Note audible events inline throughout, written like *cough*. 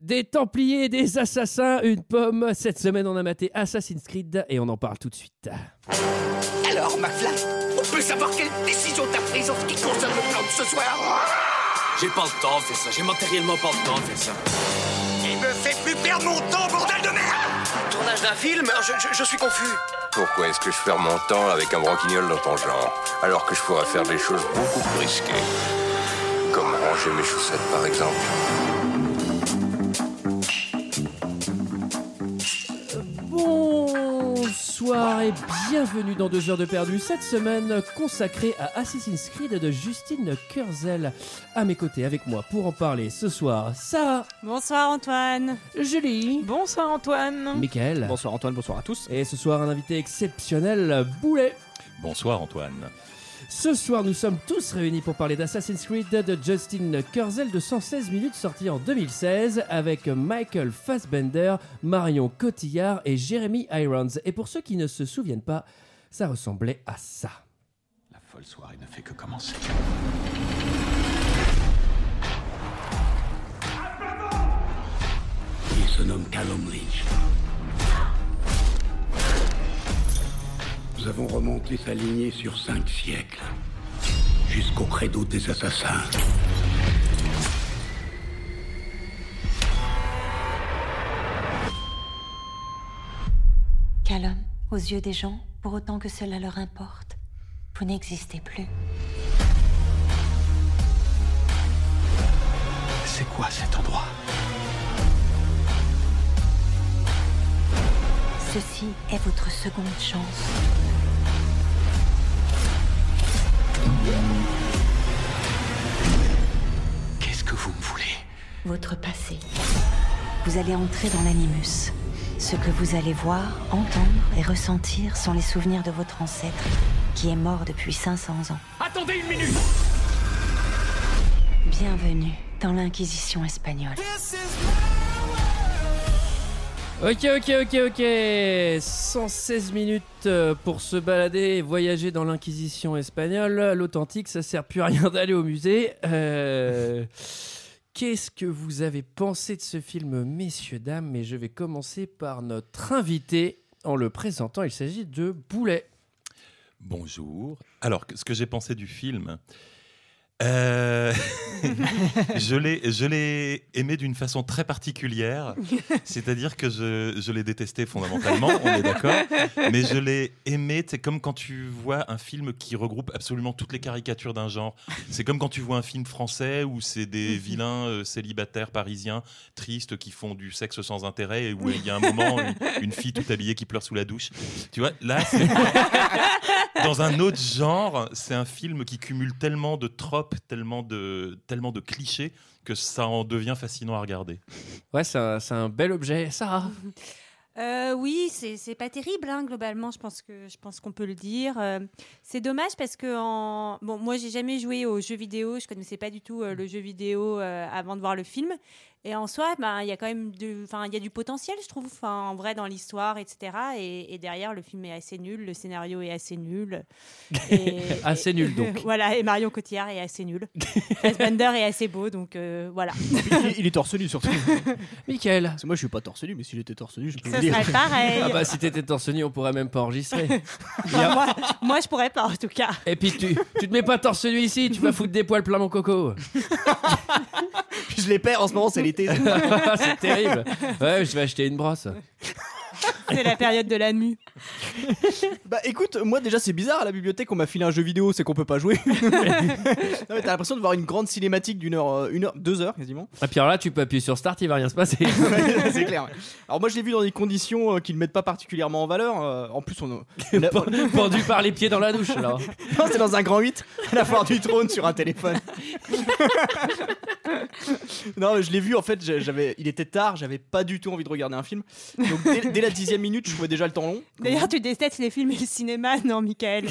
Des Templiers, des Assassins, une pomme. Cette semaine, on a maté Assassin's Creed et on en parle tout de suite. Alors, McFly, on peut savoir quelle décision t'as prise en ce qui concerne le plan de ce soir J'ai pas le temps de faire ça, j'ai matériellement pas le temps de faire ça. Il me fait plus perdre mon temps, bordel de merde Tournage d'un film je, je- je suis confus. Pourquoi est-ce que je perds mon temps avec un broquignol dans ton genre, alors que je pourrais faire des choses beaucoup plus risquées Comme ranger mes chaussettes, par exemple. Bonsoir et bienvenue dans 2 heures de perdu, cette semaine consacrée à Assassin's Creed de Justine Kurzel. À mes côtés, avec moi, pour en parler ce soir, Sarah, Bonsoir Antoine. Julie, Bonsoir Antoine. Michael. Bonsoir Antoine, bonsoir à tous. Et ce soir, un invité exceptionnel, Boulet. Bonsoir Antoine. Ce soir, nous sommes tous réunis pour parler d'Assassin's Creed de Justin Kurzel de 116 minutes sorti en 2016 avec Michael Fassbender, Marion Cotillard et Jeremy Irons. Et pour ceux qui ne se souviennent pas, ça ressemblait à ça. La folle soirée ne fait que commencer. Il se nomme Callum Lynch. Nous avons remonté sa lignée sur cinq siècles, jusqu'au credo des assassins. Calum, aux yeux des gens, pour autant que cela leur importe, vous n'existez plus. C'est quoi cet endroit Ceci est votre seconde chance. Qu'est-ce que vous me voulez votre passé. Vous allez entrer dans l'animus. Ce que vous allez voir, entendre et ressentir sont les souvenirs de votre ancêtre, qui est mort depuis 500 ans. Attendez une minute Bienvenue dans l'Inquisition espagnole. Ok, ok, ok, ok. 116 minutes euh, pour se balader et voyager dans l'Inquisition espagnole. L'authentique, ça sert plus à rien d'aller au musée. Euh, Qu'est-ce que vous avez pensé de ce film, messieurs, dames Mais je vais commencer par notre invité en le présentant. Il s'agit de Boulet. Bonjour. Alors, que- ce que j'ai pensé du film, euh, *laughs* je l'ai je l'ai aimé d'une façon très particulière, c'est-à-dire que je, je l'ai détesté fondamentalement, on est d'accord, mais je l'ai aimé, c'est comme quand tu vois un film qui regroupe absolument toutes les caricatures d'un genre, c'est comme quand tu vois un film français où c'est des vilains euh, célibataires parisiens tristes qui font du sexe sans intérêt et où il y a un moment une, une fille tout habillée qui pleure sous la douche, tu vois, là c'est dans un autre genre, c'est un film qui cumule tellement de tropes, tellement de, tellement de clichés que ça en devient fascinant à regarder. Ouais, c'est un, c'est un bel objet, Sarah. *laughs* Euh, oui, c'est c'est pas terrible hein, globalement. Je pense que je pense qu'on peut le dire. Euh, c'est dommage parce que en... bon, moi j'ai jamais joué aux jeux vidéo. Je connaissais pas du tout euh, le jeu vidéo euh, avant de voir le film. Et en soi, ben, il y a quand même du, enfin il y a du potentiel, je trouve, enfin, en vrai dans l'histoire, etc. Et, et derrière, le film est assez nul, le scénario est *laughs* assez nul. Et- Assez et- nul, donc. *laughs* voilà. Et Marion Cotillard est assez nul. Fassbender est assez beau, donc euh, *laughs* voilà. il, il est torse nu surtout. Parce Michael. que moi je suis pas torse nu, mais s'il était torse nu, je peux Ça le dire. serait pareil. Ah bah, si t'étais torse nu, on pourrait même pas enregistrer. *laughs* Enfin, moi, moi, je pourrais pas en tout cas. Et puis, tu, tu te mets pas torse nu ici, tu vas foutre des poils plein mon coco. Puis je les perds en ce moment, c'est l'été. *laughs* c'est terrible. Ouais, je vais acheter une brosse. C'est la période de la nuit. bah écoute, moi déjà c'est bizarre à la bibliothèque, on m'a filé un jeu vidéo, c'est qu'on peut pas jouer. *laughs* non mais t'as l'impression de voir une grande cinématique d'une heure, euh, une heure, deux heures quasiment. Et puis alors là, tu peux appuyer sur Start, il va rien se passer. Ouais, *laughs* c'est clair. ouais. Alors moi je l'ai vu dans des conditions euh, qui ne mettent pas particulièrement en valeur. euh, en plus, on. on a- Pen- Pendu par les pieds dans la douche, alors. Non, c'est dans un grand 8, à la foire du trône sur un téléphone. *laughs* non, mais je l'ai vu en fait, j'a- j'avais, il était tard, j'avais pas du tout envie de regarder un film. Donc dès, dès la dixième minute, je trouvais déjà le temps long. D'ailleurs, tu déteste les films et le cinéma, non, Michael.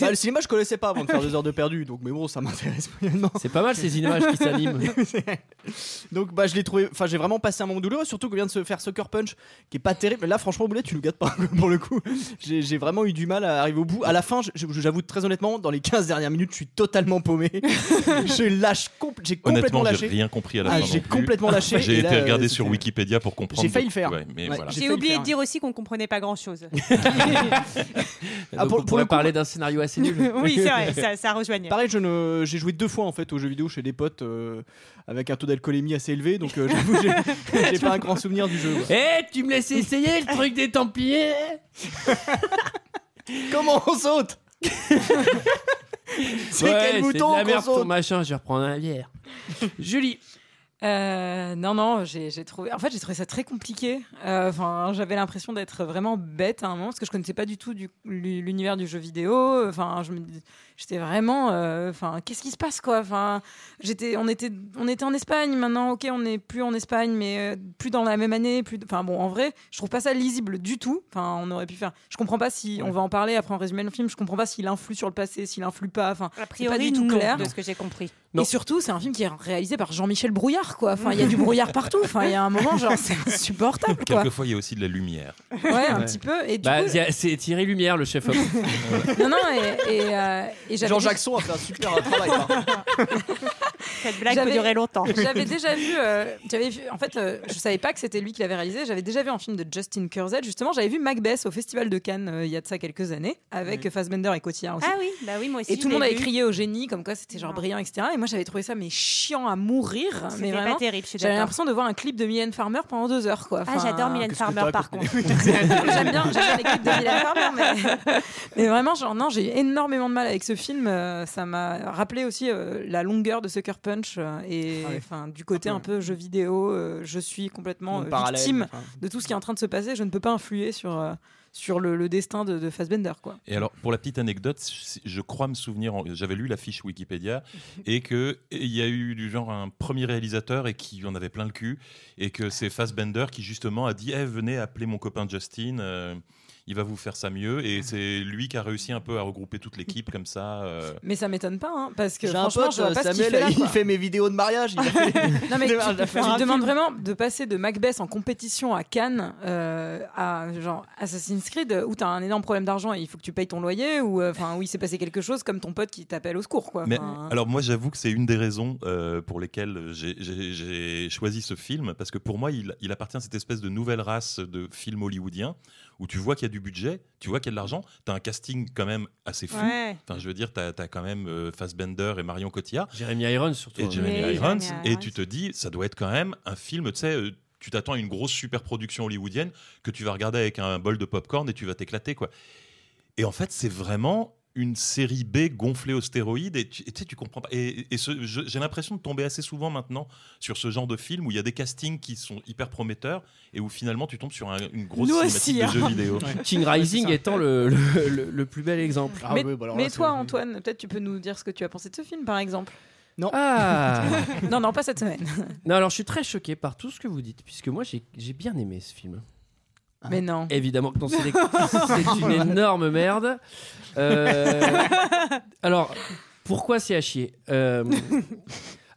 Bah, le cinéma, je connaissais pas avant de faire deux heures de perdu, donc mais bon, ça m'intéresse moyennement. C'est pas mal ces images qui s'animent. Donc bah je l'ai trouvé, enfin j'ai vraiment passé un moment douloureux, surtout qu'on vient de se faire Sucker Punch, qui est pas terrible. Là franchement Boulet tu nous gâtes pas *laughs* pour le coup. J'ai j'ai vraiment eu du mal à arriver au bout. À la fin, je- je- j'avoue très honnêtement, dans les 15 dernières minutes, je suis totalement paumé. *laughs* je lâche, compl- j'ai complètement Honnêtement, j'ai lâché. rien compris à la Ah, fin. j'ai non plus. complètement lâché. J'ai Et été là, regarder euh, sur c'était- Wikipédia pour comprendre. J'ai failli que- le faire. ouais, mais Ouais. voilà. J'ai J'ai failli le oublié faire. de dire aussi qu'on comprenait pas *laughs* grand chose. Ah, Donc, pour- on pour pourrait le coup- parler d'un scénario assez *laughs* nul. oui, c'est vrai, ça, ça rejoignait. Pareil, je ne, j'ai joué deux fois en fait aux jeux vidéo chez des potes euh, avec un taux d'alcoolémie assez élevé, donc euh, j'avoue, j'ai, *laughs* j'ai pas un grand souvenir du jeu. ouais. Eh, tu me laisses essayer le truc des Templiers *laughs* Comment on *laughs* saute C'est quel bouton de la qu'on merde, ton saute machin, je vais reprendre un bière. Julie, Euh, non, non, j'ai j'ai trouvé. En fait, j'ai trouvé ça très compliqué. Euh, Enfin, j'avais l'impression d'être vraiment bête à un moment parce que je connaissais pas du tout du- l'u- l'univers du jeu vidéo. Enfin, je me, dis- j'étais vraiment. euh, Enfin, qu'est-ce qui se passe quoi Enfin, j'étais, on était, on était en Espagne. Maintenant, ok, on n'est plus en Espagne, mais euh, plus dans la même année. Plus, enfin bon, en vrai, je trouve pas ça lisible du tout. Enfin, on aurait pu faire. Je comprends pas si on va en parler après en résumé le film. Je comprends pas s'il influe sur le passé, s'il influe pas. Enfin, c'est A pas priori, du tout non, clair. de ce que j'ai compris. Non. Et surtout, c'est un film qui est réalisé par Jean-Michel Brouillard, quoi. Enfin, *laughs* il y a du brouillard partout. Enfin, il y a un moment, genre, c'est insupportable, quoi. Quelquefois, il y a aussi de la lumière. Ouais, un petit peu. Et du bah, *laughs* coup, y a- c'est Thierry Lumière, le *laughs* chef-op. non, non, et, et, euh, et j'avais Jean Jackson a fait un super travail. hein. *laughs* Cette blague peut J'avais- durer longtemps. J'avais déjà vu, euh, j'avais vu- en fait, euh, je savais pas que c'était lui qui l'avait réalisé. J'avais déjà vu un film de Justin Kurzel. Justement, j'avais vu Macbeth au Festival de Cannes euh, il y a de ça quelques années avec Fassbender et Cotillard aussi. Ah oui, bah oui, moi aussi. et tout je le monde l'ai avait vu. crié au génie, comme quoi c'était genre Non. brillant, etc. Et moi, j'avais trouvé ça mais chiant à mourir. Mais C'était pas vraiment, terrible, je suis j'avais d'accord. l'impression de voir un clip de Mylène Farmer pendant deux heures, quoi. Ah, j'adore Mylène Qu'est-ce que Farmer t'as par raconté contre. *laughs* j'aime bien, j'aime bien l'équipe de Mylène Farmer, mais, mais vraiment, genre, non, j'ai eu énormément de mal avec ce film. euh, ça m'a rappelé aussi euh, la longueur de Sucker Punch euh, et Ah ouais. enfin du côté un peu jeu vidéo. euh, je suis complètement Monde euh, parallèle, victime enfin. de tout ce qui est en train de se passer. Je ne peux pas *laughs* influer sur. euh, sur le, le destin de, de Fassbender quoi. Et alors, pour la petite anecdote, si- je crois me souvenir, en- j'avais lu la fiche Wikipédia et que et il y a eu du genre un premier réalisateur et qui en avait plein le cul et que c'est Fassbender qui justement a dit Eh, venez appeler mon copain Justin, euh, il va vous faire ça mieux. Ah. Et c'est lui qui a réussi un peu à regrouper toute l'équipe comme ça. euh. Mais ça m'étonne pas hein, parce que J'ai un franchement pote, je vois pas ce qu'il Samuel, fait là, il quoi. fait mes vidéos de mariage. Il a fait- *laughs* Non mais tu, Demain, je dois tu faire un te demandes vraiment de passer de Macbeth en compétition à Cannes euh, à genre Assassin's Creed où t'as un énorme problème d'argent et il faut que tu payes ton loyer ou euh, enfin où il s'est passé quelque chose comme ton pote qui t'appelle au secours quoi. Mais Enfin, alors moi j'avoue que c'est une des raisons euh, pour lesquelles j'ai- j'ai j'ai choisi ce film parce que pour moi il, il appartient à cette espèce de nouvelle race de films hollywoodiens où tu vois qu'il y a du budget, tu vois qu'il y a de l'argent, t'as un casting quand même assez fou. Ouais. Enfin je veux dire t'as as quand même euh, Fassbender et Marion Cotillard Jérémy Irons, surtout. et hein. Jeremy Oui, Irons Jeremy et Irons. tu te dis ça doit être quand même un film tu sais euh, tu t'attends à une grosse superproduction hollywoodienne que tu vas regarder avec un bol de popcorn et tu vas t'éclater quoi. Et en fait, c'est vraiment une série B gonflée aux stéroïdes et tu et tu sais, tu comprends pas. Et, et ce- je- j'ai l'impression de tomber assez souvent maintenant sur ce genre de film où il y a des castings qui sont hyper prometteurs et où finalement tu tombes sur un- une grosse Nous cinématique aussi, de hein. jeux vidéo. King Rising étant le, le- le- le plus bel exemple. Ah Mais- ouais, bah alors mais là, c'est- toi Antoine, peut-être tu peux nous dire ce que tu as pensé de ce film par exemple. Ah non non pas cette semaine. Non, alors je suis très choqué par tout ce que vous dites, puisque moi j'ai j'ai bien aimé ce film. Ah. Mais non. Évidemment que non, c'est c'est une énorme merde. Euh, alors, pourquoi c'est à chier Euh,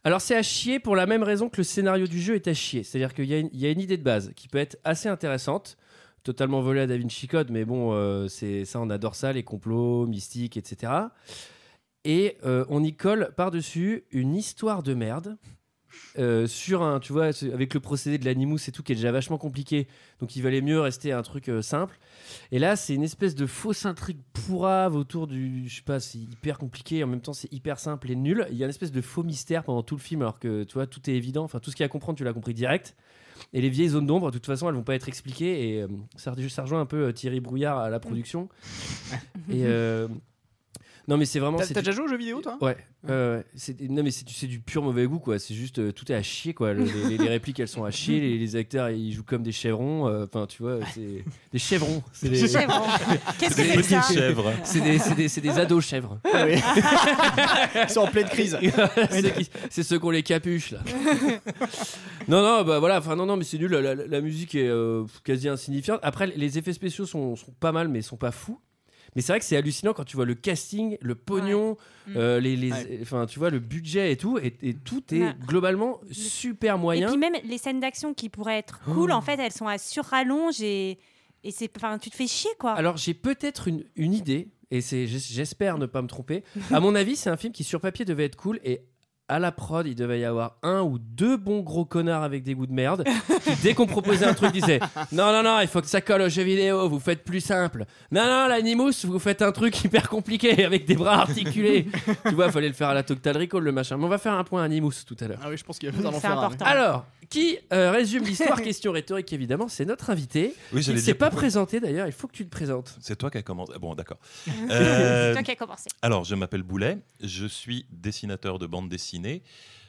Alors, c'est à chier pour la même raison que le scénario du jeu est à chier. C'est-à-dire qu'il y, a une- il y a une idée de base qui peut être assez intéressante, totalement volée à Da Vinci Code, mais bon, euh, c'est ça, on adore ça, les complots, mystiques, etc. Et euh, on y colle par-dessus une histoire de merde. euh, sur un, tu vois, avec le procédé de l'animus et tout, qui est déjà vachement compliqué, donc il valait mieux rester à un truc euh, simple. Et là, c'est une espèce de fausse intrigue pourrave autour du. Je sais pas, c'est hyper compliqué. et En même temps, c'est hyper simple et nul. Il y a une espèce de faux mystère pendant tout le film, alors que tu vois, tout est évident. Enfin, tout ce qu'il y a à comprendre, tu l'as compris direct. Et les vieilles zones d'ombre, de toute façon, elles vont pas être expliquées. Et euh, ça, re- ça rejoint un peu euh, Thierry Brouillard à la production. et. euh, Non, mais c'est vraiment. T'as c'est t'as du- déjà joué aux jeux vidéo, toi Ouais, ouais, ouais. C'est- non mais c'est du- c'est du pur mauvais goût quoi. C'est juste euh, tout est à chier quoi. Le- les, les répliques elles sont à chier. Les, les acteurs ils jouent comme des chevrons. euh, Enfin tu vois *laughs* c'est des chevrons. C'est des, C'est *laughs* bon. Qu'est-ce que Des c'est que ça petites chèvres. c'est des, c'est des- c'est des ados chèvres. Ah *laughs* oui. Ils sont en pleine crise. c'est, qui- c'est ceux qui ont les capuches là. non non bah voilà. Enfin non non mais c'est nul. La, la- la musique est euh, quasi insignifiante. Après les effets spéciaux sont, sont pas mal mais ils sont pas fous. Mais c'est vrai que c'est hallucinant quand tu vois le casting, le pognon, Ouais. euh, les, les- Ouais. enfin tu vois le budget et tout, et, et tout est Ouais. globalement super Et moyen. puis même les scènes d'action qui pourraient être Oh. cool, en fait, elles sont à surrallonge et, et c'est, enfin, tu te fais chier quoi. Alors j'ai peut-être une, une idée, et c'est j'es- j'espère ne pas me tromper. À mon avis, c'est un film qui sur papier devait être cool et à la prod, il devait y avoir un ou deux bons gros connards avec des goûts de merde qui, dès qu'on proposait un truc, disaient Non, non, non, il faut que ça colle aux jeux vidéo, vous faites plus simple. Non, non, l'Animus, vous faites un truc hyper compliqué avec des bras articulés. tu vois, fallait le faire à la Toctal Recall, le machin. Mais on va faire un point Animus tout à l'heure. Ah oui, je pense qu'il va C'est falloir en faire un. important. Alors, qui euh, résume l'histoire Question rhétorique, évidemment, c'est notre invité. Oui, Il j'allais ne dire. s'est pas présenté d'ailleurs, il faut que tu le présentes. C'est toi qui as commencé. Bon, d'accord. *laughs* C'est Euh, toi qui as commencé. Alors, je m'appelle Boulet, je suis dessinateur de bande dessinée,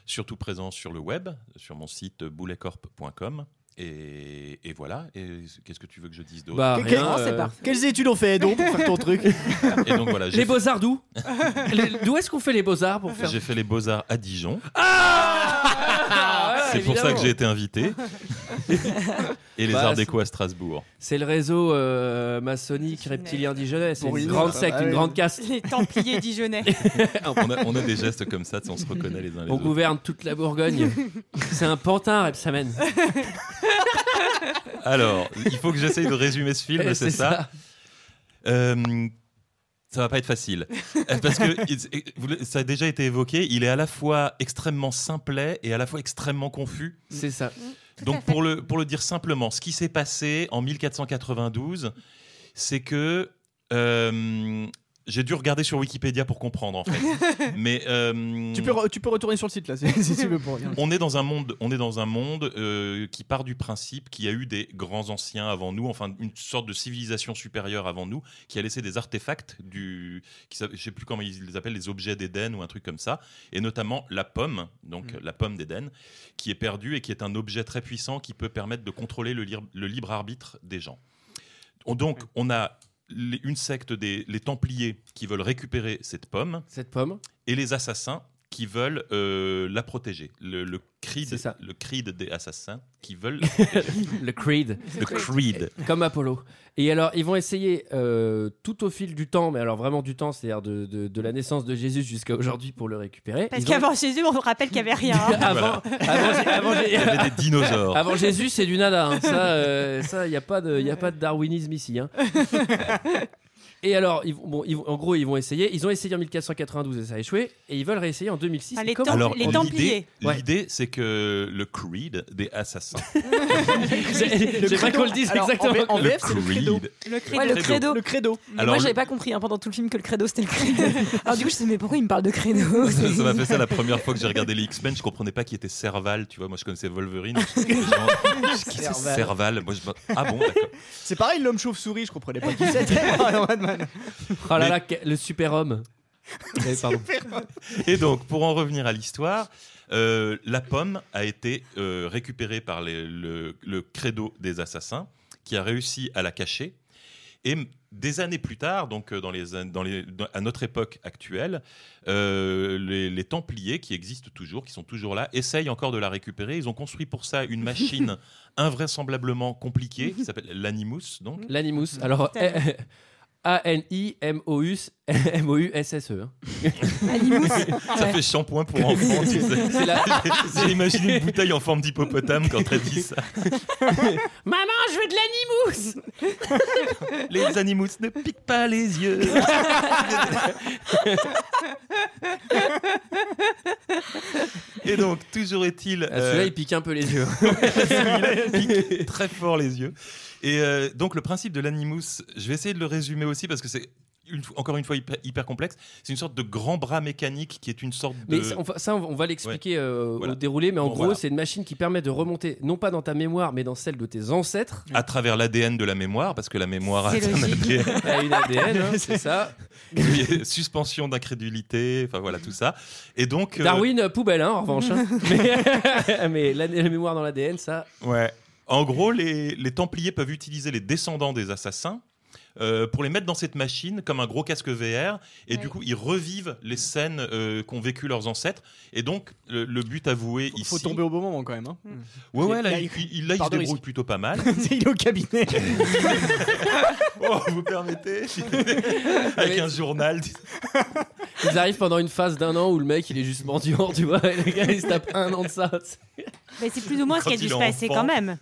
surtout présent sur le web, sur mon site bouletcorp.com. Et, et voilà. Et qu'est-ce que tu veux que je dise d'autre Bah, Quel- rien, Non, euh, c'est parfait. Oh, Quelles études on fait donc pour faire ton truc Et donc voilà, j'ai *laughs* Les fait, beaux-arts d'où Les- D'où est-ce qu'on fait les beaux-arts pour faire j'ai fait les beaux-arts à Dijon. Ah, ouais, c'est pour ça évidemment. que j'ai été invité. *laughs* et les Bah, arts c'est- déco à Strasbourg. C'est le réseau euh, maçonnique reptilien dijonnais. C'est Pour une une grande autre. secte, Ah une oui. grande caste. Les Templiers Dijonnais. *laughs* On a, on a des gestes comme ça, on se reconnaît les uns les On autres. gouverne toute la Bourgogne. C'est un pantin, *laughs* Repsamen. Alors, il faut que j'essaye de résumer ce film, Eh, c'est ça. Euh, ça va pas être facile. Euh, Parce que *laughs* il- vous le- ça a déjà été évoqué, il est à la fois extrêmement simplet et à la fois extrêmement confus. C'est ça. Tout à Donc fait. pour le, pour le dire simplement, ce qui s'est passé en 1492, c'est que... euh, j'ai dû regarder sur Wikipédia pour comprendre *laughs* en fait. Mais euh, tu, peux re- tu peux retourner sur le site là si, si tu veux pour regarder. on est dans un monde, on est dans un monde euh, qui part du principe qu'il y a eu des grands anciens avant nous, enfin une sorte de civilisation supérieure avant nous, qui a laissé des artefacts du, qui, sa- je sais plus comment ils les appellent, les objets d'Éden ou un truc comme ça, et notamment la pomme, donc Mm. euh, la pomme d'Éden, qui est perdue et qui est un objet très puissant qui peut permettre de contrôler le, lire- le libre arbitre des gens. On- donc on a les- une secte des les Templiers qui veulent récupérer cette pomme Cette pomme. et les assassins qui veulent euh, la protéger. Le, le creed, C'est ça. le creed des assassins qui veulent Le Creed. le creed. Comme Apollo. Et alors, ils vont essayer euh, tout au fil du temps, mais alors vraiment du temps, c'est-à-dire de, de- de la naissance de Jésus jusqu'à aujourd'hui pour le récupérer. Parce Ils ont- qu'avant chez eux, on vous rappelle qu'il n'y avait rien. *laughs* hein. *laughs* Avant, avant- avant- Il y avait des dinosaures. Avant Jésus, c'est du nada. hein. Ça, euh, ça, y a pas de, y a pas de darwinisme ici. hein. Et alors, ils vont- bon, ils vont- en gros, ils vont essayer. Ils ont essayé en 1492 et ça a échoué. Et ils veulent réessayer en 2006. Ah, Et les *laughs* comment- temps- Alors les l'idée- Templiers. Ouais. l'idée, c'est que le creed des assassins, J'ai- J'ai pas qu'on le dise Alors, en exactement. V- en le VF, c'est le credo. creed. Le Ouais, credo. le Credo. credo. Le credo. Mais Alors, moi, le- j'avais pas compris hein, pendant tout le film que le credo c'était le credo. Alors, du coup, je me suis dit, mais pourquoi il me parle de credo *laughs* Ça ça m'a fait ça la première fois que j'ai regardé les X-Men. Je comprenais pas qui était Serval. Tu vois, moi je connaissais Wolverine. *laughs* Je sais que les gens- Qui c'est Serval. Serval Moi, je... me- Ah bon, d'accord. C'est pareil, Ah, l'homme chauve-souris, je comprenais *laughs* pas qui c'était. Iron Man. Oh là là, que- le super homme. pardon. *laughs* Et donc, pour en revenir à l'histoire, euh, la pomme a été euh, récupérée par les- le, le credo des assassins, qui a réussi à la cacher. Et m- des années plus tard, donc euh, dans les, an- dans les- dans- à notre époque actuelle, euh, les, les Templiers qui existent toujours, qui sont toujours là, essayent encore de la récupérer. Ils ont construit pour ça une machine invraisemblablement compliquée qui s'appelle l'Animus, donc. L'animus. Alors. *laughs* Putain. eh, eh, A-N-I-M-O-U-S M-O-U-S-S-E. hein. Animus. Ça fait *laughs* shampoing pour enfants, tu sais. C'est la- J'ai imaginé une bouteille en forme d'hippopotame quand elle dit ça. *laughs* Maman, je veux de l'animus *laughs* Les animaux ne piquent pas les *laughs* yeux. Et donc, toujours est-il. Ah, Celui-là, euh, il pique un peu les yeux. celui-là *laughs* pique très fort les yeux. Et euh, donc, le principe de l'animus, je vais essayer de le résumer aussi parce que c'est une fois- encore une fois hyper, hyper complexe. C'est une sorte de grand bras mécanique qui est une sorte de. Mais ça, on va, ça, on va- on va l'expliquer euh, Voilà. au déroulé, mais en Bon, gros, voilà. c'est une machine qui permet de remonter, non pas dans ta mémoire, mais dans celle de tes *laughs* ancêtres. à travers l'ADN de la mémoire, parce que la mémoire a C'est un logique. *laughs* ADN, à une ADN, hein, c'est ça. *laughs* qui est suspension d'incrédulité, enfin voilà tout ça. Et donc. euh, Darwin, euh, poubelle, hein, en revanche. *laughs* hein. mais *laughs* mais la, la mémoire dans l'ADN, ça. Ouais. En gros, les, les Templiers peuvent utiliser les descendants des assassins euh, pour les mettre dans cette machine comme un gros casque VR. Ouais. Et du coup, ils revivent les scènes euh, qu'ont vécues leurs ancêtres. Et donc, le, le but avoué Faut, ici. faut tomber au bon moment quand même. Mm. hein. Ouais, ouais, là, Là, il, il- il- là, il part se de débrouille risque. plutôt pas *laughs* mal. il est au cabinet. oh, vous *laughs* permettez Avec un journal. Ils arrivent pendant une phase d'un an où le mec, il est juste mendiant, tu vois. *laughs* Et le gars, il se tape un an de ça. Mais c'est plus ou moins ce Quand qui a dû il se est passer enfant. quand même.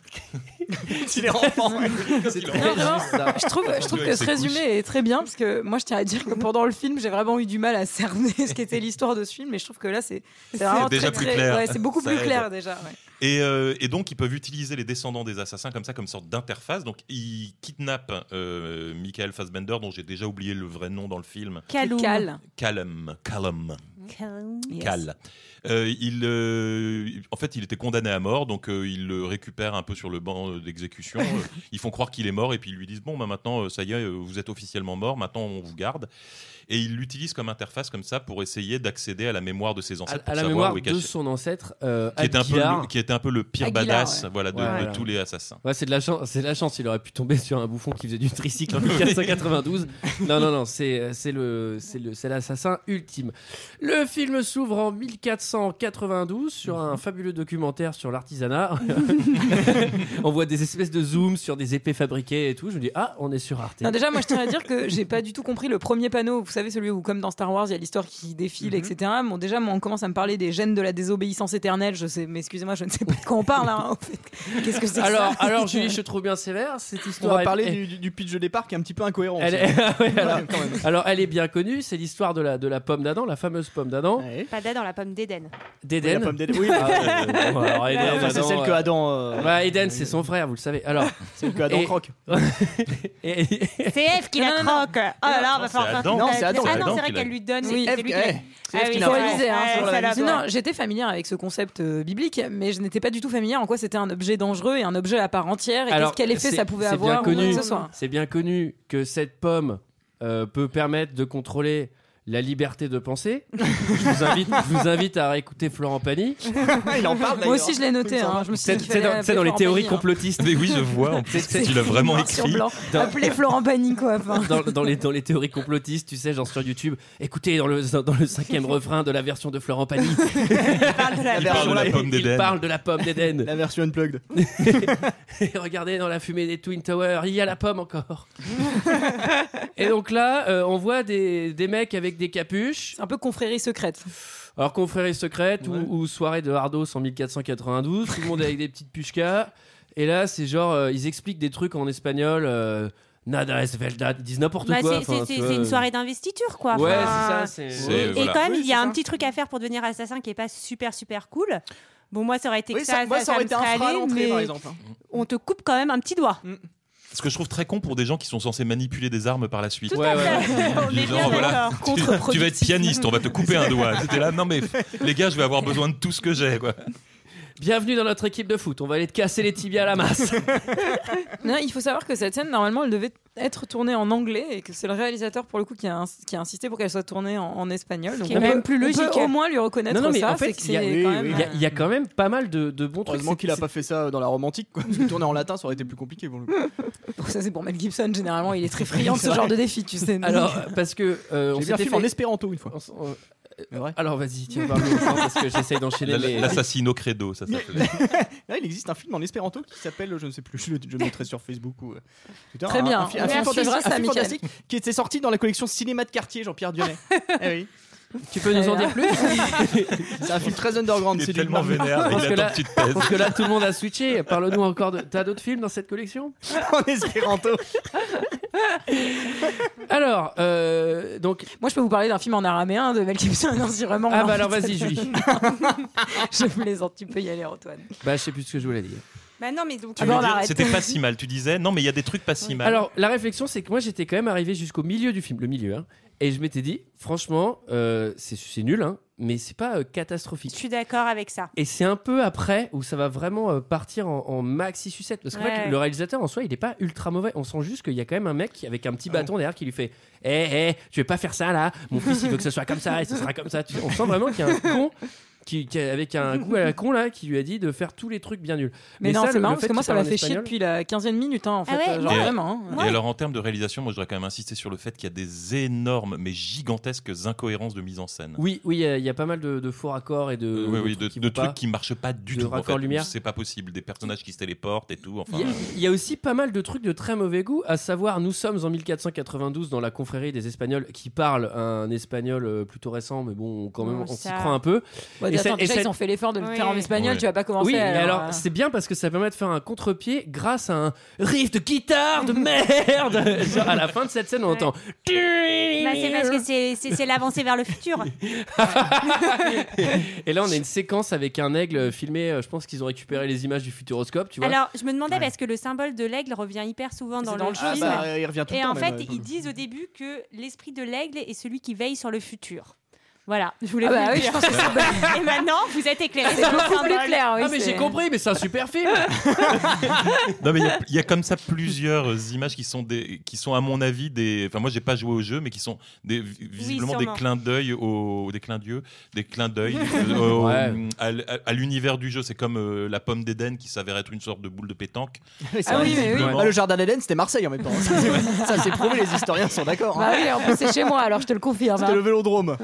il est enfant. C'est Il en très Non, vraiment, juste, ça. Je trouve, je trouve Avec que ses ce couches. résumé est très bien parce que moi je tiens à dire que pendant le film j'ai vraiment eu du mal à cerner ce qu'était l'histoire de ce film mais je trouve que là c'est c'est vraiment déjà très, plus très- clair. ouais, c'est beaucoup Ça plus aide. clair déjà. ouais. Et, euh, et donc, ils peuvent utiliser les descendants des assassins comme ça, comme sorte d'interface. Donc, ils kidnappent euh, Michael Fassbender, dont j'ai déjà oublié le vrai nom dans le film. Calou. Cal. Callum. Callum. Calou. Yes. Cal. Euh, il, euh, en fait, il était condamné à mort, donc euh, ils le récupèrent un peu sur le banc euh, *laughs* d'exécution. Euh, ils font croire qu'il est mort et puis ils lui disent Bon, bah, maintenant, euh, ça y est, euh, vous êtes officiellement mort, maintenant on vous garde. Et ils l'utilisent comme interface comme ça pour essayer d'accéder à la mémoire de ses À, ancêtres à pour la savoir mémoire où est de caché. son ancêtre, euh, qui, était un peu Abdilar. le, qui était un peu le pire Aguilar, badass ouais. voilà, de, Voilà. de tous les assassins. Ouais, c'est de la chance, c'est de la chance. Il aurait pu tomber *laughs* sur un bouffon qui faisait du *laughs* tricycle en 1492. Non, non, non, c'est euh, c'est le c'est le c'est l'assassin ultime. Le film s'ouvre en 1492 sur Mhm. un fabuleux documentaire sur l'artisanat. *laughs* on voit des espèces de zooms sur des épées fabriquées et tout. Je me dis ah, on est sur Arte. Non, déjà, moi, je tiens à dire que j'ai pas du tout compris le premier panneau. Vous savez, celui où, comme dans Star Wars, il y a l'histoire qui défile, Mhm. etc. Bon, déjà, moi, on commence à me parler des gènes de la désobéissance éternelle. Je sais, mais excusez-moi, je ne sais pas de quoi on parle. hein, en fait. Qu'est-ce que c'est que alors, ça alors Julie, je te trouve bien sévère cette On histoire. va est- parler est- du, du- du pitch de départ qui est un petit peu incohérent. elle aussi. est- *laughs* Ah ouais, alors, Ouais, quand même. alors, elle est bien connue. C'est l'histoire de la de la pomme d'Adam, la fameuse pomme d'Adam, Ouais. Pas d'A dans la pomme d'Éden. Oui, la d'Éden. pomme d'Éden. Oui, Ah, ouais, bon, alors, Éden, Enfin, c'est Adam, celle que euh, Adam, euh, Ouais, Eden, c'est son frère, vous le savez. Alors, celle que Adam *laughs* Et- croque. et- C'est Eve qui la Non, non, non. croque. Oh là là, on va c'est falloir faire Adam. toute Non, la- c'est Adam, Ah c'est non, Adam c'est qui vrai qu'elle l'a- lui donne. Oui, c'est Eve, lui qui eh, l'a- c'est Eve Ah qui oui, l'a Faut c'est croqué. vrai. réaliser, hein, Ouais, sur la ça la réalisation. voit. Non, j'étais familière avec ce concept euh, biblique, mais je n'étais pas du tout familière en quoi c'était un objet dangereux et un objet à part entière et Alors, qu'est-ce quel effet c'est- ça pouvait c'est bien avoir ou connu. que ce soit. c'est bien connu que cette pomme euh, peut permettre de contrôler la liberté de *laughs* penser. Je vous invite, je vous invite à réécouter Florent Pagny. Il en parle Moi aussi, je l'ai noté. hein, je me suis C'est dit qu'il c'est fallait dans, c'est dans appeler les Florent théories Pagny, hein. complotistes. Mais oui, je vois en plus C'est- qu'il a vraiment Noir sur écrit. blanc. *laughs* Dans- Appelez Florent Pagny, quoi. enfin. Dans, dans les, dans les théories complotistes, tu sais, genre sur YouTube, écoutez dans le, dans le *laughs* cinquième refrain de la version de Florent Pagny, Il parle de la voilà, pomme il d'Éden. parle de la pomme d'Éden. La version unplugged. Et *laughs* regardez dans la fumée des Twin Towers, il y a la pomme encore. et donc là, euh, on voit des, des mecs avec des capuches. C'est un peu confrérie secrète. Alors confrérie secrète Ouais. ou, ou soirée de Hardos en 1492, tout le monde est avec des petites puchkas. Et là, c'est genre, euh, ils expliquent des trucs en espagnol. euh, Nada es verdad, ils disent n'importe Bah, quoi. c'est- enfin, tu c'est- c'est vois. c'est une soirée d'investiture, quoi. Ouais, Enfin, c'est ça. C'est- c'est- Et Voilà. quand même, Oui, il y a c'est un ça. petit truc à faire pour devenir assassin qui est pas super super cool. Bon, moi, ça aurait été Oui, que ça, ça, moi, ça- ça ça aurait me été un serait frein à allé, l'entrée, mais par exemple. hein. on te coupe quand même un petit doigt. Ce que je trouve très con pour des gens qui sont censés manipuler des armes par la suite. Tout Ouais, à *laughs* ouais, fait. on est Dis bien donc, voilà. d'accord. Tu, tu vas être pianiste, on va te couper un doigt. C'était là, non mais les gars, je vais avoir besoin de tout ce que j'ai. quoi. Bienvenue dans notre équipe de foot, on va aller te casser les tibias à la masse. *laughs* Non, il faut savoir que cette scène, normalement, elle devait être tournée en anglais et que c'est le réalisateur, pour le coup, qui a, ins- qui a insisté pour qu'elle soit tournée en, en espagnol. Donc qui est on même peut- plus on peut logique. au moins lui reconnaître Non, non, mais ça. en fait, c'est que il y a- c'est oui, quand oui, même, Il y, a- il y a quand même pas mal de, de bons trucs. Heureusement C'est- qu'il a pas fait ça euh, dans la romantique. Quoi. Bah, Parce que Tourner en latin, ça aurait été plus compliqué pour le coup. euh, *laughs* Ça, c'est pour Mel Gibson, généralement, il est très friand de ce genre de défi, tu sais. donc. Alors, parce que euh, on J'ai vu un s'était film fait- en espéranto une fois. on s- on- C'est vrai. Alors vas-y, *laughs* tiens, parle longtemps parce que j'essaye d'enchaîner. mais- L'assassino credo, ça s'appelait. Là, Ah, il existe un film en espéranto qui s'appelle, je ne sais plus, je le, je le mettrai sur Facebook ou. euh, Twitter, Très un- bien. Un, fi- un On film, suivra fantastique, ça, un film Mickaël. fantastique qui était sorti dans la collection Cinéma de quartier, *laughs* Jean-Pierre Dionnet. eh oui. Tu peux nous en dire plus C'est un film très underground. Il C'est est du tellement Marvel. vénère, Parce il que attend là- que Ah, tu te taises. Parce que là, tout le monde a switché. Parle-nous encore de. T'as d'autres films dans cette collection en espéranto. Alors, euh, donc. Moi, je peux vous parler d'un film en araméen de Mel Gibson, non, si vraiment. on a Ah bah envie alors *laughs* de- vas-y, Julie. Je plaisante, tu peux y aller, Antoine. Bah, je sais plus ce que je voulais dire. Bah non, mais donc. Tu veux dire, C'était pas si mal. Tu disais, non, mais il y a des trucs pas si mal. Alors, la réflexion, c'est que moi, j'étais quand même arrivé jusqu'au milieu du film, le milieu, hein, et je m'étais dit, franchement, euh, c'est- c'est nul, hein, mais c'est pas euh, Je catastrophique. suis d'accord avec ça. Et c'est un peu après où ça va vraiment euh, partir en, en maxi sucette. Parce qu'en Ouais, fait, ouais. le réalisateur en soi, il est pas ultra mauvais. On sent juste qu'il y a quand même un mec qui- avec un petit bâton derrière qui lui fait Hé, hé, tu veux pas faire ça là Mon fils, il veut que ce soit comme ça et ce sera comme ça. Tu sais, on sent vraiment qu'il y a un con. Qui, qui- avec un goût à la con là qui lui a dit de faire tous les trucs bien nuls. Mais, Mais non, ça, c'est le- marrant le parce fait que moi, qu'il ça parle m'a en fait chier espagnol- depuis la quinzaine minute, hein, en fait. Ah ouais, euh, genre moi- vraiment. hein. Et alors, en termes de réalisation, moi, je dois quand même insister sur le fait qu'il y a des énormes, mais gigantesques incohérences de mise en scène. Oui, oui, il y, a- il y a pas mal de, de faux raccords et de, Euh, de oui, oui, de, qui de vont pas. trucs qui marchent pas du de tout. En raccords fait. lumière. C'est pas possible. Des personnages qui se téléportent et tout. Enfin, euh, Il y, a, il y a aussi pas mal de trucs de très mauvais goût, à savoir nous sommes en 1492 dans la confrérie des Espagnols qui parlent un espagnol euh, plutôt récent, mais bon, quand même, Non, on s'y Oh, ça- croit un peu. Ouais, Et attends, c'est- et déjà, c'est- ils ont fait l'effort de le Oui, faire en oui. espagnol, Ouais. tu vas pas commencer oui, à. mais alors euh, c'est bien parce que ça permet de faire un contre-pied grâce à un riff de guitare de *laughs* merde. *laughs* Genre, à la fin de cette scène, on Ouais. entend. Bah, c'est parce que c'est- c'est c'est l'avancée vers *laughs* le futur. Et là, on a une séquence avec un aigle filmé. euh, Je pense qu'ils ont récupéré les images du futuroscope, tu vois. Alors, je me demandais parce que le symbole de l'aigle revient hyper souvent C'est dans, dans le le jeu, film. ça. bah, il revient tout le Et temps. en fait, même, euh, ils disent au début que l'esprit de l'aigle est celui qui veille sur le futur. Voilà, je voulais Ah vous bah le oui, je dire. pense que c'est *laughs* Et maintenant, vous êtes éclairés. c'est beaucoup plus clair. oui, ah mais c'est- j'ai compris, mais c'est un super *laughs* film. *laughs* Non, mais il y a- il y, a comme ça plusieurs euh, images qui sont, des, qui sont à mon avis, des. Enfin, moi, j'ai pas joué au jeu, mais qui sont des, vi- visiblement des sûrement. clins d'œil au. des clins d'yeux, des *laughs* clins d'œil euh, au- Ouais. à, l- à- à l'univers du jeu. C'est comme euh, la pomme d'Éden qui s'avère être une sorte de boule de pétanque. c'est Ah vrai, oui, mais oui. visiblement. Bah, le jardin d'Éden, c'était Marseille en même temps. ça, c'est prouvé, les historiens sont d'accord. hein. Bah oui, en plus, c'est chez moi, alors je te le confirme. C'était hein. le vélodrome.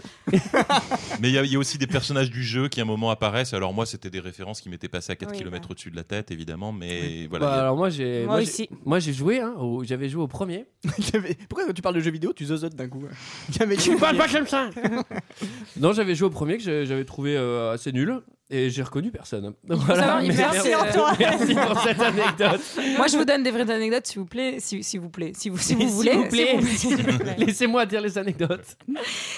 Mais il y, a- il y a aussi des personnages du jeu qui à un moment apparaissent. Alors moi, c'était des références qui m'étaient passées à 4 Oui, km bah. au-dessus de la tête, évidemment. Mais voilà. Bah, il y a- alors moi j'ai Moi moi, j'ai- aussi. moi, j'ai joué hein, au- j'avais joué au premier. Il y avait- Pourquoi quand tu parles de jeux vidéo, tu zozotes d'un coup Il y avait- comme ça Non, j'avais joué au premier que j'ai- j'avais trouvé euh, assez nul et j'ai reconnu personne. *laughs* savoir, il mais faut merci, savoir- merci pour cette anecdote. Moi, je vous donne des vraies anecdotes, s'il vous plaît. Si, s'il vous plaît. Si vous, si vous S'il voulez. vous plaît. s'il *laughs* vous plaît. Laissez-moi dire les anecdotes.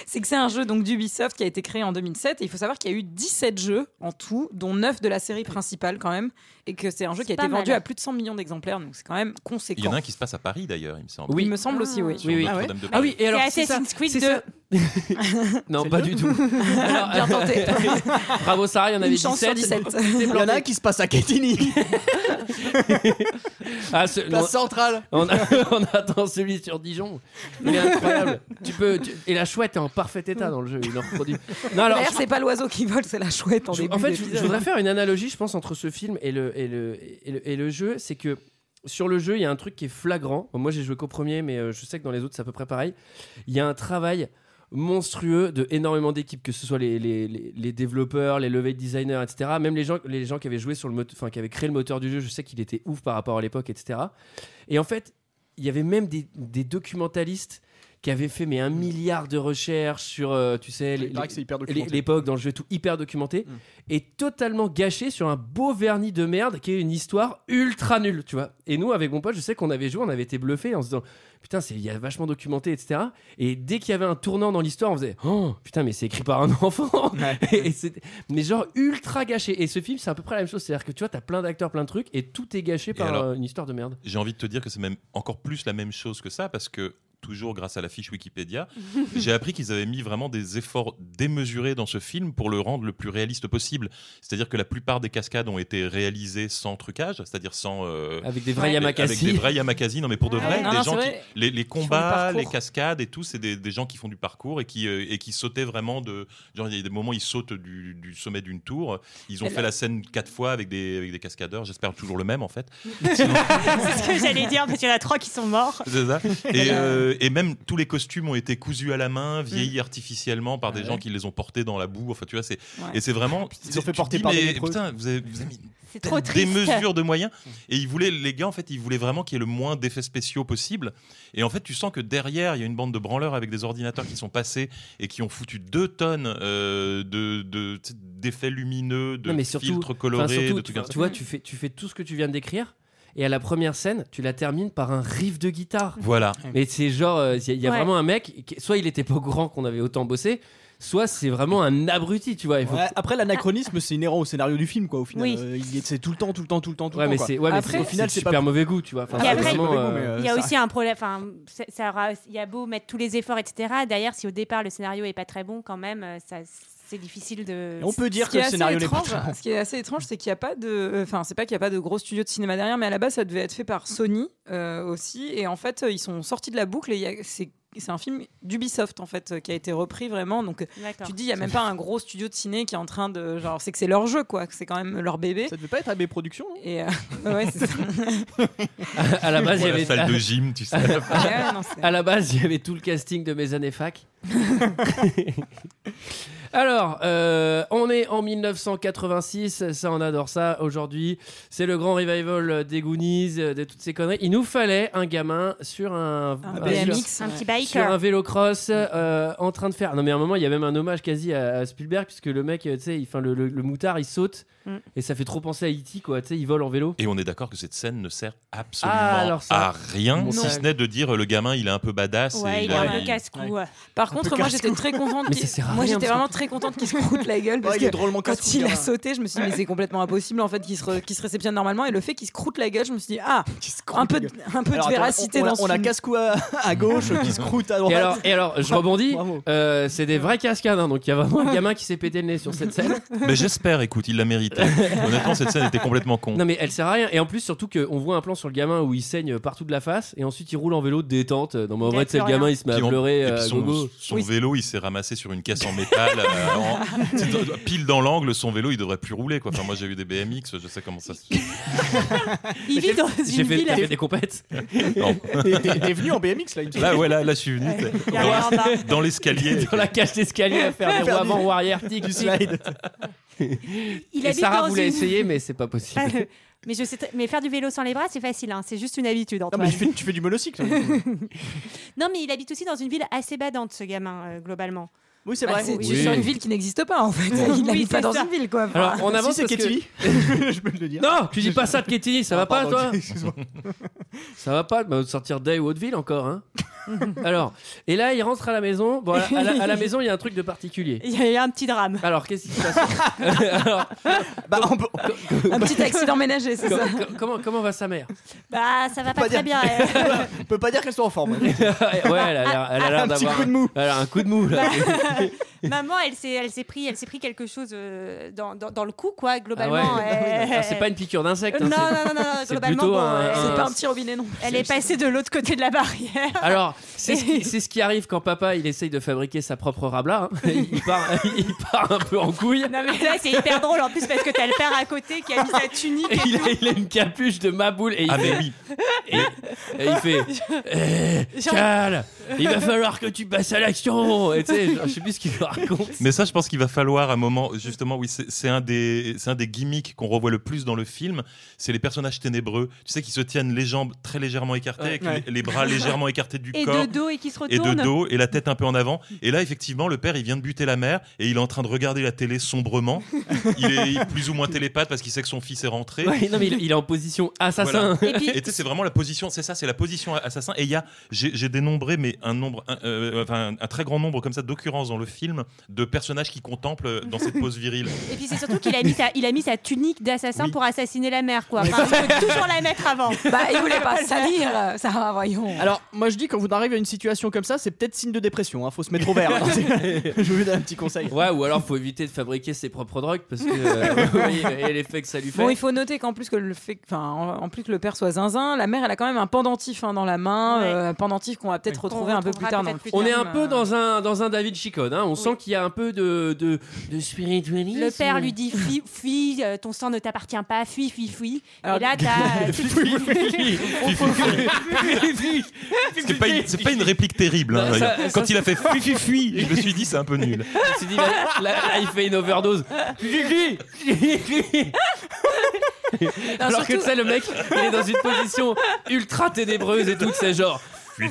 C'est que c'est un jeu donc d'Ubisoft qui a été créé en 2007. Et il faut savoir qu'il y a eu 17 jeux en tout, dont 9 de la série principale quand même. Et que c'est un jeu C'est qui a pas été vendu mal. à plus de 100 millions d'exemplaires. Donc c'est quand même il y en conséquent. a un qui se passe à Paris, d'ailleurs, il me semble. Oui. Il me semble aussi, oui. Sur Oui, oui. Notre-Dame de Ah Paris. oui, et alors C'est c'est ça, Assassin's Creed c'est ça. *laughs* non, C'est pas le du tout. Alors, Bien tenté. *laughs* Bravo Sarah, il y en avait Une chance sur 17. T'es Il y en a planté. un qui se passe à Quetigny, *laughs* Ah, ce- non, place centrale. on, a- *laughs* on attend celui sur Dijon. Il est incroyable. Tu peux, tu- et la chouette est en parfait état dans le jeu. Il en reproduit. Non, alors, D'ailleurs, c'est pas l'oiseau qui vole, c'est la chouette en Je- début. en fait, je, d'épisode. je voudrais faire une analogie, je pense, entre ce film et le, et le, et le, et le jeu. C'est que sur le jeu, il y a un truc qui est flagrant. Bon, Moi, j'ai joué qu'au premier, mais euh, je sais que dans les autres, c'est à peu près pareil. Il y a un travail monstrueux de énormément d'équipes, que ce soit les, les, les- les développeurs, les level designers, etc. Même les gens, les gens qui avaient joué sur le mote- enfin, qui avaient créé le moteur du jeu, je sais qu'il était ouf par rapport à l'époque, etc. Et en fait, il y avait même des, des documentalistes qui avaient fait mais un milliard de recherches sur, euh, tu sais, les- Mm. Il paraît que c'est hyper et l'é- documenté. l'époque dans le jeu tout hyper documenté Mm. et totalement gâché sur un beau vernis de merde qui est une histoire ultra nulle tu vois et nous avec mon pote je sais qu'on avait joué on avait été bluffé en se disant putain c'est il y a vachement documenté etc et dès qu'il y avait un tournant dans l'histoire on faisait oh putain mais c'est écrit par un *laughs* enfant Et- et c'est- mais genre ultra gâché et ce film c'est à peu près la même chose c'est à dire que tu vois t'as plein d'acteurs plein de trucs et tout est gâché par alors euh, une histoire de merde J'ai envie de te dire que c'est même encore plus la même chose que ça parce que toujours grâce à la fiche *laughs* Wikipédia, j'ai appris qu'ils avaient mis vraiment des efforts démesurés dans ce film pour le rendre le plus réaliste possible. C'est-à-dire que la plupart des cascades ont été réalisées sans trucage, c'est-à-dire sans euh, avec des vrais avec- Yamakasi avec des vrais Yamakasi, non mais pour de Ouais. vrai, Ah Non, des non, gens c'est qui- vrai. les, les font du combats, parcours. les cascades et tout, c'est des, des gens qui font du parcours et qui euh, et qui sautaient vraiment de genre il y a des moments ils sautent du, du sommet d'une tour, ils ont Et fait là- la scène quatre fois avec des avec des cascadeurs, j'espère toujours le même *laughs* en fait. C'est ce que j'allais dire parce qu'il y en a trois qui sont morts. C'est ça. Et, euh, et même tous les costumes ont été cousus à la main, vieillis artificiellement par des gens qui les ont portés dans la boue. Enfin, tu vois, c'est Ouais. et c'est vraiment. Ils c'est- ont fait tu te porter dis, par des mais lépreux. putain, vous avez, vous avez mis C'est trop des triste. mesures de moyens. Et ils voulaient les gars, en fait, ils voulaient vraiment qu'il y ait le moins d'effets spéciaux possible. Et en fait, tu sens que derrière, il y a une bande de branleurs avec des ordinateurs qui sont passés et qui ont foutu deux tonnes euh, de de- tu sais, d'effets lumineux, de Non, mais surtout- filtres colorés, Enfin, surtout, de tu, trucs comme ça. tu vois, tu fais, tu fais tout ce que tu viens de décrire, et à la première scène, tu la termines par un riff de guitare. Voilà. Mais c'est genre, il y a, y a Ouais. vraiment un mec, qui- soit il était pas au courant qu'on avait autant bossé, soit c'est vraiment un abruti, tu vois. Il faut Ouais, après, l'anachronisme, c'est inhérent au scénario du film, quoi. Au final, Oui. Euh, il est- c'est tout le temps, tout le temps, tout le temps, tout Ouais, le mais temps. c'est ouais, mais Après, c'est- au final, c'est c'est super pas- mauvais goût, tu vois. Enfin, Et c'est après- vraiment, euh, Il y a aussi un problème. Enfin, ça- ça aura- il y a beau mettre tous les efforts, etc. Derrière, si au départ le scénario est pas très bon, quand même, euh, ça, c'est difficile de. On peut dire Ce qui que est le assez scénario n'est pas étrange, très bon. Ce qui est assez étrange, c'est qu'il n'y a pas de. Enfin, c'est pas qu'il n'y a pas de gros studio de cinéma derrière, mais à la base, ça devait être fait par Sony euh, aussi. Et en fait, ils sont sortis de la boucle et il y a- c'est. C'est un film d'Ubisoft en fait euh, qui a été repris vraiment. Donc D'accord. tu te dis il y a même pas un gros studio de ciné qui est en train de genre c'est que c'est leur jeu quoi, que c'est quand même leur bébé. Ça devait pas être AB Productions, non Et euh, ouais, c'est ça. *laughs* à la base, il y Pour avait euh, la salle de gym, tu sais. Ouais, non, c'est- À la base, il y avait tout le casting de mes années fac. Alors, euh, on est en 1986, ça on adore ça aujourd'hui. C'est le grand revival des Goonies, euh, de toutes ces conneries. Il nous fallait un gamin sur un, un un- BMX. un petit sur un biker. vélo cross en train de faire. Non, mais à un moment, il y a même un hommage quasi à, à Spielberg, puisque le mec, euh, tu sais, il- enfin, le, le- le moutard, il saute Mm. et ça fait trop penser à E.T., quoi. Tu sais, il vole en vélo. Et on est d'accord que cette scène ne sert absolument Ah, alors ça. à rien, Mon si Dieu. ce n'est de dire euh, le gamin il est un peu badass. Ouais, et il a- a un peu casse-cou. ouais. Par peu contre, moi j'étais très contente. Mais qu'il- ça sert à moi rien, j'étais parce vraiment très contente qu'il se croûte la *laughs* gueule parce Ouais, que Il est drôlement quand casse-cou, il le a gamin. sauté, je me suis dit, mais c'est complètement impossible en fait qu'il se, re- qu'il se réceptionne normalement. Et le fait qu'il se croûte la gueule, je me suis dit, ah, un peu, de- un peu Alors, de attends, véracité on, on a- dans ce On a film. casse-cou à, à gauche *laughs* qui se croûte à droite. Et alors, et alors, je rebondis. Bravo. Euh, c'est des vraies cascades, hein, donc il y a vraiment un gamin qui s'est pété le nez sur cette scène. Mais j'espère, écoute, il l'a *laughs* mérité. Honnêtement, cette scène était complètement con. Non mais elle sert à rien. Et en plus surtout qu'on voit un plan sur le gamin où il saigne partout de la face et ensuite il roule en vélo de détente. Non mais en Il vrai a tu sais, le plus rien. gamin il se met à Puis on- pleurer et puis euh, à son, gogo. son vélo, il s'est ramassé sur une caisse en métal, euh, en- c'est- euh, pile dans l'angle. Son vélo, il devrait plus rouler. Quoi. Enfin, moi, j'ai eu des BMX, je sais comment ça se fait. Il vit dans une J'ai fait, ville. t'as fait des compètes. Non. T'es- T'es t'es venu en BMX là, il me semble. Là, Bah ouais, là, là, je suis venu Il y a rien en bas. dans l'escalier. *laughs* Dans la cage d'escalier à faire des roues Faire du- avant ou arrière tic, Du tic. slide. Il Et habite Sarah dans voulait une- essayer mais c'est pas *laughs* possible. mais je sais, très- mais faire du vélo sans les bras, c'est facile. hein. C'est juste une habitude. Non, Antoine. mais tu fais, tu fais du monocycle. il habite aussi dans une ville assez badante, ce gamin, euh, globalement. Oui, c'est Bah, vrai. c'est Oui. c'est sur une ville qui n'existe pas en fait. Il n'habite pas c'est dans ça. une ville quoi. Enfin, Alors on avance si, c'est parce que- Katie. *laughs* je peux le dire. Non, tu dis pas ça de Ketty, ça Ah, va pas pardon, toi excuse-moi. *laughs* Ça va pas, bah, on va sortir Day ou Hauteville encore. *laughs* Hein Alors, et là il rentre à la maison. Bon, à la- à la- à la maison il y a un truc de particulier. Il y a eu un *laughs* petit drame. Alors qu'est-ce qui se passe Alors, Bah, on peut- un petit accident ménager, c'est com- ça. com- comment, comment va sa mère Bah, ça va pas, pas très bien. dire. euh. on peut pas dire qu'elle soit en forme. *laughs* ouais, elle a l'air, elle a l'air Un petit d'avoir coup de mou. elle a un coup de mou là. Bah, Ah Maman, elle s'est, elle s'est pris, elle s'est pris quelque chose euh, dans, dans, dans le cou, quoi, Ah ouais. globalement. elle- Ah, c'est pas une piqûre d'insecte. non, hein, non, c'est- non, non, non, c'est globalement, plutôt bon, un- elle- un- C'est pas un petit robinet non. elle est passée de l'autre côté de la *laughs* barrière. Alors, c'est ce, *laughs* qui, c'est ce qui arrive quand papa il essaye de fabriquer sa propre rabla. hein. Il, part, *laughs* il part un peu en couille. Non mais là c'est hyper drôle en plus parce que t'as le père à côté qui a mis sa tunique. Et il a, il a une capuche de maboule et il Ah, fait. mais oui. Et, et il fait. Eh, Genre- Cal, il va falloir que tu passes à l'action. Et tu sais, genre, je sais plus ce qu'il lui raconte. Mais ça, je pense qu'il va falloir un moment, justement, oui, c'est c'est un, des- c'est un des gimmicks qu'on revoit le plus dans le film, c'est les personnages ténébreux, tu sais, qui se tiennent les jambes très légèrement écartées, Ouais. avec Ouais. Les, les bras légèrement écartés du Et de corps. dos et qui se Et retourne. de dos, et la tête un peu en avant. Et là, effectivement, le père, il vient de buter la mère, et il est en train de regarder la télé sombrement. Il est plus ou moins télépathe parce qu'il sait que son fils est rentré. Ouais, non, mais il, il est en position assassin. Et puis Et tu sais, c'est vraiment la position, c'est ça, c'est la position assassin. Et il y a, j'ai j'ai dénombré, mais un nombre, un, euh, enfin, un très grand nombre comme ça d'occurrences dans le film de personnages qui contemplent dans cette pose virile. Et puis c'est surtout qu'il a mis sa, il a mis sa tunique d'assassin Oui. pour assassiner la *laughs* mère, quoi. Enfin, il faut toujours la mettre avant. Bah il voulait pas salir, ça va voyons. Alors, moi je dis, quand vous arrivez à une situation comme ça, c'est peut-être signe de dépression. hein, Faut se mettre au vert. je vous donne un petit conseil. Ouais, ou alors faut éviter de fabriquer ses propres drogues parce que. euh, *laughs* oui, et l'effet que ça lui fait. Bon, il faut noter qu'en plus que le fait, enfin, en en plus que le père soit zinzin, la mère elle a quand même un pendentif hein, dans la main, Ouais. euh, un pendentif qu'on va peut-être On retrouver un peu plus retrouvera tard dans peut-être le plus On est tard. un peu dans un, dans un David Chicone. hein. On sent Oui. qu'il y a un peu de, de, de spiritualisme. Le père lui dit fuis, fuis, euh, ton sang ne t'appartient pas, fuis, fuis, fuis. Alors- Et *laughs* là t'as euh, *laughs* C'est pas, une- c'est pas une réplique terrible. hein, Non, ça- d'ailleurs. ça- Quand il a fait fui fui fui, je me suis dit c'est un peu nul. Je me suis dit, là, là- là, il fait une overdose. Alors que tu sais, le mec, il est dans une position ultra ténébreuse et tout, c'est genre. *laughs*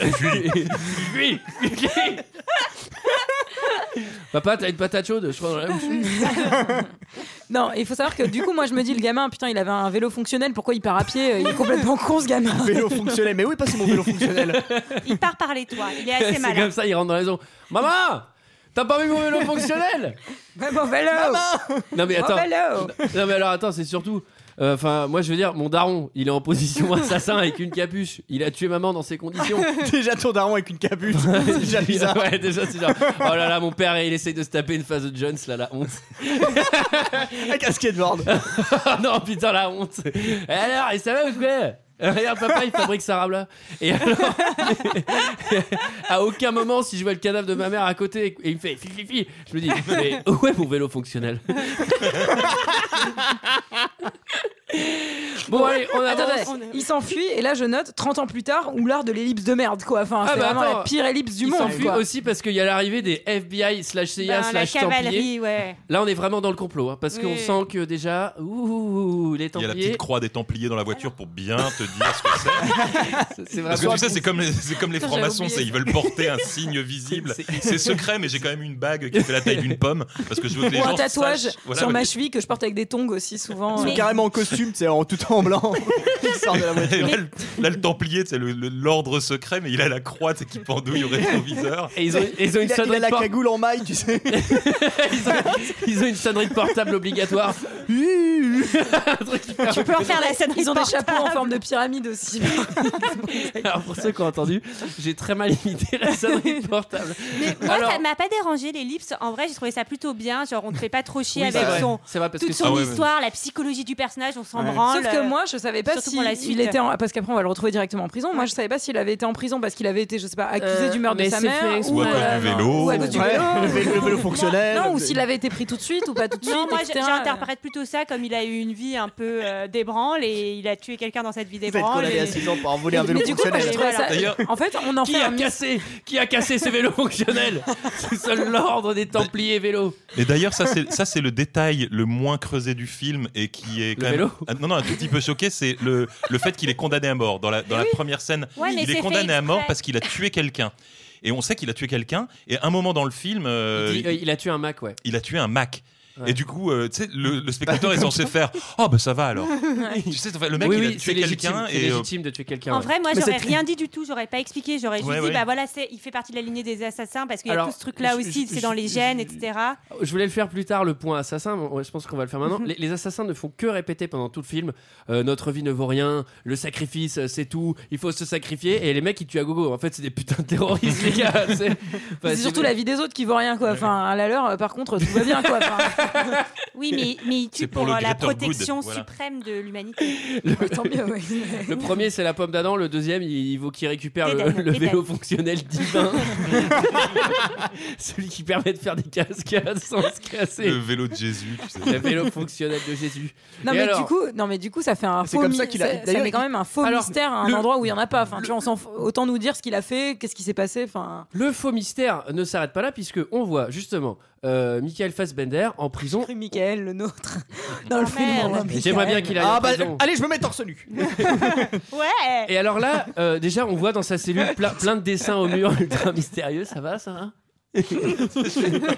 Papa, t'as une patate chaude, je crois. dans la bouche. Non, il faut savoir que du coup, moi je me dis, le gamin, putain, il avait un vélo fonctionnel, pourquoi il part à euh, pied Il est complètement con *laughs* ce gamin. Vélo fonctionnel. Mais oui, pas c'est mon vélo fonctionnel. il part par les toits. Il est *laughs* assez C'est malin. comme ça, il rentre dans la maison. Maman, T'as pas vu mon vélo fonctionnel Mais mon vélo Non mais Mon attends. vélo Non mais alors attends, c'est surtout. euh, Enfin, moi je veux dire, mon daron, il est en position *laughs* assassin avec une capuche. Il a tué maman dans ces conditions. *laughs* Déjà ton daron avec une capuche, c'est *laughs* déjà bizarre. Ouais, déjà c'est genre. Oh là là, mon père, il essaye de se taper une phase de Jones là, la honte. Un casquette board. Ah *laughs* non, putain, la honte. Et alors, et ça va ou quoi Euh, Regarde, papa, il fabrique sa rabla. Et alors, *laughs* à aucun moment, si je vois le cadavre de ma mère à côté et il me fait fi, fi, fi, je me dis, mais où est mon vélo fonctionnel Bon, allez, on avance. Attendez, il s'enfuit et là je note 30 ans plus tard ou l'art de l'ellipse de merde quoi. Enfin, Ah c'est bah vraiment attends, la pire ellipse du Il monde s'enfuit quoi. aussi parce qu'il y a l'arrivée des FBI slash CIA Dans la slash templiers. cavalerie, ouais. Là, on est vraiment dans le complot hein, parce qu'on Oui. sent que déjà, ouh, les Il y a la templiers, petite croix des Templiers dans la voiture pour bien te dire ce que c'est. c'est Parce que tu sais, c'est comme les, c'est comme les Putain, j'avais francs-maçons, oublié. c'est- ils veulent porter un signe visible. C'est- C'est secret, mais j'ai quand même une bague qui fait la taille d'une pomme parce que je veux que les Ou gens un tatouage sachent- voilà, sur *laughs* mais- ma cheville que je porte avec des tongs aussi souvent. Mais- Euh, Carrément en costume, c'est en tout en *laughs* blanc. Il sort de la voiture. Et Là, le- là, le Templier, c'est le- le- l'ordre secret, mais il a la croix tu sais, qui pendouille au rétroviseur. Et ils ont, ils ont une Il a, il a sonnerie la de porte- cagoule en maille, tu sais. ils, ont, ils ont une sonnerie de portable obligatoire. Un truc hyper- Tu peux en faire la scène. Ils ont des chapeaux en forme de pyramide aussi. Alors pour ceux qui ont entendu, j'ai très mal imité la sonnerie de portable. Mais moi, Alors- ça m'a pas dérangé l'ellipse. En vrai, j'ai trouvé ça plutôt bien. Genre, on te fait pas trop chier Oui, c'est avec vrai. son. C'est vrai parce que Toute c'est- son Ah ouais, ouais. histoire, la psychologie du personnage, on s'en Ouais. branle. Sauf que moi, je savais pas Oh surtout si pour la suite. il était en... parce qu'après on va le retrouver directement en prison. Moi, je savais pas s'il avait été en prison parce qu'il avait été, je sais pas, accusé Euh, du meurtre mais de sa c'est fait mère euh, exprès. Ou à Ouais, cause du non. vélo. ou à cause du Ouais, vélo. le vélo, le vélo fonctionnel. Non, ou s'il avait été pris tout de suite ou pas tout de suite. Non, moi, je- etc. j'interprète plutôt ça comme il a eu une vie un peu euh, débranle et il a tué quelqu'un dans cette vie Vous êtes débranle. condamné et- à 6 ans pour voler un vélo Mais du coup, moi, j'ai fonctionnel. trouvé ça. D'ailleurs- En fait, on en Qui fait hein, a un mythe. cassé Qui a cassé ces vélos *laughs* fonctionnels C'est seul l'ordre des Templiers vélos. Et d'ailleurs, ça, c'est ça, c'est le détail le moins creusé du film et qui est quand Le même. vélo Ah, Non, non, un tout petit peu choqué, c'est le, le fait qu'il est condamné à mort. Dans la, dans la première scène, Ouais, mais il c'est est fait condamné à mort exprès. parce qu'il a tué quelqu'un. Et on sait qu'il a tué quelqu'un, et un moment dans le film, euh, Il, dit- euh, il a tué un Mac, ouais. il a tué un Mac. Ouais. Et du coup, euh, tu sais, *laughs* le, le spectateur est censé faire Oh, bah ça va alors. tu sais, enfin, le mec, oui, il a oui, c'est tué légitime, quelqu'un. c'est Et, euh, légitime de tuer quelqu'un. En ouais. vrai, moi, Mais j'aurais c'est- rien dit du tout, j'aurais pas expliqué, j'aurais juste Ouais, dit, ouais. bah voilà, c'est, il fait partie de la lignée des assassins parce qu'il y a Alors, tout ce truc-là je- aussi, je- c'est dans les je- gènes, je- etc. Je voulais le faire plus tard, le point assassin. mais Je pense qu'on va le faire Mhm. maintenant. Les, les assassins ne font que répéter pendant tout le film euh, notre vie ne vaut rien, le sacrifice, euh, c'est tout, il faut se sacrifier. Et les mecs, ils tuent à gogo. En fait, c'est des putains de terroristes, les *laughs* gars. C'est enfin, C'est surtout la vie des autres qui vaut rien quoi. Enfin, à la leur, euh, par contre, tout va bien quoi. Enfin, *laughs* Euh, Oui, mais, mais il C'est tue pour pour, le euh, la greater good, protection voilà. suprême de l'humanité. tant mieux. *laughs* oui. Le premier, c'est la pomme d'Adam. Le deuxième, il, il faut qu'il récupère le, Éden, le Éden. vélo fonctionnel *laughs* divin. Celui qui permet de faire des cascades sans se le casser. vélo de Jésus, tu sais. Le vélo fonctionnel de Jésus. Non Et mais alors du coup, non mais du coup, ça fait un C'est faux comme ça mi- qu'il a- ça, d'ailleurs, met quand même un faux Alors, mystère à un le- endroit où il y en a pas. Enfin, tu vois, on s'en f- autant nous dire ce qu'il a fait, qu'est-ce qui s'est passé. Enfin, Le faux mystère ne s'arrête pas là, puisque on voit justement euh, Michael Fassbender en prison. cru Michael, le nôtre, *laughs* dans le Ah, film. merde. on voit J'aimerais bien Michael. qu'il aille en Ah bah prison. allez, je me mets torse nu. Ouais! Et alors là, euh, déjà, on voit dans sa cellule plein- plein de dessins au mur ultra mystérieux. Ça va, ça va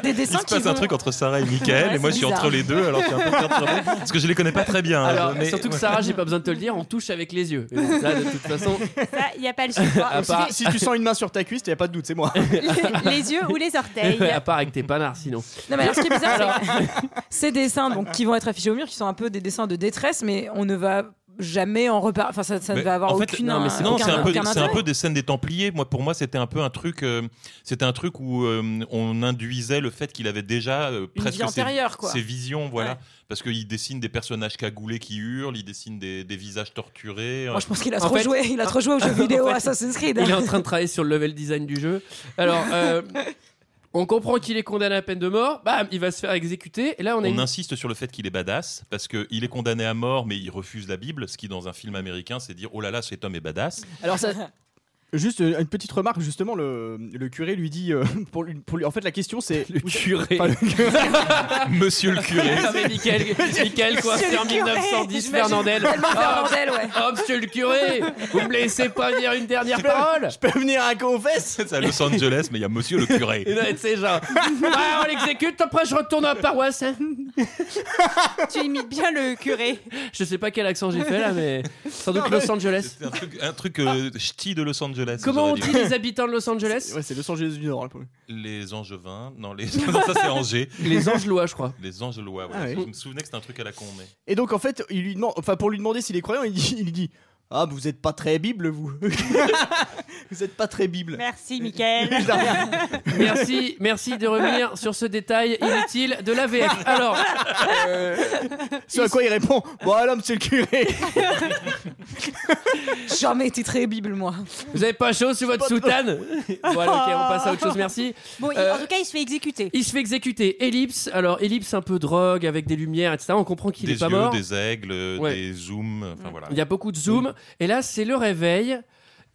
des Il dessins se passe qui un vont- truc entre Sarah et Michael, Ouais, et moi c'est je suis bizarre. entre les deux, alors que je suis un peu perturbé, parce que je les connais pas très bien. hein, Alors, mais- surtout que Sarah, j'ai pas besoin de te le dire, on touche avec les yeux. Mais bon, là, de toute façon, Ça, il n'y a pas le Ah, choix. À part- Si tu sens une main sur ta cuisse, y a pas de doute, c'est moi. les, *laughs* les yeux ou les orteils. *laughs* à part avec tes panards, sinon. Non, mais alors, ce qui est bizarre, c'est que ces dessins donc, qui vont être affichés au mur, qui sont un peu des dessins de détresse, mais on ne va jamais en reparler. Enfin, ça, ça ne Mais va avoir en fait, aucune. non, mais c'est- Non, aucun- c'est un, peu, aucun c'est un intérêt. peu des scènes des Templiers. Moi, pour moi, c'était un peu un truc. euh, c'était un truc où euh, on induisait le fait qu'il avait déjà euh, Une presque vie antérieure, ses, quoi. ses visions, voilà. Ouais. Parce qu'il dessine des personnages cagoulés qui hurlent, il dessine des, des visages torturés. Moi, je pense qu'il a En trop fait- joué. Il a trop joué aux *laughs* jeux vidéo Assassin's Creed. Il est en train de travailler sur le level design du jeu. Alors, euh, on comprend qu'il est condamné à peine de mort. Bam, il va se faire exécuter. Et là, on a On une- insiste sur le fait qu'il est badass parce qu'il est condamné à mort, mais il refuse la Bible, ce qui dans un film américain, c'est dire oh là là, cet homme est badass. Alors ça. Juste euh, une petite remarque, justement, le, le curé lui dit. euh, pour, lui- pour lui- en fait, la question c'est. le curé. Enfin, le curé. Monsieur le curé. *laughs* *laughs* Ah, mais *laughs* Michael, Michael coiffé en 1910, J'imagine Fernandel. Tellement Ah, Fernandel, ouais. Oh, monsieur le curé, vous me laissez pas dire une dernière peux- parole Je peux venir à confesse C'est à Los Angeles, mais il y a Monsieur le curé. Et là, tu sais, *laughs* genre, Ah, on l'exécute, après je retourne à la paroisse. hein. Tu imites bien le curé. Je sais pas quel accent j'ai fait là, mais sans doute Non, mais- Los Angeles. C'est un truc, un truc euh, ch'ti de Los Angeles. Comment on j'aurais dit les habitants de Los Angeles Ouais, c'est Los Angeles du Nord. là, pour le coup. Les Angevins. Non, *laughs* les... non, ça c'est Angers. Les Angelois, je crois. Les Angelois, ouais. Ah ouais. Je me souvenais que c'était un truc à la con, mais. Et donc en fait, il lui demande, enfin pour lui demander s'il est croyant, il dit, il lui dit ah vous êtes pas très bible vous. *laughs* vous êtes pas très bible. Merci, Mickaël. De rien. *laughs* Merci, merci de revenir sur ce détail inutile de la VF. Alors, Ce à quoi il répond bon l'homme c'est le curé. Jamais été très bible, moi. vous avez pas chaud sur votre soutane *laughs* Bon, allez, ok, on passe à autre chose. Merci. Bon, il- Euh, en tout cas, il se fait exécuter. Il se fait exécuter. Ellipse. Alors, ellipse un peu drogue avec des lumières, etc. On comprend qu'il des est pas yeux, mort. des aigles, euh, Ouais. Mm. des zooms. Enfin voilà. Il y a beaucoup de zoom. Et là, c'est le réveil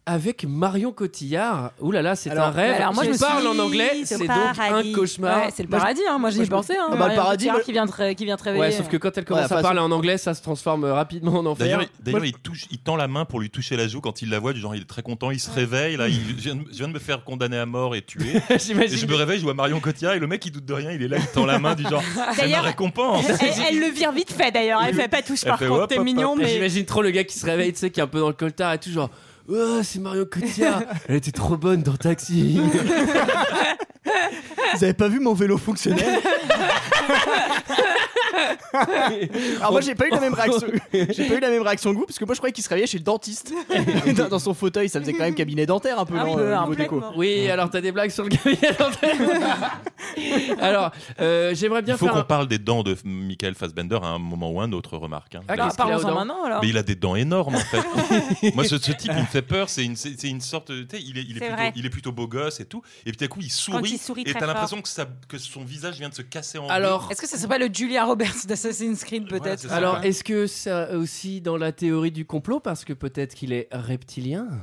avec Marion Cotillard. Ouh là là, c'est Alors- un rêve. Alors, moi, qui je me suis parle en dit, anglais. au C'est donc un paradis. cauchemar. Ouais, c'est le Moi, je- paradis, hein. moi j'y moi, ai je- pensé. Hein. Ah bah, Marion paradis, Cotillard moi- qui vient de, ré- qui vient de réveiller. Ouais, sauf que quand elle commence Ouais, à façon- parler en anglais, ça se transforme euh, rapidement en enfer. D'ailleurs, il- d'ailleurs, il, touche, il tend la main pour lui toucher la joue quand il la voit. Du genre, il est très content, il se réveille. *laughs* Là, il, je, viens de, je viens de me faire condamner à mort et tuer. Et je J'imagine. me réveille, je vois Marion Cotillard et le mec, il doute de rien. Il est là, il tend la main du genre, c'est ma *laughs* D'ailleurs- récompense. Elle, elle le vire vite fait d'ailleurs. hein. Elle fait pas touche Elle par fait contre, hop, t'es hop, mignon, Et mais. J'imagine trop le gars qui se réveille, tu sais, qui est un peu dans le coltard et tout, genre. Oh, c'est Marion *laughs* Cotillard. Elle était trop bonne dans Taxi. *laughs* Vous avez pas vu mon vélo fonctionnel Alors moi j'ai pas eu la même réaction. J'ai pas eu la même réaction que vous parce que moi je croyais qu'il se réveillait chez le dentiste dans, dans son fauteuil. Ça faisait quand même cabinet dentaire un peu Ah non, oui, euh, un niveau déco. Complètement. Oui, alors t'as des blagues sur le cabinet *laughs* dentaire. Alors, euh, j'aimerais bien Il faut faire. qu'on un- parle des dents de F- Michael Fassbender à un moment ou un autre, remarque. hein. Ah, D'ailleurs. qu'est-ce qu'il a aux Bah, Parlons-en dents maintenant Ah. alors. Mais il a des dents énormes en *laughs* fait. Moi, ce, ce type, il me fait peur. C'est une, c'est c'est une sorte. de- tu sais, il est, il, est C'est plutôt, vrai. il est plutôt beau gosse et tout. Et puis, tout à coup, il sourit. il sourit et très t'as l'impression que, ça- que son visage vient de se casser en Alors, Est-ce que ça serait pas le Julia Roberts d'Assassin's Creed Voilà, peut-être c'est ça. alors est-ce que ça aussi dans la théorie du complot Parce que peut-être qu'il est reptilien. deux.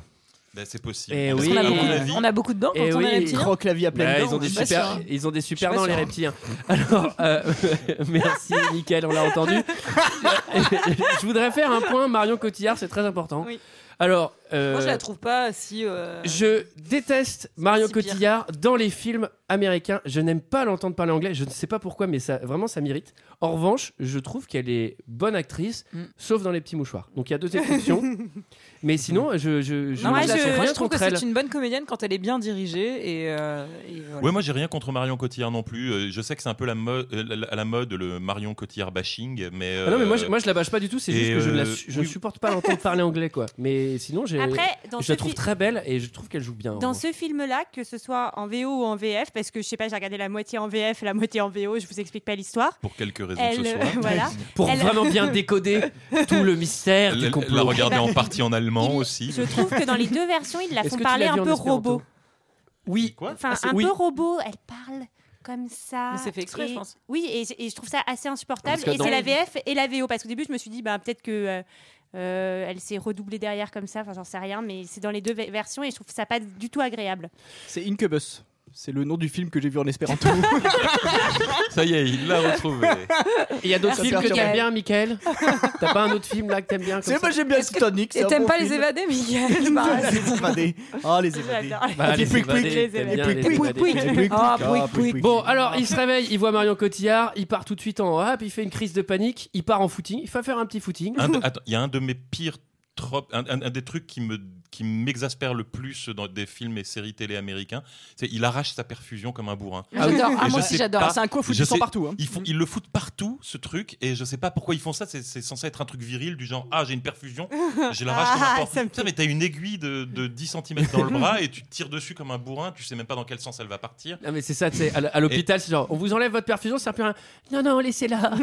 Ben, c'est possible. Eh Parce oui. qu'à on, a Et- mon beaucoup, avis, on a beaucoup de dents quand Et on oui. est Il reptilien. croque la vie à pleine Bah, dent. ils, ont des je suis pas super, sûre. ils ont des super pas dents, les sûre. reptiliens. Alors, euh, *laughs* merci, Mickaël, on l'a *laughs* entendu. je voudrais faire un point, Marion Cotillard, c'est très important. Oui. Alors, euh, Moi je la trouve pas si. euh, je déteste Marion si pire. Cotillard dans les films américains. Je n'aime pas l'entendre parler anglais. Je ne sais pas pourquoi, mais ça, vraiment, ça m'irrite. En revanche, je trouve qu'elle est bonne actrice, Mm. sauf dans Les Petits Mouchoirs. Donc, il y a deux *laughs* exceptions. mais sinon, je, je, je Non, moi, ne je, la sens moi, rien je trouve que contre elle. c'est une bonne comédienne quand elle est bien dirigée et, euh, et voilà. Ouais, moi j'ai rien contre Marion Cotillard non plus. Euh, Je sais que c'est un peu la mode, euh, la- à la mode le Marion Cotillard bashing, mais Ah non, mais moi, euh, je- moi je la bâche pas du tout, c'est juste et, que je, ne la euh, su- je oui. ne supporte pas l'entendre parler anglais, quoi. Mais sinon, j'ai- Après, Eh, dans je la ce, trouve fi- très belle et je trouve qu'elle joue bien. hein. dans ce film-là, que ce soit en VO ou en VF, parce que je sais pas, j'ai regardé la moitié en VF et la moitié en VO, je vous explique pas l'histoire. pour quelques raisons Elle, euh, ce soir. euh, voilà. Pour elle- vraiment *laughs* bien décoder tout le mystère La, du complot. la regarder Eh ben, en *laughs* partie en allemand il- aussi. Je trouve que dans les deux versions, ils la Est-ce font que tu parler l'as vu un en peu espéranto robot. Oui. Quoi Enfin, Ah, c'est- un oui. peu robot, elle parle comme ça. Mais c'est fait exprès, Et- je pense. Oui, et, j- et je trouve ça assez insupportable. Parce que Et dans- c'est la VF et la VO. Parce qu'au début, je me suis dit, bah, peut-être que. euh, euh, elle s'est redoublée derrière comme ça, enfin j'en sais rien, mais c'est dans les deux ve- versions et je trouve ça pas du tout agréable. C'est Incubus. C'est le nom du film que j'ai vu en espéranto. Ça y est, il l'a retrouvé. Il y a d'autres Ça films que perturbe. t'aimes bien, Michael T'as pas un autre film là que t'aimes bien comme c'est ça moi j'aime bien Titanic. c'est Et un t'aimes bon pas film. les évadés, Miguel Bah, c'est- Les évadés. Ah les évadés. J'adore. Bah, les Les pouic-pouic, évadés, les t'aimes évadés. bien Les les pouic-pouic. évadés. Les pouic-pouic. Ah, Ah, pouic, pouic. pouic-pouic. Bon, alors il se réveille, il voit Marion Cotillard, il part tout de suite en haut, puis il fait une crise de panique, il part en footing, il va faire un petit footing. *laughs* Un de- attends, Il y a un de mes pires tropes, un, un- un des trucs qui me qui m'exaspère le plus dans des films et séries télé américains, c'est il arrache sa perfusion comme un bourrin. Ah oui. J'adore. Ah, Et moi je aussi sais j'adore. pas- Ah, c'est un coup Je foutu sans sais- partout. hein. Ils, font- ils le foutent partout, ce truc, et je sais pas pourquoi ils font ça. C'est c'est censé être un truc viril, du genre Ah, j'ai une perfusion, *laughs* je l'arrache comme un Ah, porc. ça me Putain, mais t'as une aiguille de, de 10 cm *laughs* dans le bras et tu te tires dessus comme un bourrin, tu sais même pas dans quel sens elle va partir. Non Ah, mais c'est ça, tu sais, à l- à l'hôpital, c'est genre, on vous enlève votre perfusion, ça sert plus à rien. Non, non, laissez-la. *laughs*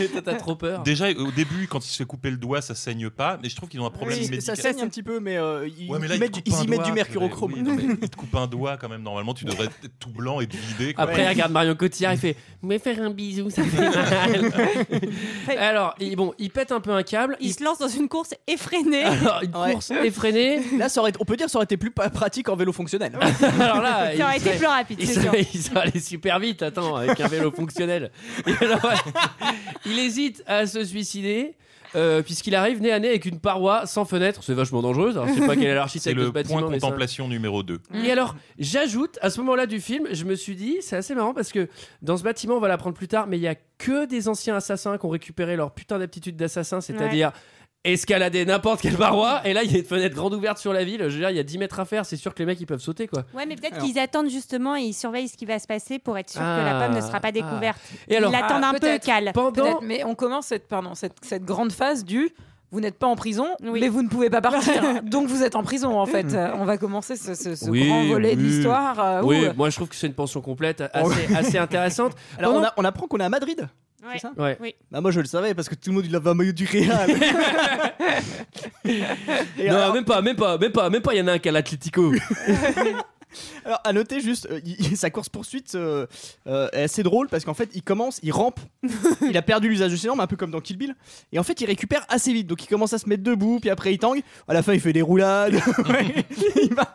Et toi, T'as trop peur. Déjà, au début, quand il se fait couper le doigt, ça saigne pas, mais je trouve qu'ils ont un problème Oui, ça médical. saigne un petit peu, mais euh, ils, Ouais, mais là, ils il mettent, te coupe ils un y mettent doigt, du mercurochrome. purée. Oui, non, mais *laughs* il te coupe un doigt quand même. Normalement, tu devrais être tout blanc et te vider. quoi. Après, regarde Marion Cotillard, il fait Vous pouvez faire un bisou, ça fait mal. Alors, il, bon, il pète un peu un câble. Il Il... se lance dans une course effrénée. Ah. Alors, une Ouais. course effrénée. Là, ça aurait été- on peut dire que ça aurait été plus pa- pratique en vélo fonctionnel. Alors là, il Ça aurait été serait- plus rapide, il c'est sûr. serait- il serait allé super vite, attends, avec un vélo fonctionnel. Et alors, il hésite à se suicider. euh, Puisqu'il arrive nez à nez avec une paroi sans fenêtre, c'est vachement dangereuse. Alors, je sais pas quel est C'est l'architecte de ce le bâtiment. point mais c'est un- contemplation numéro 2. Et alors, j'ajoute, à ce moment-là du film, je me suis dit, c'est assez marrant parce que dans ce bâtiment, on va l'apprendre plus tard, mais il y a que des anciens assassins qui ont récupéré leur putain d'aptitude d'assassin, c'est-à-dire escalader n'importe quelle paroi. Et là, il y a une fenêtre grande ouverte sur la ville. Je veux dire, il y a 10 mètres à faire. C'est sûr que les mecs, ils peuvent sauter, quoi. Ouais, mais peut-être Alors. qu'ils attendent justement et ils surveillent ce qui va se passer pour être sûr que Ah, la pomme ne sera ah. pas découverte. Et alors, ils l'attendent ah, un peu peut-être. cale. pendant. Peut-être, mais on commence cette, pardon, cette, cette grande phase du vous n'êtes pas en prison, Oui. mais vous ne pouvez pas *laughs* partir. donc vous êtes en prison en fait. Euh, on va commencer ce, ce- ce Mm. Oui, grand volet de oui. l'histoire. euh, Oui, où- moi, je trouve que c'est une pension complète assez, assez *laughs* intéressante. Alors Pendant- on, a- on apprend qu'on est à Madrid. Ouais. ça Ouais. Bah moi je le savais parce que tout le monde il avait un maillot du Real. Et non, alors- même pas, même pas, même pas, même pas. Il y en a un qui a l'Atlético. Alors, à noter juste, euh, il- il- sa course-poursuite euh, euh, est assez drôle parce qu'en fait, il commence, il rampe. il a perdu l'usage de ses jambes, un peu comme dans Kill Bill. Et en fait, il récupère assez vite. Donc, il commence à se mettre debout, puis après, il tangue. À la fin, il fait des roulades. Ouais. *laughs* il, va-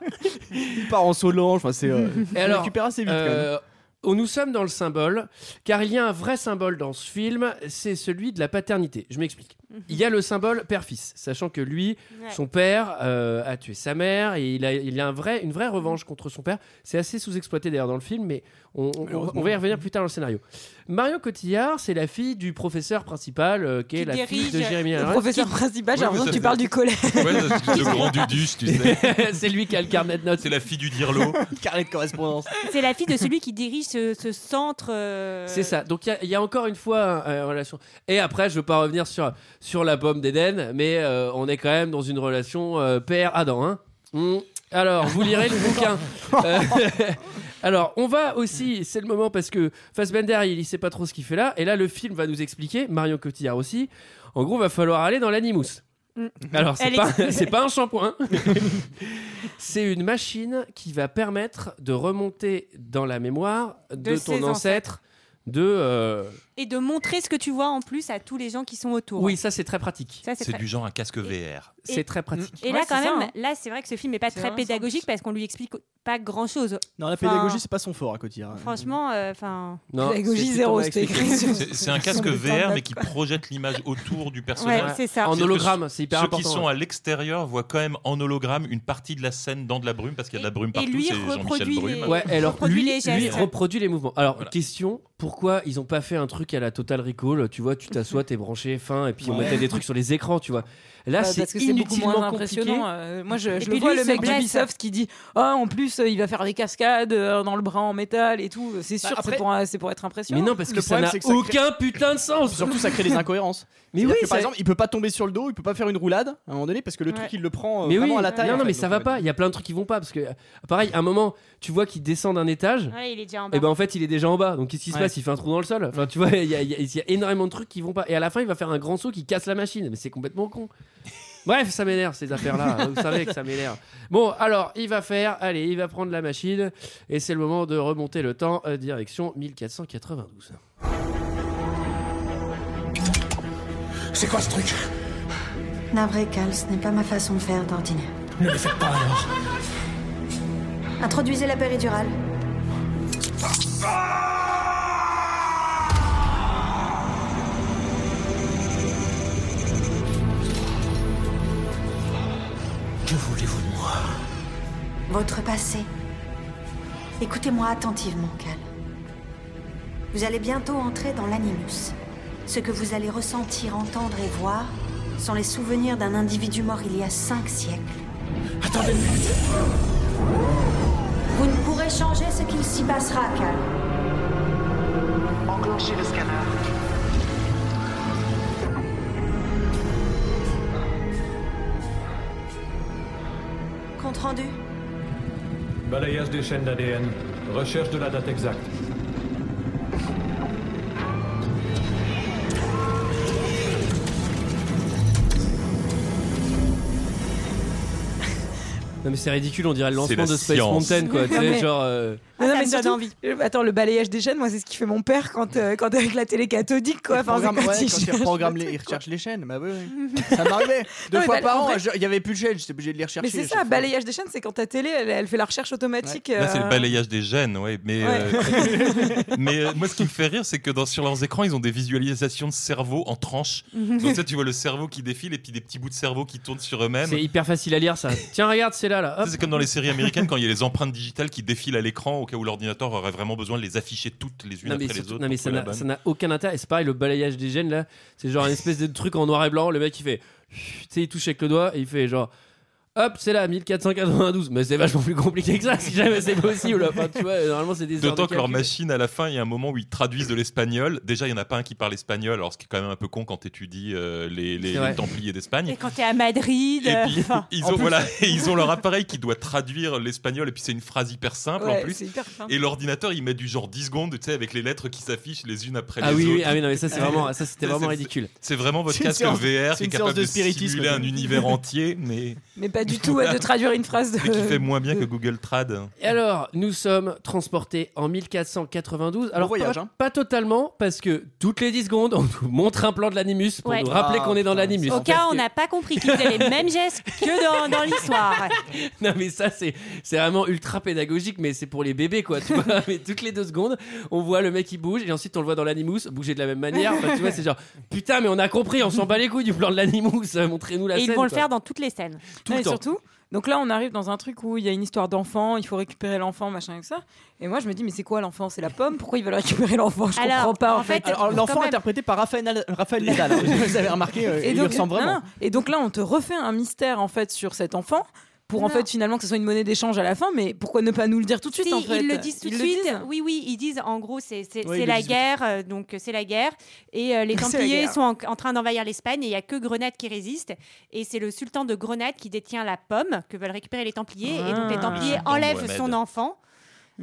il part en solange. Enfin, c'est. euh, *laughs* il Et alors, récupère *laughs* assez vite. quand même. Euh, où nous sommes dans le symbole, car il y a un vrai symbole dans ce film, c'est celui de la paternité. Je m'explique. Il y a le symbole père-fils, sachant que lui, Ouais. son père euh, a tué sa mère et il a, il a un vrai, une vraie revanche contre son père. C'est assez sous-exploité d'ailleurs dans le film, mais on, on- on va y revenir plus tard dans le scénario. Marion Cotillard, c'est la fille du professeur principal euh, qui est Qui la fille de dirige Jérémy Le Allen. professeur principal, j'ai Oui, l'impression oui, que tu ça- parles du collège. Ouais, c'est le grand Dudus, *laughs* tu sais. c'est lui qui a le carnet de notes. C'est la fille du Dirlo. Carnet de correspondance. C'est la fille de celui qui dirige ce, ce centre. euh, C'est ça. Donc il y a- il y, a encore une fois euh, une relation. Et après, je veux pas revenir sur sur la pomme d'Éden, mais euh, on est quand même dans une relation euh, père Adam. Hein Hmm. Alors, vous lirez le bouquin. Euh, *laughs* Alors, on va aussi, c'est le moment parce que Fassbender, il, il sait pas trop ce qu'il fait là, et là le film va nous expliquer, Marion Cotillard aussi. En gros, va falloir aller dans l'animus. Mm. Alors, c'est Elle pas, c'est pas un *laughs* shampoing. c'est une machine qui va permettre de remonter dans la mémoire de, De ton ses ancêtre, de. euh, Et de montrer ce que tu Oh, vois en plus à tous les gens qui sont autour. Oui, ça c'est très pratique. Ça, c'est C'est très- du genre un casque VR. C'est très pratique. Et Ouais, là, c'est quand ça, même, hein. là, c'est vrai que ce film n'est pas C'est très vraiment ça, en pédagogique plus. parce qu'on lui explique pas grand chose. Non, la Enfin, pédagogie, c'est pas son fort à Cotillard. Franchement, enfin. Non, Pédagogie c'est- zéro, *laughs* c'est- c'était écrit. sur- C'est c'est un sur casque le temps de VR, notes, mais qui projette l'image autour du personnage. ouais, c'est ça. En C'est-à-dire hologramme, c'est hyper Ceux important. qui sont à l'extérieur voient quand même en hologramme une partie de la scène dans de la brume parce qu'il y a de la brume Et- et partout. lui c'est Jean-Michel reproduit les- Brume. Ouais, alors reproduit lui, les gestes. lui reproduit les mouvements. Alors, Voilà. question, pourquoi ils ont pas fait un truc à la Total Recall Tu vois, tu t'assois, t'es branché, fin, et puis on Ouais. mettait des trucs sur les écrans, tu vois. Là, Bah, Ah, c'est parce que c'est beaucoup inutilement moins compliqué. impressionnant. Euh, moi, je, Et je puis le vois lui, le il mec se blesse. d'Ubisoft qui dit Ah, en plus, euh, il va faire des cascades euh, dans le bras en métal et tout. C'est sûr, Bah, c'est après- pour, euh, c'est pour être impressionnant. Mais non, parce Le que ça problème, n'a c'est que ça crée- aucun putain de sens. *laughs* Surtout, ça crée des incohérences. Mais oui, C'est-à-dire que, ça- par exemple, il peut pas tomber sur le dos, il peut pas faire une roulade à un moment donné parce que le truc, il le prend euh, mais oui, vraiment à la taille. non, en non, fait. mais ça Donc, va euh, pas. Il y a plein de trucs qui vont pas parce que, euh, pareil, à un moment, tu vois qu'il descend d'un étage. il est déjà en bas. Et ben en fait, il est déjà en bas. Donc qu'est-ce qui se Ouais. passe Il fait un trou dans le sol. Enfin, tu vois, il y, a- il y a- il y a énormément de trucs qui vont pas. Et à la fin, il va faire un grand saut qui casse la machine. Mais c'est complètement *laughs* con. Bref, ça m'énerve ces affaires-là. Vous savez que ça m'énerve. Bon, alors il va faire. Allez, il va prendre la machine. Et c'est le moment de remonter le temps. euh, Direction 1492. C'est quoi ce truc Navré, Cal, ce n'est pas ma façon de faire d'ordinaire. Ne le faites pas alors. Introduisez la péridurale. Que voulez-vous de moi Votre passé. Écoutez-moi attentivement, Cal. Vous allez bientôt entrer dans l'animus. Ce que vous allez ressentir, entendre et voir sont les souvenirs d'un individu mort il y a cinq siècles. Attendez une minute. Vous ne pourrez changer ce qu'il s'y passera, Cal. Enclenchez le scanner. Compte rendu Balayage des chaînes d'ADN. Recherche de la date exacte. Non mais c'est ridicule. On dirait le C'est lancement la de Space science. Mountain, quoi. Tu Non, sais, mais- genre. euh, Non, non, Ah, ça mais me donne surtout, envie. euh, Attends, le balayage des chaînes, moi, c'est ce qui fait mon père quand, euh, quand avec la télé cathodique, quoi. Enfin, Programme, c'est ouais, quand quand il il cherche reprogramme le les, il truc, quoi. recherche les chaînes, bah oui, oui. ça m'arrivait. Deux Non, mais fois bah, par en an, vrai- je- il y avait plus de chaînes, j'étais obligé de les rechercher. Mais c'est à ça, chaque fois. balayage des chaînes, c'est quand ta télé, elle, elle fait la recherche automatique. Là, c'est euh, le balayage des gènes, ouais. Mais, euh, *laughs* mais euh, moi, ce qui me fait rire, c'est que dans, sur leurs écrans, ils ont des visualisations de cerveau en tranches. Mhm. Donc, ça, tu vois le cerveau qui défile et puis des petits bouts de cerveau qui tournent sur eux-mêmes. c'est hyper facile à lire ça. Tiens, regarde, c'est là, là. Hop. Ça, C'est comme dans les séries américaines quand il y a les empreintes digitales qui défilent à l'écran. Ok, cas où l'ordinateur aurait vraiment besoin de les afficher toutes les unes Non mais, après les surtout- autres. non, mais pour ça trouver la n'a- bonne. ça n'a aucun intérêt. Et C'est pareil, le balayage des gènes là, c'est genre une espèce de truc en noir et blanc. Le mec il fait, tu sais, il touche avec le doigt et il fait genre, hop, c'est là, 1492. Mais c'est vachement plus compliqué que ça si jamais c'est possible. Enfin, tu vois, normalement c'est des heures de D'autant que leur calcul. machine, à la fin, il y a un moment où ils traduisent de l'espagnol. Déjà, il n'y en a pas un qui parle espagnol, alors ce qui est quand même un peu con quand tu étudies les, les- C'est vrai. les Templiers Et d'Espagne. quand t'es à Madrid. Et euh, puis, enfin, ils en ont, plus- voilà, *laughs* et ils ont leur appareil qui doit traduire l'espagnol, et puis c'est une phrase hyper simple en Ouais, plus. c'est hyper fin. Et l'ordinateur, il met du genre 10 secondes, tu sais, avec les lettres qui s'affichent les unes après Ah les oui, autres. oui, ah oui, non mais ça *laughs* c'est vraiment, ça c'était C'est- vraiment c'est- ridicule. C'est vraiment votre C'est une casque séance- VR c'est qui est une capable séance de de spiritisme, simuler quoi. un *laughs* univers entier, mais, Mais pas du tout, ouais, de traduire une phrase de. mais qui fait moins Euh, bien que Google Trad. Et alors, nous sommes transportés en 1492. Alors, voyage, pas, hein. pas totalement, parce que toutes les 10 secondes, on nous montre un plan de l'animus pour Ouais. nous rappeler Ah, qu'on est dans putain, l'animus. Au Parce cas où on que- n'a pas compris qu'ils faisaient les mêmes gestes que dans, dans *laughs* l'histoire. *laughs* Non mais ça c'est c'est vraiment ultra pédagogique mais c'est pour les bébés quoi tu vois *laughs* mais toutes les deux secondes on voit le mec qui bouge et ensuite on le voit dans l'animus bouger de la même manière Enfin, tu vois *laughs* c'est genre putain mais on a compris on s'en bat les couilles du plan de l'animus euh, montrez-nous la Et ils scène vont le quoi. faire dans toutes les scènes. tout Non, le et temps surtout, donc là, on arrive dans un truc où il y a une histoire d'enfant, il faut récupérer l'enfant, machin, et ça. Et moi, je me dis, mais c'est quoi l'enfant C'est la pomme Pourquoi ils veulent récupérer l'enfant Je Alors, comprends pas, en en fait. fait- Quand Alors, l'enfant même. interprété par Raphaël, Nadal- Raphaël Nadal. hein. vous avez *laughs* remarqué, euh, il lui ressemble non, vraiment. non. et donc là, on te refait un mystère, en fait, sur cet enfant. Pour en Non. fait finalement que ce soit une monnaie d'échange à la fin, mais pourquoi ne pas nous le dire tout de suite Si, en fait Ils le disent tout de Ils le suite. disent. Oui, oui, ils disent en gros, c'est c'est- Oui, c'est ils la le disent. guerre, euh, donc euh, c'est la guerre. Et euh, les C'est la Templiers guerre. sont en, en train d'envahir l'Espagne et il n'y a que Grenade qui résiste. Et c'est le sultan de Grenade qui détient la pomme que veulent récupérer les Templiers. Et donc les Ah. Templiers Le sultan enlèvent Mohamed. son enfant.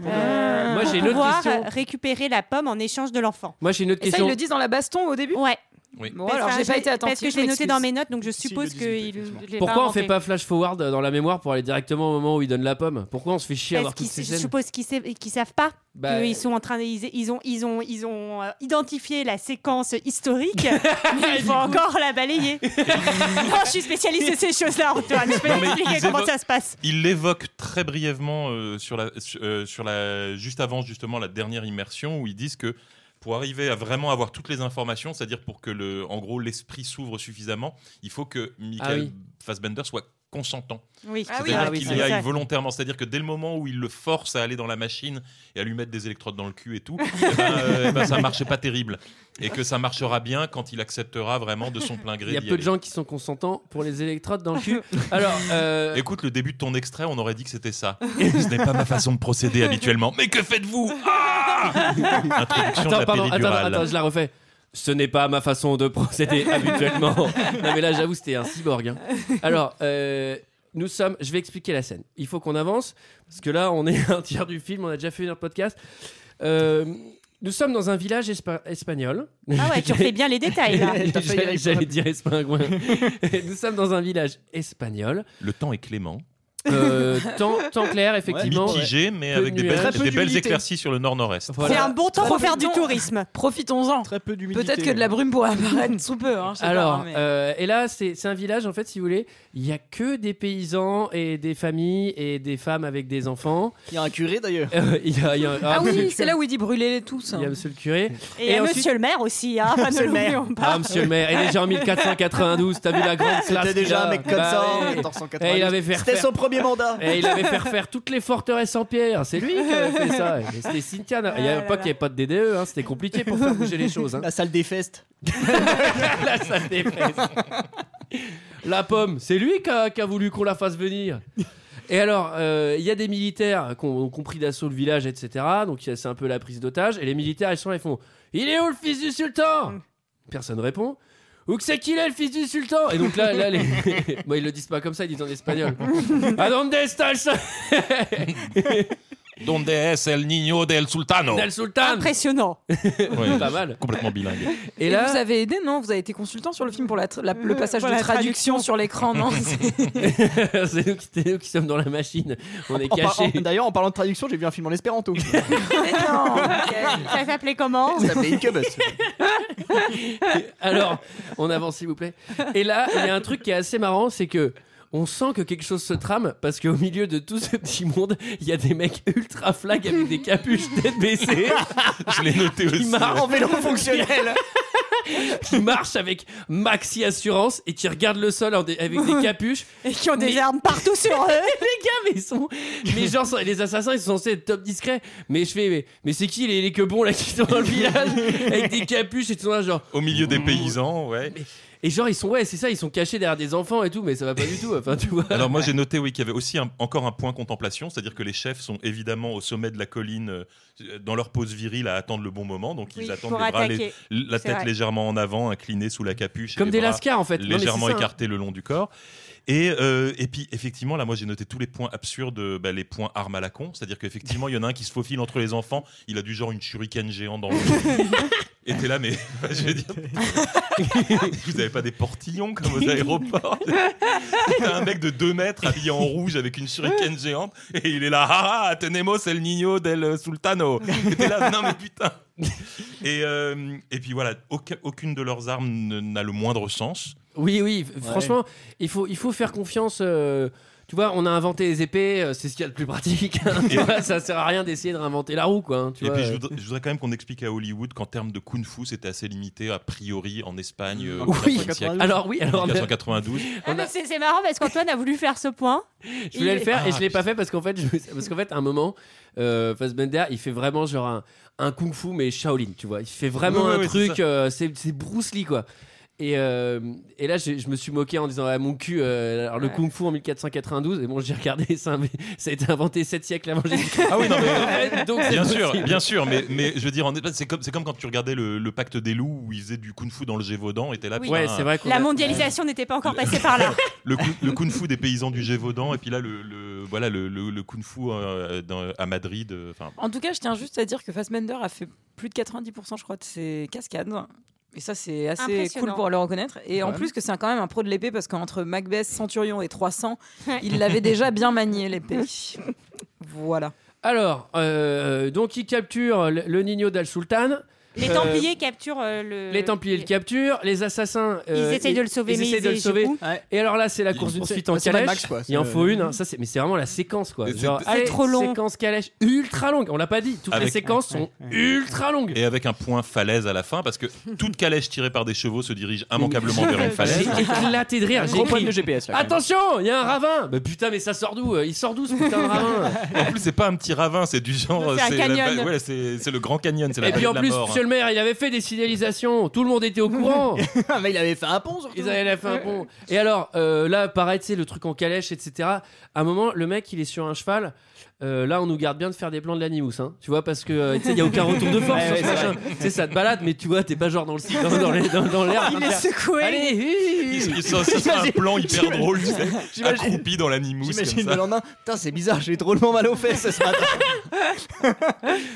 Ah. Moi, j'ai pour une autre pouvoir question. euh, récupérer la pomme en échange de l'enfant. moi j'ai une autre Et ça ils question le disent dans la baston au début. Ouais. Bon Parce alors que j'ai pas je- été attentive. Parce que je je l'ai noté m'excuse. dans mes notes, donc je Si, il suppose le que. disait, Euh, il- effectivement. je l'ai pas pourquoi on fait inventé. pas flash forward dans la mémoire pour aller directement au moment où il donne la pomme pourquoi on se fait chier à Parce voir qu'ils toutes ces je scènes suppose qu'ils savent, qu'ils savent pas Bah, Euh. qu'ils sont en train de- ils, ils ont ils ont ils ont euh, identifié la séquence *laughs* historique mais il faut encore la balayer. non, je suis spécialiste de ces choses-là Antoine, je peux Non, mais t'expliquer ils comment évoquent- ça se passe. Il l'évoque très brièvement euh, sur la, sur, euh, sur la, juste avant justement la dernière immersion où ils disent que pour arriver à vraiment avoir toutes les informations, c'est-à-dire pour que le, en gros l'esprit s'ouvre suffisamment, il faut que Michael Ah oui. Fassbender soit consentant. Oui. Ah oui, C'est-à-dire ah oui, qu'il c'est y vrai. aille volontairement. C'est-à-dire que dès le moment où il le force à aller dans la machine et à lui mettre des électrodes dans le *laughs* cul et tout, eh ben, euh, eh ben, ça marchait pas terrible. Et que ça marchera bien quand il acceptera vraiment de son plein gré. il y a d'y peu de aller. gens qui sont consentants pour les électrodes dans le *laughs* cul alors euh, Écoute, le début de ton extrait, on aurait dit que c'était ça. Ce n'est pas ma façon de procéder habituellement. Mais que faites-vous Ah Introduction de Attends, la pardon, attends, péridurale. attends, je la refais. Ce n'est pas ma façon de *laughs* procéder habituellement. non, mais là, j'avoue, c'était un cyborg. hein. Alors, euh, nous sommes. Je vais expliquer la scène. Il faut qu'on avance, parce que là, on est *laughs* un tiers du film, on a déjà fait un podcast. Euh, nous sommes dans un village espa- espagnol. Ah ouais, tu refais bien les *laughs* détails là. T'as failli J'allais aller j'allais dire espingouin. *laughs* nous sommes dans un village espagnol. Le temps est clément. Euh, temps, temps clair, effectivement. Mitigé, mais Peu avec des, nuages. belles, Très peu des belles d'humidité. éclaircies sur le nord-nord-est. Voilà. C'est un bon temps Trop pour faire du bon. tourisme. Profitons-en. Très peu d'humidité. Peut-être que de la brume pourrait apparaître sous peu. hein, je sais pas, Alors, hein, mais- euh, et là, c'est c'est un village, en fait, si vous voulez. Il n'y a que des paysans et des familles et des femmes avec des enfants. Il y a un curé d'ailleurs. Euh, il y a, il y a- Ah, monsieur le *laughs* oui, curé. c'est là où il dit brûler tous. hein. Il y a monsieur le *laughs* curé. Et, Et à ensuite- monsieur le maire aussi, hein, pas de l'oublions pas. Ah, monsieur le maire. Il est *laughs* déjà en 1492. T'as vu la grande classe C'était qu'il déjà a un mec comme Bah ça oui. en Et il 1490. avait fait C'était refaire- son premier mandat. Oh. Et il avait fait refaire toutes les forteresses en pierre. C'est lui qui avait fait ça. *laughs* Et C'était Cynthia. Il y Ah a là pas là. qu'il n'y avait pas de DDE. hein. C'était compliqué pour faire bouger les choses. hein. La salle *laughs* des festes. Là, ça dépresse. La pomme, c'est lui qui a, qui a voulu qu'on la fasse venir. Et alors, euh, il y a des militaires qui ont, qui ont pris d'assaut le village, etc. Donc il y a- c'est un peu la prise d'otage. Et les militaires, ils sont là, ils font Il est où le fils du sultan Personne répond. Où que c'est qu'il est le fils du sultan Et donc là, là les... *laughs* bon, ils le disent pas comme ça, ils disent en espagnol. Ah, donde está el sol- Donde es el niño del sultano del sultan Impressionnant. Ouais, Pas mal. Complètement bilingue. Et Et, là, vous avez aidé, non Vous avez été consultant sur le film pour la tr- la- le passage Euh, de Pour la traduction, traduction. sur l'écran, *laughs* non *laughs* C'est- c'est nous, qui- c'est nous qui sommes dans la machine. On est En par- cachés. en- D'ailleurs, en parlant de traduction, j'ai vu un film en espéranto. Ça Mais non, ok. Ça s'appelait comment s'appelait Incubus. Alors, on avance s'il vous plaît. Et là, il y a un truc qui est assez marrant, c'est que on sent que quelque chose se trame parce qu'au milieu de tout ce petit monde, il y a des mecs ultra flag avec des capuches tête baissée Ah, Je l'ai noté aussi. marrant. En vélo fonctionnel. qui marchent avec maxi assurance et qui regardent le sol en des- avec des capuches. Et *laughs* qui ont des Mais- armes partout sur eux. gars, mais ils sont. Mais genre, ça- les assassins, ils sont censés être top discrets. Mais je fais, mais, mais c'est qui les, les que bons là qui sont dans le village avec des capuches et tout ça, genre. Au milieu des paysans, ouais. Et genre, ils sont, ouais, c'est ça, ils sont cachés derrière des enfants et tout, mais ça va pas du tout. Enfin, tu vois. Alors moi j'ai noté oui qu'il y avait aussi un- encore un point contemplation, c'est-à-dire que les chefs sont évidemment au sommet de la colline euh, dans leur pose virile à attendre le bon moment, donc ils Oui, attendent pour les bras, les- attaquer. la C'est tête vrai. légèrement en avant, inclinée sous la capuche, et Comme les des bras lascars en fait. Non, mais c'est légèrement ça, hein. écartés le long du corps. Et, euh, et puis effectivement là moi j'ai noté tous les points absurdes, euh, bah, les points armes à la con, c'est-à-dire qu'effectivement il y en a un qui se faufile entre les enfants, il a du genre une shuriken géante dans le Et t'es là, mais *laughs* je veux dire, vous avez pas des portillons comme aux aéroports T'as un mec de 2 mètres habillé en rouge avec une shuriken géante et il est là, ah ah, tenemos el niño del sultano. Et t'es là, non mais putain. Et, euh, et puis voilà, aucun- aucune de leurs armes ne- n'a le moindre sens. Oui, oui, f- franchement, il faut, il faut faire confiance. euh, tu vois, on a inventé les épées, euh, c'est ce qu'il y a de plus pratique. hein. Tu vois, ça sert à rien d'essayer de réinventer la roue, quoi. hein, tu et vois. puis je voudrais, je voudrais quand même qu'on explique à Hollywood qu'en termes de kung-fu, c'était assez limité a priori en Espagne. euh, au Oui. 14e siècle. Alors oui, *laughs* alors *laughs* 1492. Ah, On a- mais C'est c'est marrant parce qu'Antoine a voulu faire ce point. je voulais Il- le faire et Ah, je l'ai pas fait parce qu'en fait, je, parce qu'en fait, à un moment, euh, Fassbender, il fait vraiment genre un, un kung-fu mais Shaolin, tu vois. Il fait vraiment Oui, oui, un oui, c'est truc, euh, c'est c'est Bruce Lee, quoi. Et, euh, et là, je, je me suis moqué en disant à mon cul, euh, alors le Ouais. kung-fu en 1492. Et bon, j'ai regardé, ça, ça a été inventé 7 siècles avant *laughs* Jésus-Christ. Ah oui, non, mais- Donc, c'est Bien sûr, possible. bien sûr, mais, mais je veux dire, en Espagne, c'est comme, c'est comme quand tu regardais le, le Pacte des loups où ils faisaient du kung-fu dans le Gévaudan et t'es là, Oui. putain, Ouais, c'est vrai qu'on La a- mondialisation n'était pas encore passée par là. le, kung- le kung-fu des paysans du Gévaudan et puis là, le, le- voilà, le, le- le kung-fu euh, dans- à Madrid. euh, Enfin, En tout cas, je tiens juste à dire que Fassbender a fait plus de 90%, je crois, de ses cascades. Et ça, c'est assez Impressionnant. cool pour le reconnaître. Et en Ouais. plus, que c'est quand même un pro de l'épée, parce qu'entre Macbeth, Centurion et 300, Ouais. il *laughs* l'avait déjà bien manié, l'épée. voilà. Alors, euh, donc il capture le, le Nino d'Al Sultan, Les Euh, Templiers capturent euh, le. les Templiers le capturent, les assassins. Ils euh, essayent de le sauver, ils mais essayent ils de le échouent. sauver. Ouais. Et alors là, c'est la Ils- course une poursuite scène- en ouais, c'est Mad calèche. Max, quoi. C'est, Il en faut euh, une. hein. Ça, c'est, mais c'est vraiment la séquence, quoi. Mais c'est- Genre, c'est allez, trop long. Séquence calèche ultra longue. On l'a pas dit. Toutes les Avec- séquences sont ultra longues. et avec un point falaise à la fin, parce que toute calèche tirée par des chevaux se dirige immanquablement vers une J'ai falaise. éclaté de rire. J'ai Gros problème de écrit, GPS là. quand même. Attention, il y a un ravin. Mais putain, mais ça sort d'où euh, Il sort d'où ce putain de ravin En plus, c'est pas un petit ravin, c'est du genre. Non, c'est un la- canyon. ouais, c'est c'est le Grand Canyon, c'est la Et puis vallée en de la plus, mort. hein. monsieur le maire, il avait fait des signalisations. Tout le monde était au courant. Ah, mais il avait fait un pont surtout. Ils avaient la fin bon. Et alors, euh, là, pareil, tu sais, le truc en calèche, etc. À un moment, le mec, il est sur un cheval. Euh, là, on nous garde bien de faire des plans de l'animus, hein, tu vois, parce que euh, tu sais, il n'y a aucun retour de force *laughs* sur Ouais, ouais, ce c'est machin. Tu sais, ça te balade, mais tu vois, t'es pas genre dans le ciel, dans, dans les- dans- dans l'air. en train de faire, secoué. Allez, hi, hi, hi. Il- il- ça, ça sera un plan hyper J'imagine- drôle, tu sais, j'imagine- accroupi dans l'animus. comme J'imagine ça. le lendemain, putain, c'est bizarre, j'ai drôlement mal aux fesses ce matin.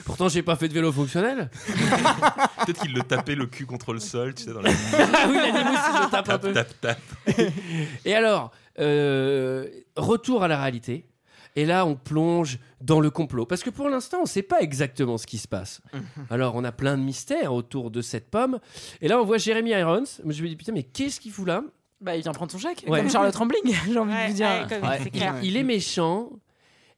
Pourtant, j'ai pas fait de vélo fonctionnel. Peut-être qu'il le tapait le cul contre le sol, tu sais, dans la ah oui, l'animus, je tape un *laughs* tap, peu. tap, tap. Et alors, euh, retour à la réalité. Et là, on plonge dans le complot. Parce que pour l'instant, on ne sait pas exactement ce qui se *laughs* passe. Alors, on a plein de mystères autour de cette pomme. Et là, on voit Jeremy Irons. Moi, Je me dis, putain, mais qu'est-ce qu'il fout là Bah, il vient prendre son chèque, Ouais. comme Charlotte Trembling, *laughs* j'ai envie de Ouais, vous dire. ouais, comme- Ouais. c'est clair. Il est méchant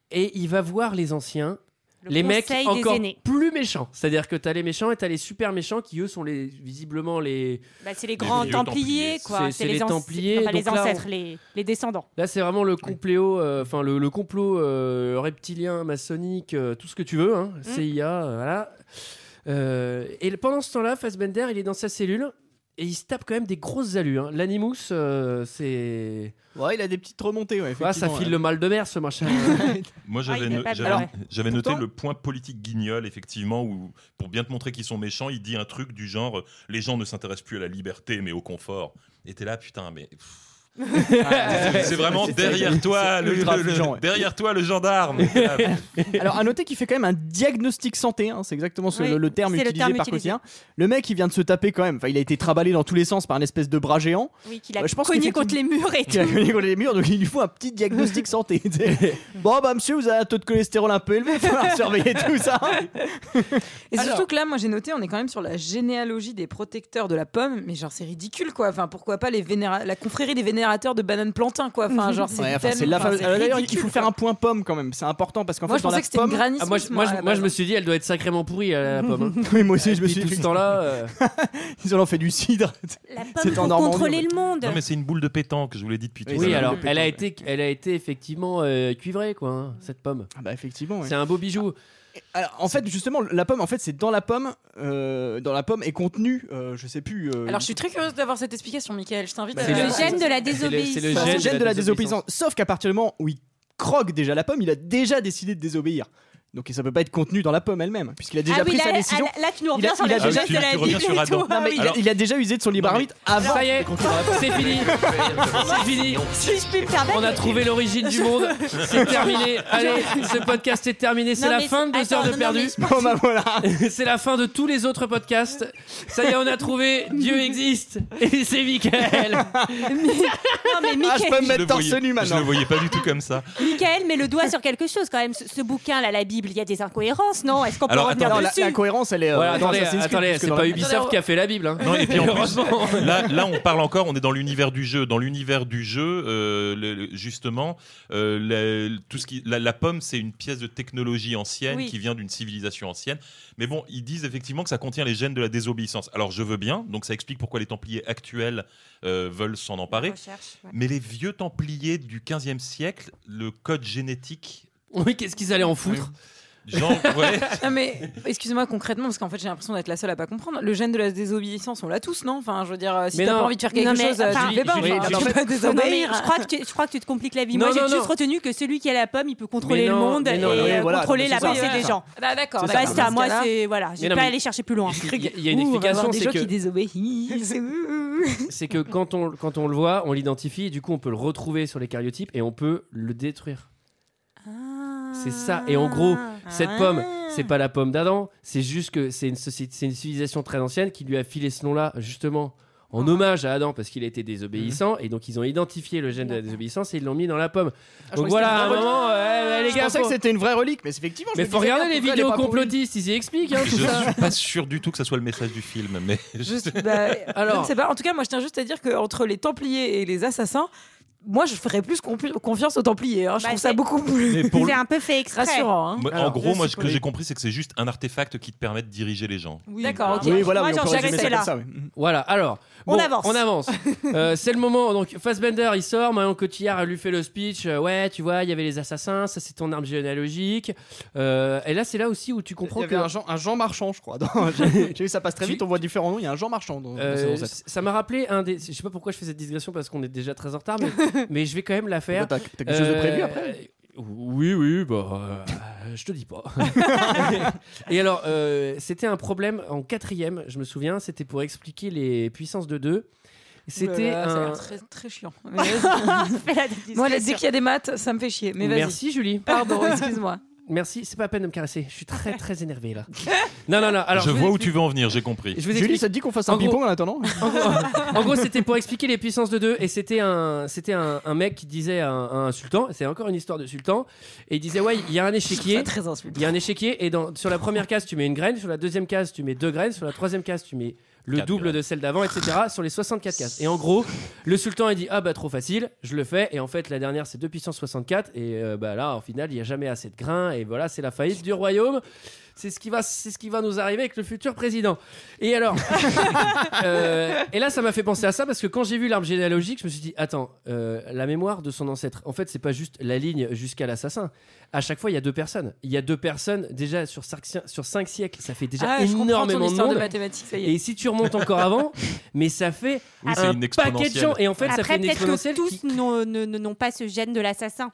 et il va voir les anciens. Le les mecs conseil des encore aînés. plus méchants. C'est-à-dire que tu as les méchants et tu as les super méchants qui, eux, sont les, visiblement les... Bah, c'est les grands vieux Templiers, Templiers. quoi. C'est- c'est les anci- Templiers, non, pas donc les là, on- ancêtres, les, les descendants. Là, c'est vraiment le compléo, euh, enfin le, le complot euh, reptilien, maçonnique, euh, tout ce que tu veux, hein, Mm. CIA, euh, voilà. Euh, et le- pendant ce temps-là, Fassbender, il est dans sa cellule et il se tape quand même des grosses allus. hein. L'animus, euh, c'est. Ouais, il a des petites remontées, ouais. Ah, ça effectivement, file ouais. le mal de mer, ce machin. *laughs* Moi, Ah, il j'avais fait no- pas de j'avais- mal. j'avais noté Pourtant- le point politique guignol, effectivement, où, pour bien te montrer qu'ils sont méchants, il dit un truc du genre « Les gens ne s'intéressent plus à la liberté, mais au confort. » Et t'es là, putain, mais... Ah, Ouais. C'est vraiment derrière toi, le, ultra le- le- affligeant, ouais. derrière toi le gendarme. Et t'es là, *laughs* Alors, à noter qu'il fait quand même un diagnostic santé, hein, c'est exactement ce- Oui, le, le terme c'est le utilisé terme par utilisé. Cotillard. Le mec, il vient de se taper quand même. Enfin, il a été traballé dans tous les sens par une espèce de bras géant. *laughs* Oui, qu'il a Ouais, je pense cogné contre les qu'effectivement- murs et Il a tout. cogné contre les murs, donc il lui faut un petit diagnostic santé. tu sais. *laughs* bon, bah, monsieur, vous avez un taux de cholestérol un peu élevé, il va *laughs* falloir surveiller tout ça. Et Alors- surtout que là, moi j'ai noté, on est quand même sur la généalogie des protecteurs de la pomme, mais genre c'est ridicule quoi. Enfin, pourquoi pas les vénéra- la confrérie des générateur de banane plantain, quoi. Enfin, genre, c'est Ouais, enfin, c'est tellement- la enfin, fameuse- c'est Alors, D'ailleurs, il ridicule, faut faire quoi. un point pomme quand même. C'est important parce qu'en Moi, fait, je dans pensais la que c'était euh, une pomme. granny Ah, moi, je- moi, je- Smith, à la moi, je base. me suis dit, elle doit être sacrément pourrie, la, la pomme. *laughs* hein. *laughs* Oui, moi aussi, je me Puis suis tout dit. ce temps-là. euh, *laughs* Ils en ont fait du cidre. La pomme C'est en pour Normandie, en contrôler fait. le monde. Non, mais c'est une boule de pétanque, je vous l'ai dit depuis tout à Oui, l'heure. alors, elle a, été, elle a été effectivement euh, cuivrée, quoi, hein, cette pomme. Ah bah effectivement. ouais. C'est un beau bijou. Alors, en fait, justement, la pomme, en fait, c'est dans la pomme, euh, dans la pomme est contenu, euh, je sais plus. euh, Alors, je suis très curieuse d'avoir cette explication, Michael. Je t'invite Bah, à. c'est Le la- gène de la c'est le- c'est le désobéissance. gène Enfin, c'est le gène de la désobéissance. désobéissance. Sauf qu'à partir du moment où il croque déjà la pomme, il a déjà décidé de désobéir. Donc ça peut pas être contenu dans la pomme elle-même, puisqu'il a déjà Ah oui, pris là, sa là, décision. là, là, tu nous Il a- reviens sur il a la déjà- jeunesse tu- de la tu reviens vie sur et Adam. tout. Non, mais il, Alors- a, il a déjà usé de son libre arbitre avant. *laughs* Ça y est, c'est fini. C'est fini. Si je peux me permettre, On a trouvé l'origine du monde. C'est terminé. Allez, ce podcast est terminé. C'est Non, la mais fin de deux attends, heures de non, non, perdu. mais je- Bon bah voilà. *laughs* C'est la fin de tous les autres podcasts. Ça y est, on a trouvé. Dieu existe. Et c'est Michael. Non, mais Ah, je peux Michael, me Je le mettre torse voyais- nu Je le maintenant. voyais pas du tout comme ça. Michael met le doigt sur quelque chose quand même. Ce, ce bouquin, là, la Bible, il y a des incohérences, non Est-ce qu'on peut Alors, revenir Non, la, dessus la cohérence, elle est. euh, Voilà, dans attendez, Assassin's Creed, attendez, parce que c'est dans pas la- Ubisoft Attendez, qui a fait la Bible. hein. Non, et *laughs* puis en plus, Heureusement. là, là, on parle encore, on est dans l'univers du jeu. Dans l'univers du jeu, euh, le- le- justement, euh, la, tout ce qui, la, la pomme, c'est une pièce de technologie ancienne Oui. qui vient d'une civilisation ancienne. Mais bon, ils disent effectivement que ça contient les gènes de la désobéissance. Alors, je veux bien, donc ça explique pourquoi les Templiers actuels euh, veulent s'en emparer. Recherche, ouais. Mais les vieux Templiers du 15e siècle, le code génétique, Oui, qu'est-ce qu'ils allaient en foutre genre, *laughs* ouais, Non, mais excusez-moi concrètement, parce qu'en fait, j'ai l'impression d'être la seule à pas comprendre. Le gène de la désobéissance, on l'a tous, non Enfin, je veux dire, euh, si Mais t'as non. pas envie de faire quelque Non, mais, chose, euh, tu enfin, le fais pas. Julie, Enfin, Julie, tu peux pas Non, mais désobéir. je, crois que tu, je crois que tu te compliques la vie. Non, Moi, j'ai non, juste non. retenu que celui qui a la pomme, il peut contrôler Mais non, le monde mais non, et mais euh, voilà, contrôler mais la c'est ça. pensée des gens. Ah, d'accord. C'est ça. d'accord. Basta, Dans ce moi, cas-là- c'est. Voilà, je Mais vais non, pas mais- aller chercher plus loin. Il y a- il y a une Ouh, on va explication, avoir des c'est gens que qui désobéissent. c'est que quand on, quand on le voit, on l'identifie et du coup on peut le retrouver sur les cariotypes et on peut le détruire. C'est ça. Et en gros, Ah. Cette pomme, Ah. c'est pas la pomme d'Adam, c'est juste que c'est une, société, c'est une civilisation très ancienne qui lui a filé ce nom-là justement en Ah. hommage à Adam parce qu'il a été désobéissant Mhm. et donc ils ont identifié le gène de la désobéissance et ils l'ont mis dans la pomme. Ah, donc voilà, à un moment, euh, les Je gars, pensais que faut- c'était une vraie relique, mais c'est effectivement. je mais me faut disais, regarder les pourquoi elle est vidéos pas pour lui complotistes, ils y expliquent. *laughs* hein, je tout ça. suis pas sûr du tout que ça soit le message du film, mais Juste, bah, Alors. je ne sais pas. En tout cas, moi, je tiens juste à dire qu'entre les Templiers et les assassins, moi, je ferais plus compli- confiance aux Templiers. hein. Je Bah, trouve ça c'est- beaucoup plus mais pour C'est un peu fait exprès. rassurant. hein. Moi, en Alors, gros, moi, je ce sais que pas. j'ai compris, c'est que c'est juste un artefact qui te permet de diriger les gens. D'accord, ok. Ah Oui, voilà, Moi, oui, on j'en peut sais résumer rester ça là. comme ça, oui. Voilà, alors. On bon, avance. On *laughs* avance. Euh, c'est le moment. Donc, Fassbender, il sort. Marion Cotillard elle lui fait le speech. Euh, ouais, tu vois, il y avait les assassins. Ça, c'est ton arme généalogique. Euh, et là, c'est là aussi où tu Il y comprends avait que. un Jean, un Jean Marchand, je crois. dans- J'ai j'ai vu, ça passe très Tu- vite, on voit différents noms. Il y a un Jean Marchand dans, dans euh, cette- dans cette- ça m'a rappelé un des. Je sais pas pourquoi je fais cette digression parce qu'on est déjà très en retard, mais, *laughs* mais je vais quand même la faire. T'as t'as quelque chose de prévu Euh, après Oui, oui, bah, euh, je te dis *laughs* pas. et alors, euh, c'était un problème en quatrième, je me souviens, c'était pour expliquer les puissances de deux. C'était Oulala, Ça a un... l'air très, très *laughs* chiant. Mais vas-y. Fais la moi, là, dès discrétion. qu'il y a des maths, ça me fait chier. Mais vas-y. Merci Julie. Pardon, excuse-moi. Merci, c'est pas à peine de me caresser, je suis *laughs* très très énervé là. Non, non, non, alors Ah, je vous vois où explique- tu veux en venir, j'ai compris. Je vous Julie, explique. ça te dit qu'on fasse En un gros- ping-pong *laughs* en attendant En gros- en gros, c'était pour expliquer les puissances de deux. Et c'était un, c'était un, un mec qui disait à un, à un sultan, c'est encore une histoire de sultan, et il disait Ouais, il y a un échiquier. C'est très Il y insultant. a un échiquier et dans, sur la première case tu mets une graine, sur la deuxième case tu mets deux graines, sur la troisième case tu mets le Quatre double graines. de celle d'avant, etc. sur les 64 cases. Et en gros, le sultan il dit ah bah trop facile, je le fais et en fait la dernière c'est 2 puissance 64 et euh, bah là en final il n'y a jamais assez de grains et voilà c'est la faillite du royaume. C'est ce qui va, c'est ce qui va nous arriver avec le futur président. Et alors, euh, et là ça m'a fait penser à ça parce que quand j'ai vu l'arbre généalogique, je me suis dit attends euh, la mémoire de son ancêtre. En fait c'est pas juste la ligne jusqu'à l'assassin à chaque fois, il y a deux personnes. Il y a deux personnes déjà sur cinq, sur cinq siècles. Ça fait déjà Ah, je comprends ton énormément de histoire monde. de mathématiques, ça y est. et si tu remontes encore *laughs* avant, mais ça fait Oui, c'est un une paquet de gens. exponentielle. Et en fait, ça fait Après, une peut-être que exponentielle. tous qui- n'ont- ne- ne- n'ont pas ce gène de l'assassin.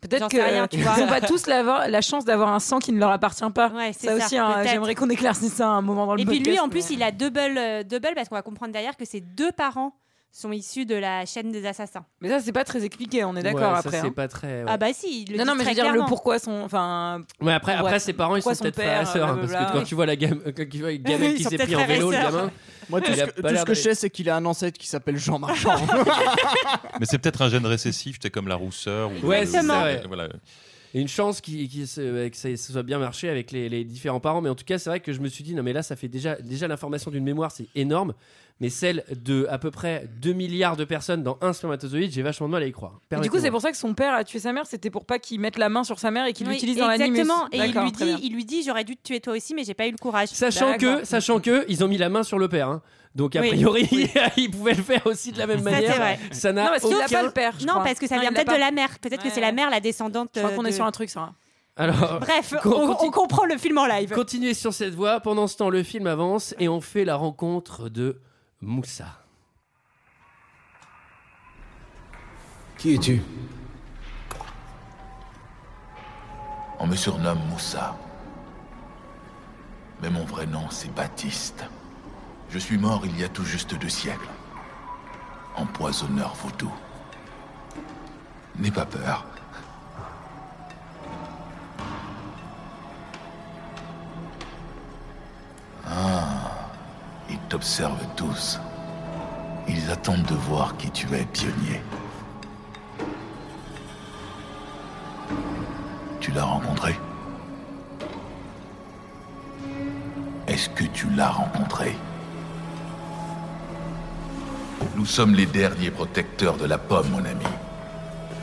Peut-être J'en que sais rien, tu vois. ils n'ont pas tous la, la chance d'avoir un sang qui ne leur appartient pas. Ouais, c'est ça ça, aussi, hein, peut-être. j'aimerais qu'on éclaircisse ça à un moment dans le Et puis podcast. lui, en mais- plus, il a double, euh, double parce qu'on va comprendre derrière que ses deux parents sont issus de la chaîne des assassins. Mais ça, c'est pas très expliqué, on est Ouais, d'accord ça, après. c'est hein. pas très. ouais. Ah bah si, il le Non, dit non, mais je très veux dire, le clairement. pourquoi son. Enfin, Ouais, après, Pourquoi- après, ses parents, ils sont pourquoi son peut-être frères et père, euh, sœurs. hein, parce blablabla. que quand Oui. tu vois la gamme, euh, quand tu *laughs* vois le gamin Ils qui sont s'est peut-être pris en frères et vélo, le sœurs. gamin. Moi, tout Il ce, a que, pas tout ce l'air que de- je sais, c'est qu'il a un ancêtre qui s'appelle Jean Marchand. Mais c'est peut-être un gène récessif, c'est comme la rousseur. Ou Ouais, le- c'est ça, ouais. voilà. Et une chance qu'il- qu'il se- euh, que ça ça soit bien marché avec les, les différents parents. Mais en tout cas, c'est vrai que je me suis dit, non, mais là, ça fait déjà, déjà l'information d'une mémoire, c'est énorme. Mais celle de à peu près 2 milliards de personnes dans un spermatozoïde, j'ai vachement de mal à y croire. Et du coup, c'est Permettez-moi. pour ça que son père a tué sa mère, c'était pour pas qu'il mette la main sur sa mère et qu'il Oui, l'utilise dans l'animus. Exactement. Et il D'accord, lui très dit, bien. il lui dit, j'aurais dû te tuer toi aussi, mais j'ai pas eu le courage. Sachant que, D'accord. sachant que, ils ont mis la main sur le père. hein. Donc, a Oui. priori, *laughs* ils pouvaient le faire aussi de la même Ça, manière. c'est vrai. Ça Non, n'a parce qu'il a pas aucun... le père. je Non, crois. parce que ça Non, vient il l'a peut-être pas. de la mère. Peut-être Ouais, que c'est ouais. la mère, la descendante. Je crois euh, qu'on est de- sur un truc, ça. Alors, Bref, Qu'on- on, continue. on comprend le film en live. Continuez sur cette voie. Pendant ce temps, le film avance et on fait la rencontre de Moussa. Qui es-tu On me surnomme Moussa. Mais mon vrai nom, c'est Baptiste. Je suis mort il y a tout juste deux siècles. Empoisonneur vaudou. N'aie pas peur. Ah, ils t'observent tous. Ils attendent de voir qui tu es, pionnier. Tu l'as rencontré Est-ce que tu l'as rencontré Nous sommes les derniers protecteurs de la pomme, mon ami.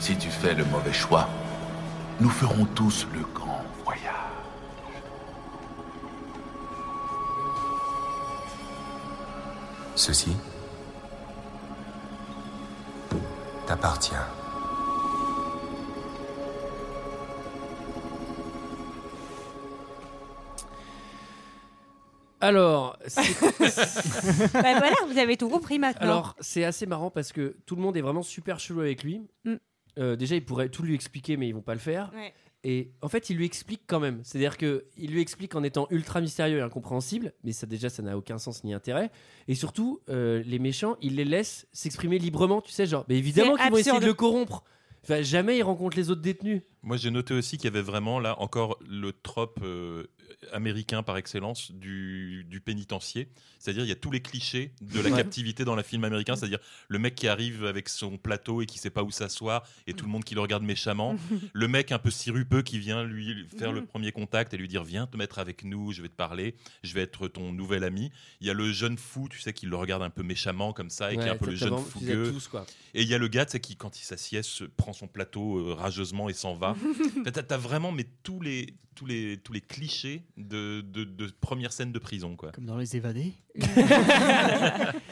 Si tu fais le mauvais choix, nous ferons tous le grand voyage. Ceci t'appartient. Alors, c'est- *laughs* Bah voilà, vous avez tout compris maintenant. alors c'est assez marrant parce que tout le monde est vraiment super chelou avec lui. Mm. Euh, déjà, ils pourraient tout lui expliquer, mais ils vont pas le faire. Ouais. Et en fait, il lui explique quand même. C'est-à-dire que il lui explique en étant ultra mystérieux et incompréhensible, mais ça déjà, ça n'a aucun sens ni intérêt. Et surtout, euh, les méchants, il les laisse s'exprimer librement, tu sais, genre. Mais évidemment C'est qu'ils vont essayer de absurde. le corrompre. Enfin, jamais ils rencontrent les autres détenus. Moi, j'ai noté aussi qu'il y avait vraiment là encore le trope euh, américain par excellence du, du pénitencier. C'est-à-dire, il y a tous les clichés de la Ouais. captivité dans le film américain. C'est-à-dire, le mec qui arrive avec son plateau et qui sait pas où s'asseoir et tout le monde qui le regarde méchamment. le mec un peu sirupeux qui vient lui faire le premier contact et lui dire Viens te mettre avec nous, je vais te parler, je vais être ton nouvel ami. Il y a le jeune fou, tu sais, qui le regarde un peu méchamment comme ça et qui est un Ouais, peu le ça, t'as jeune vraiment- tu les as fougueux. tous, quoi. Et il y a le gars, tu sais, qui, quand il s'assied, se prend son plateau euh, rageusement et s'en *laughs* va. T'as- T'as t'as vraiment mais tous les tous les tous les clichés de, de, de première scène de prison quoi. Comme dans Les Évadés.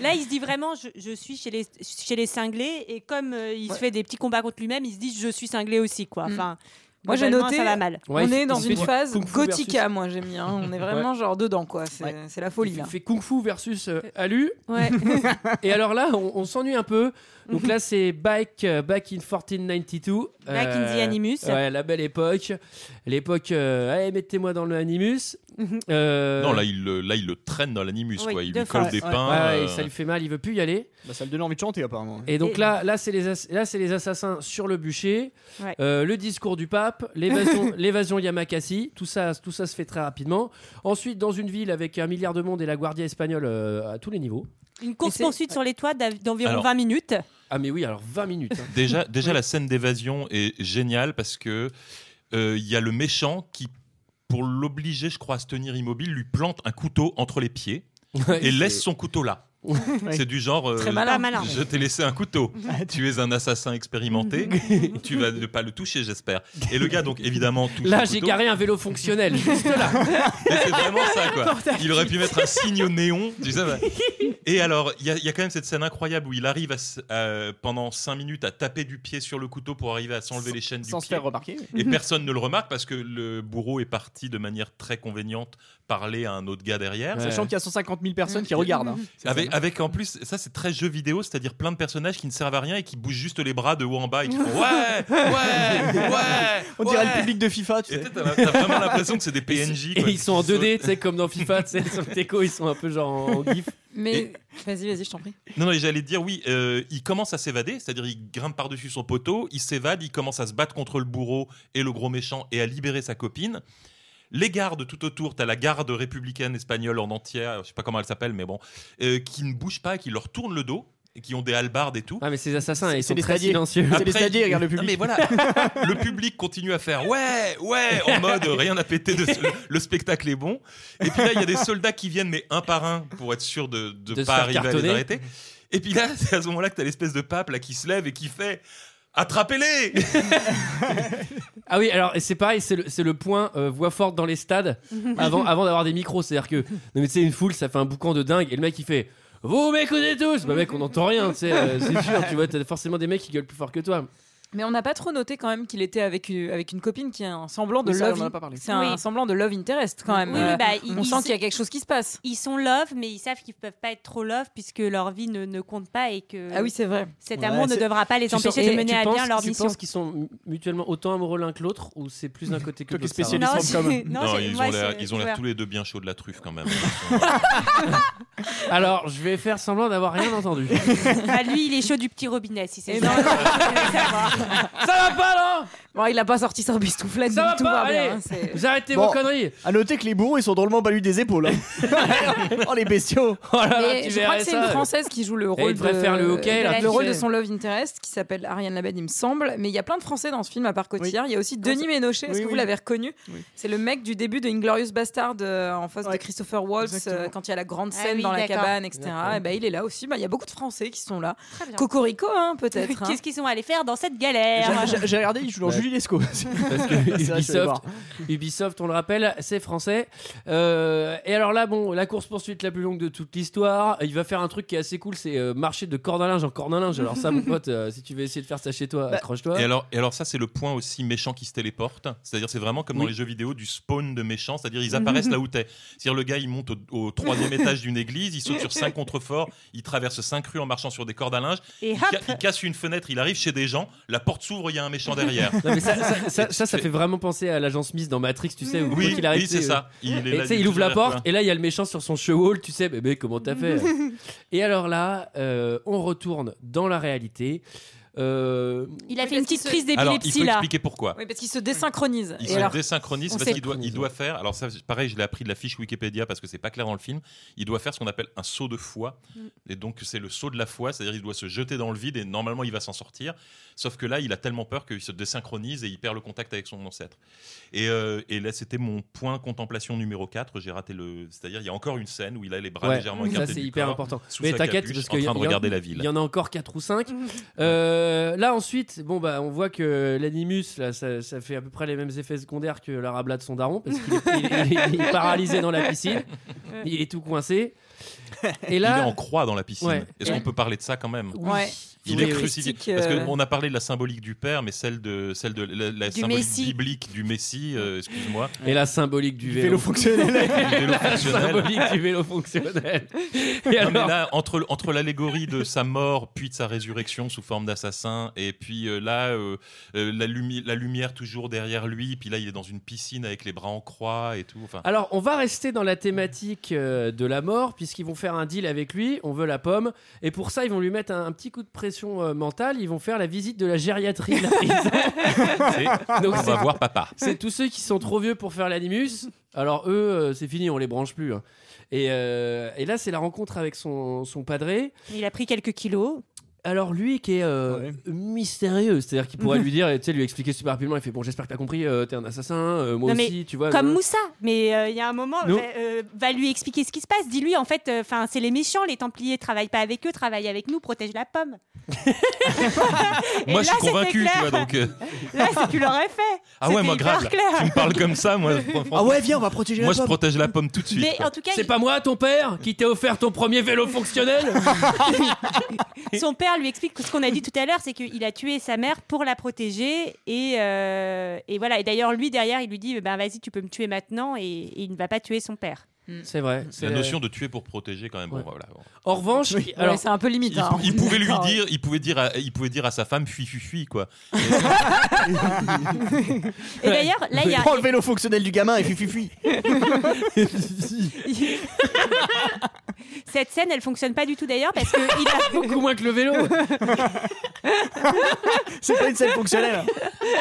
Là, il se dit vraiment, je, je suis chez les, chez les cinglés, et comme euh, il se fait des petits combats contre lui-même, il se dit, je suis cinglé aussi, quoi. Mm. Enfin, Moi, j'ai globalement, noté. ça va mal. *laughs* On est dans une du phase Kung Fu gothica, versus- moi, j'ai mis. hein. On est vraiment Ouais. genre dedans, quoi. C'est c'est la folie, là. Il fait Kung Fu versus euh, Alu. *laughs* *laughs* Ouais. Et alors là, on, on s'ennuie un peu. Donc là, c'est Back, euh, back in 1492. Back in Euh, the Animus. Ouais, la belle époque. L'époque, euh, allez, mettez-moi dans le Animus. Euh, Non là il le- là il le traîne dans l'animus Oui, quoi. Il de lui colle face. des Ouais. pains. Ouais, ouais, euh, ça lui fait mal, il veut plus y aller. Bah, ça lui donnait envie de chanter, apparemment. Et donc Et- là, là c'est les, ass- là, c'est les assassins sur le bûcher, Ouais. euh, le discours du pape, l'évasion- l'évasion Yamakasi, tout ça, tout ça se fait très rapidement. Ensuite, dans une ville avec un milliard de monde et la Guardia espagnole euh, à tous les niveaux. Une course-poursuite sur les toits d'av- d'environ Alors- 20 minutes. Ah mais oui, alors 20 minutes. hein. *laughs* Déjà, déjà la scène d'évasion est géniale parce que euh, il y a le méchant qui, pour l'obliger, je crois, à se tenir immobile, lui plante un couteau entre les pieds Ouais, *laughs* et c'est- laisse son couteau *laughs* là. C'est du genre, euh, Très malin. Pas malin. je t'ai laissé un *laughs* couteau. Ah, tu es un assassin expérimenté. tu vas ne pas le toucher, j'espère. Et le gars, donc évidemment, touche Là, le j'ai couteau. garé un vélo fonctionnel, juste là. *laughs* Et C'est vraiment ça, quoi. Il aurait pu mettre un signe au néon. Tu sais, bah. Et alors, il y, a- il y a quand même cette scène incroyable où il arrive à s- à- pendant 5 minutes à taper du pied sur le couteau pour arriver à s'enlever les chaînes du sans pied. se faire remarquer. Et personne ne le remarque parce que le bourreau est parti de manière très conveniente parler à un autre gars derrière. Sachant qu'il y a 150 000 personnes qui regardent. hein. C'est ça. Avec, avec en plus, ça c'est très jeu vidéo, c'est-à-dire plein de personnages qui ne servent à rien et qui bougent juste les bras de haut en bas et qui font ouais, ouais, ouais. On dirait ouais. le public de FIFA, tu Et sais. t'as t'as vraiment l'impression que c'est des PNJ. Et quoi. ils sont en 2D, tu sais, comme dans FIFA, tu sais, sur le Teco, ils sont un peu genre en, en gif. Mais vas-y, vas-y, je t'en prie. Non, non, et j'allais te dire, oui, euh, il commence à s'évader, c'est-à-dire il grimpe par-dessus son poteau, il s'évade, il commence à se battre contre le bourreau et le gros méchant et à libérer sa copine. Les gardes tout autour, t'as la garde républicaine espagnole en entière, je sais pas comment elle s'appelle, mais bon, euh, qui ne bouge pas, qui leur tourne le dos. qui ont des halbardes et tout. Ah, mais ces assassins, ils c'est sont les très stadiers. silencieux. C'est les stadiers, regarde le Non, public. mais voilà, le public continue à faire ouais, ouais, en mode euh, rien à péter, de ce- le spectacle est bon. Et puis là, il y a des soldats qui viennent, mais un par un, pour être sûr de De se ne pas faire arriver à cartonner. les arrêter. Et puis là, c'est à ce moment-là que t'as l'espèce de pape là, qui se lève et qui fait Attrapez-les Ah oui, alors et c'est pareil, c'est le, c'est le point euh, voix forte dans les stades *laughs* avant, avant d'avoir des micros. C'est-à-dire que, non mais tu sais, une foule, ça fait un boucan de dingue et le mec il fait Vous m'écoutez tous Bah mec, on n'entend rien, tu sais, euh, c'est sûr, tu vois, t'as forcément des mecs qui gueulent plus fort que toi. Mais on n'a pas trop noté quand même qu'il était avec une, avec une copine qui a un semblant de Oui, ça, love. on en a in- pas parlé. C'est un Oui. semblant de love interest quand même. Oui, Euh, bah, il- on il sent se- qu'il y a quelque chose qui se passe. Ils sont love, mais ils savent qu'ils peuvent pas être trop love puisque leur vie ne, ne compte pas et que Ah oui, c'est vrai. cet Ouais, amour ne c'est- devra pas les Tu empêcher sens- de et mener tu à penses- bien leur tu mission. penses qu'ils sont mutuellement autant amoureux l'un que l'autre ou c'est plus d'un côté que de Toi qui es l'autre ça spécialiste va en com. *laughs* Non, Non, c'est- ils, moi, ont l'air, c'est- ils ont l'air voilà. tous les deux bien chauds de la truffe quand même. Alors, je vais faire semblant d'avoir rien *laughs* entendu. Ah, lui, il est chaud du petit robinet, si c'est Eh ça. ben. Ça *laughs* va pas, non Bon, il a pas sorti sa bistouflette, ben, Ça donc va tout pas, va bien. allez. hein, *laughs* c'est- Vous arrêtez Bon. vos conneries À noter que les bourrons ils sont drôlement balus des *laughs* épaules. hein. oh les bestiaux Oh là là, Mais tu je crois verrais que c'est ça. une française qui joue le rôle devrait de, faire le hockey, Euh, de là, la- tu le rôle sais. de son love interest qui s'appelle Ariane Labed il me semble mais il y a plein de français dans ce film à part Cotillard il y a aussi Comment Denis ça- Ménochet est-ce Oui, que vous oui. l'avez reconnu Oui. c'est le mec du début de Inglorious Bastard euh, en face de Ouais. Christopher Waltz Exactement. euh, quand il y a la grande Ah scène oui, dans la d'accord. cabane etc Exactement. et ben il est là aussi Ben, il y a beaucoup de français qui sont là Très bien. Cocorico hein, peut-être hein. Qu'est-ce qu'ils sont allés faire dans cette galère J'ai- J'ai regardé, ils jouent dans Ouais. Julie Lescaut. Parce *laughs* que Ubisoft, Ubisoft, on le rappelle, c'est français. Euh, et alors là, bon, la course poursuite la plus longue de toute l'histoire. Il va faire un truc qui est assez cool, c'est euh, marcher de corde à linge en corde à linge. Alors ça, *laughs* mon pote, euh, si tu veux essayer de faire ça chez Bah, toi, accroche-toi. Et alors, et alors ça, c'est le point aussi méchant qui se téléporte. C'est-à-dire, c'est vraiment comme dans Oui. Mhm. les jeux vidéo du spawn de méchants. C'est-à-dire, ils apparaissent là où t'es. C'est-à-dire, le gars, il monte au, au troisième étage d'une église, il saute *laughs* sur cinq contreforts, il traverse cinq rues en marchant sur des cordes à linge, Et il, hop ca- il casse une fenêtre, il arrive chez des gens, la porte s'ouvre, il y a un *laughs* méchant derrière. Non, mais ça, ça, ça, ça, ça C'est- fait vraiment penser à l'agent Smith dans Matrix, tu sais, où quoi Oui, qu'il arrive, oui, c'est tu sais, euh, ça. Il, est Et là tu sais, du il ouvre tout la à porte, quoi. et là, il y a le méchant sur son cheval, tu sais, bébé, comment t'as fait Et alors là, euh, on retourne dans la réalité. Euh, Il a Oui, fait une parce petite qu'ils se- crise Alors, il d'épilepsie faut là. expliquer pourquoi. oui parce qu'il se désynchronise Il Et se alors- désynchronise on parce sait. qu'il doit, il doit faire. Alors ça, pareil, je l'ai appris de la fiche Wikipédia parce que c'est pas clair dans le film. Il doit faire ce qu'on appelle un saut de foi. Mm. Et donc c'est le saut de la foi, c'est-à-dire il doit se jeter dans le vide et normalement il va s'en sortir. Sauf que là, il a tellement peur qu'il se désynchronise et il perd le contact avec son ancêtre. Et, euh, et là, c'était mon point contemplation numéro 4 J'ai raté le. C'est-à-dire il y a encore une scène où il a les bras Ouais, Ah, légèrement ça écartés. c'est du hyper corps, hein. important. sous Mais sa t'inquiète, capuche, parce en qu'il y, train de regarder la en- il y ville. en a encore 4 ou 5. là ensuite, bon bah on voit que l'animus là, ça, ça fait à peu près les mêmes effets secondaires que la rabla de son daron parce qu'il est, il est- il est paralysé dans la piscine, il est tout coincé. Et Il est là, en croix dans la piscine. Ouais. Est-ce qu'on peut parler de ça quand même Oui. Ouais. Il Oui, est oui. crucifié. Christique, Parce euh, qu'on a parlé de la symbolique du Père, mais celle de, celle de la, la Du symbolique Messie. biblique du Messie, euh, excuse-moi, et la symbolique du Vélo vélo. fonctionnel. du vélo *laughs* La fonctionnel. symbolique du vélo fonctionnel. Et Non, mais alors- là, entre, entre l'allégorie de sa mort, puis de sa résurrection sous forme d'assassin, et puis euh, là, euh, euh, la, lumi- la lumière toujours derrière lui, puis là, il est dans une piscine avec les bras en croix et tout. Enfin, Alors, on va rester dans la thématique euh, de la mort, puisqu'ils vont faire un deal avec lui, on veut la pomme, et pour ça, ils vont lui mettre un, un petit coup de pression euh, mentale, ils vont faire la visite de la gériatrie. de la prison. c'est- Donc, on c'est- va voir papa. c'est tous ceux qui sont trop vieux pour faire l'animus, alors eux, euh, c'est fini, on les branche plus. hein. Et, euh, et là, c'est la rencontre avec son, son padré. Il a pris quelques kilos. Alors lui qui est euh, Ouais. mystérieux, c'est-à-dire qu'il pourrait lui dire, tu sais, lui expliquer super rapidement, il fait bon j'espère que t'as compris, euh, t'es un assassin, euh, moi Non, mais aussi, tu vois. Comme euh, Moussa, mais euh, il y a un moment, Nous- va, euh, va lui expliquer ce qui se passe. Dis-lui, en fait, euh, enfin, c'est les méchants, les Templiers, travaille pas avec eux, travaille avec nous, protège la pomme. Et là, Moi, je suis c'était convaincu, tu clair. vois, donc. euh, Là, c'est tu l'aurais fait. Ah ouais, C'était moi, hyper grave. là. clair. Tu me parles comme ça, moi. franchement, Ah ouais, viens, on va protéger Moi, la je pomme. protège la pomme tout de suite. Mais quoi. en tout cas, C'est il- pas moi ton père qui t'a offert ton premier vélo fonctionnel son père lui explique que ce qu'on a dit tout à l'heure, c'est qu'il a tué sa mère pour la protéger. Et, euh, et voilà. Et d'ailleurs, lui, derrière, il lui dit ben, Vas-y, tu peux me tuer maintenant. Et, et il ne va pas tuer son père. C'est vrai. C'est la notion de tuer pour protéger quand même. Bon, Ouais. voilà. Bon. En revanche, Oui, alors ouais, c'est un peu limite Il, hein. *laughs* il pouvait lui D'accord. dire, il pouvait dire, à, il pouvait dire à sa femme, fuis, fuis, fuis, quoi. Et d'ailleurs, là, il y a. Prends le vélo fonctionnel du gamin et puis fuis fuis. Cette scène, elle fonctionne pas du tout d'ailleurs parce qu'il *laughs* a beaucoup moins que le *laughs* vélo. C'est pas une scène fonctionnelle.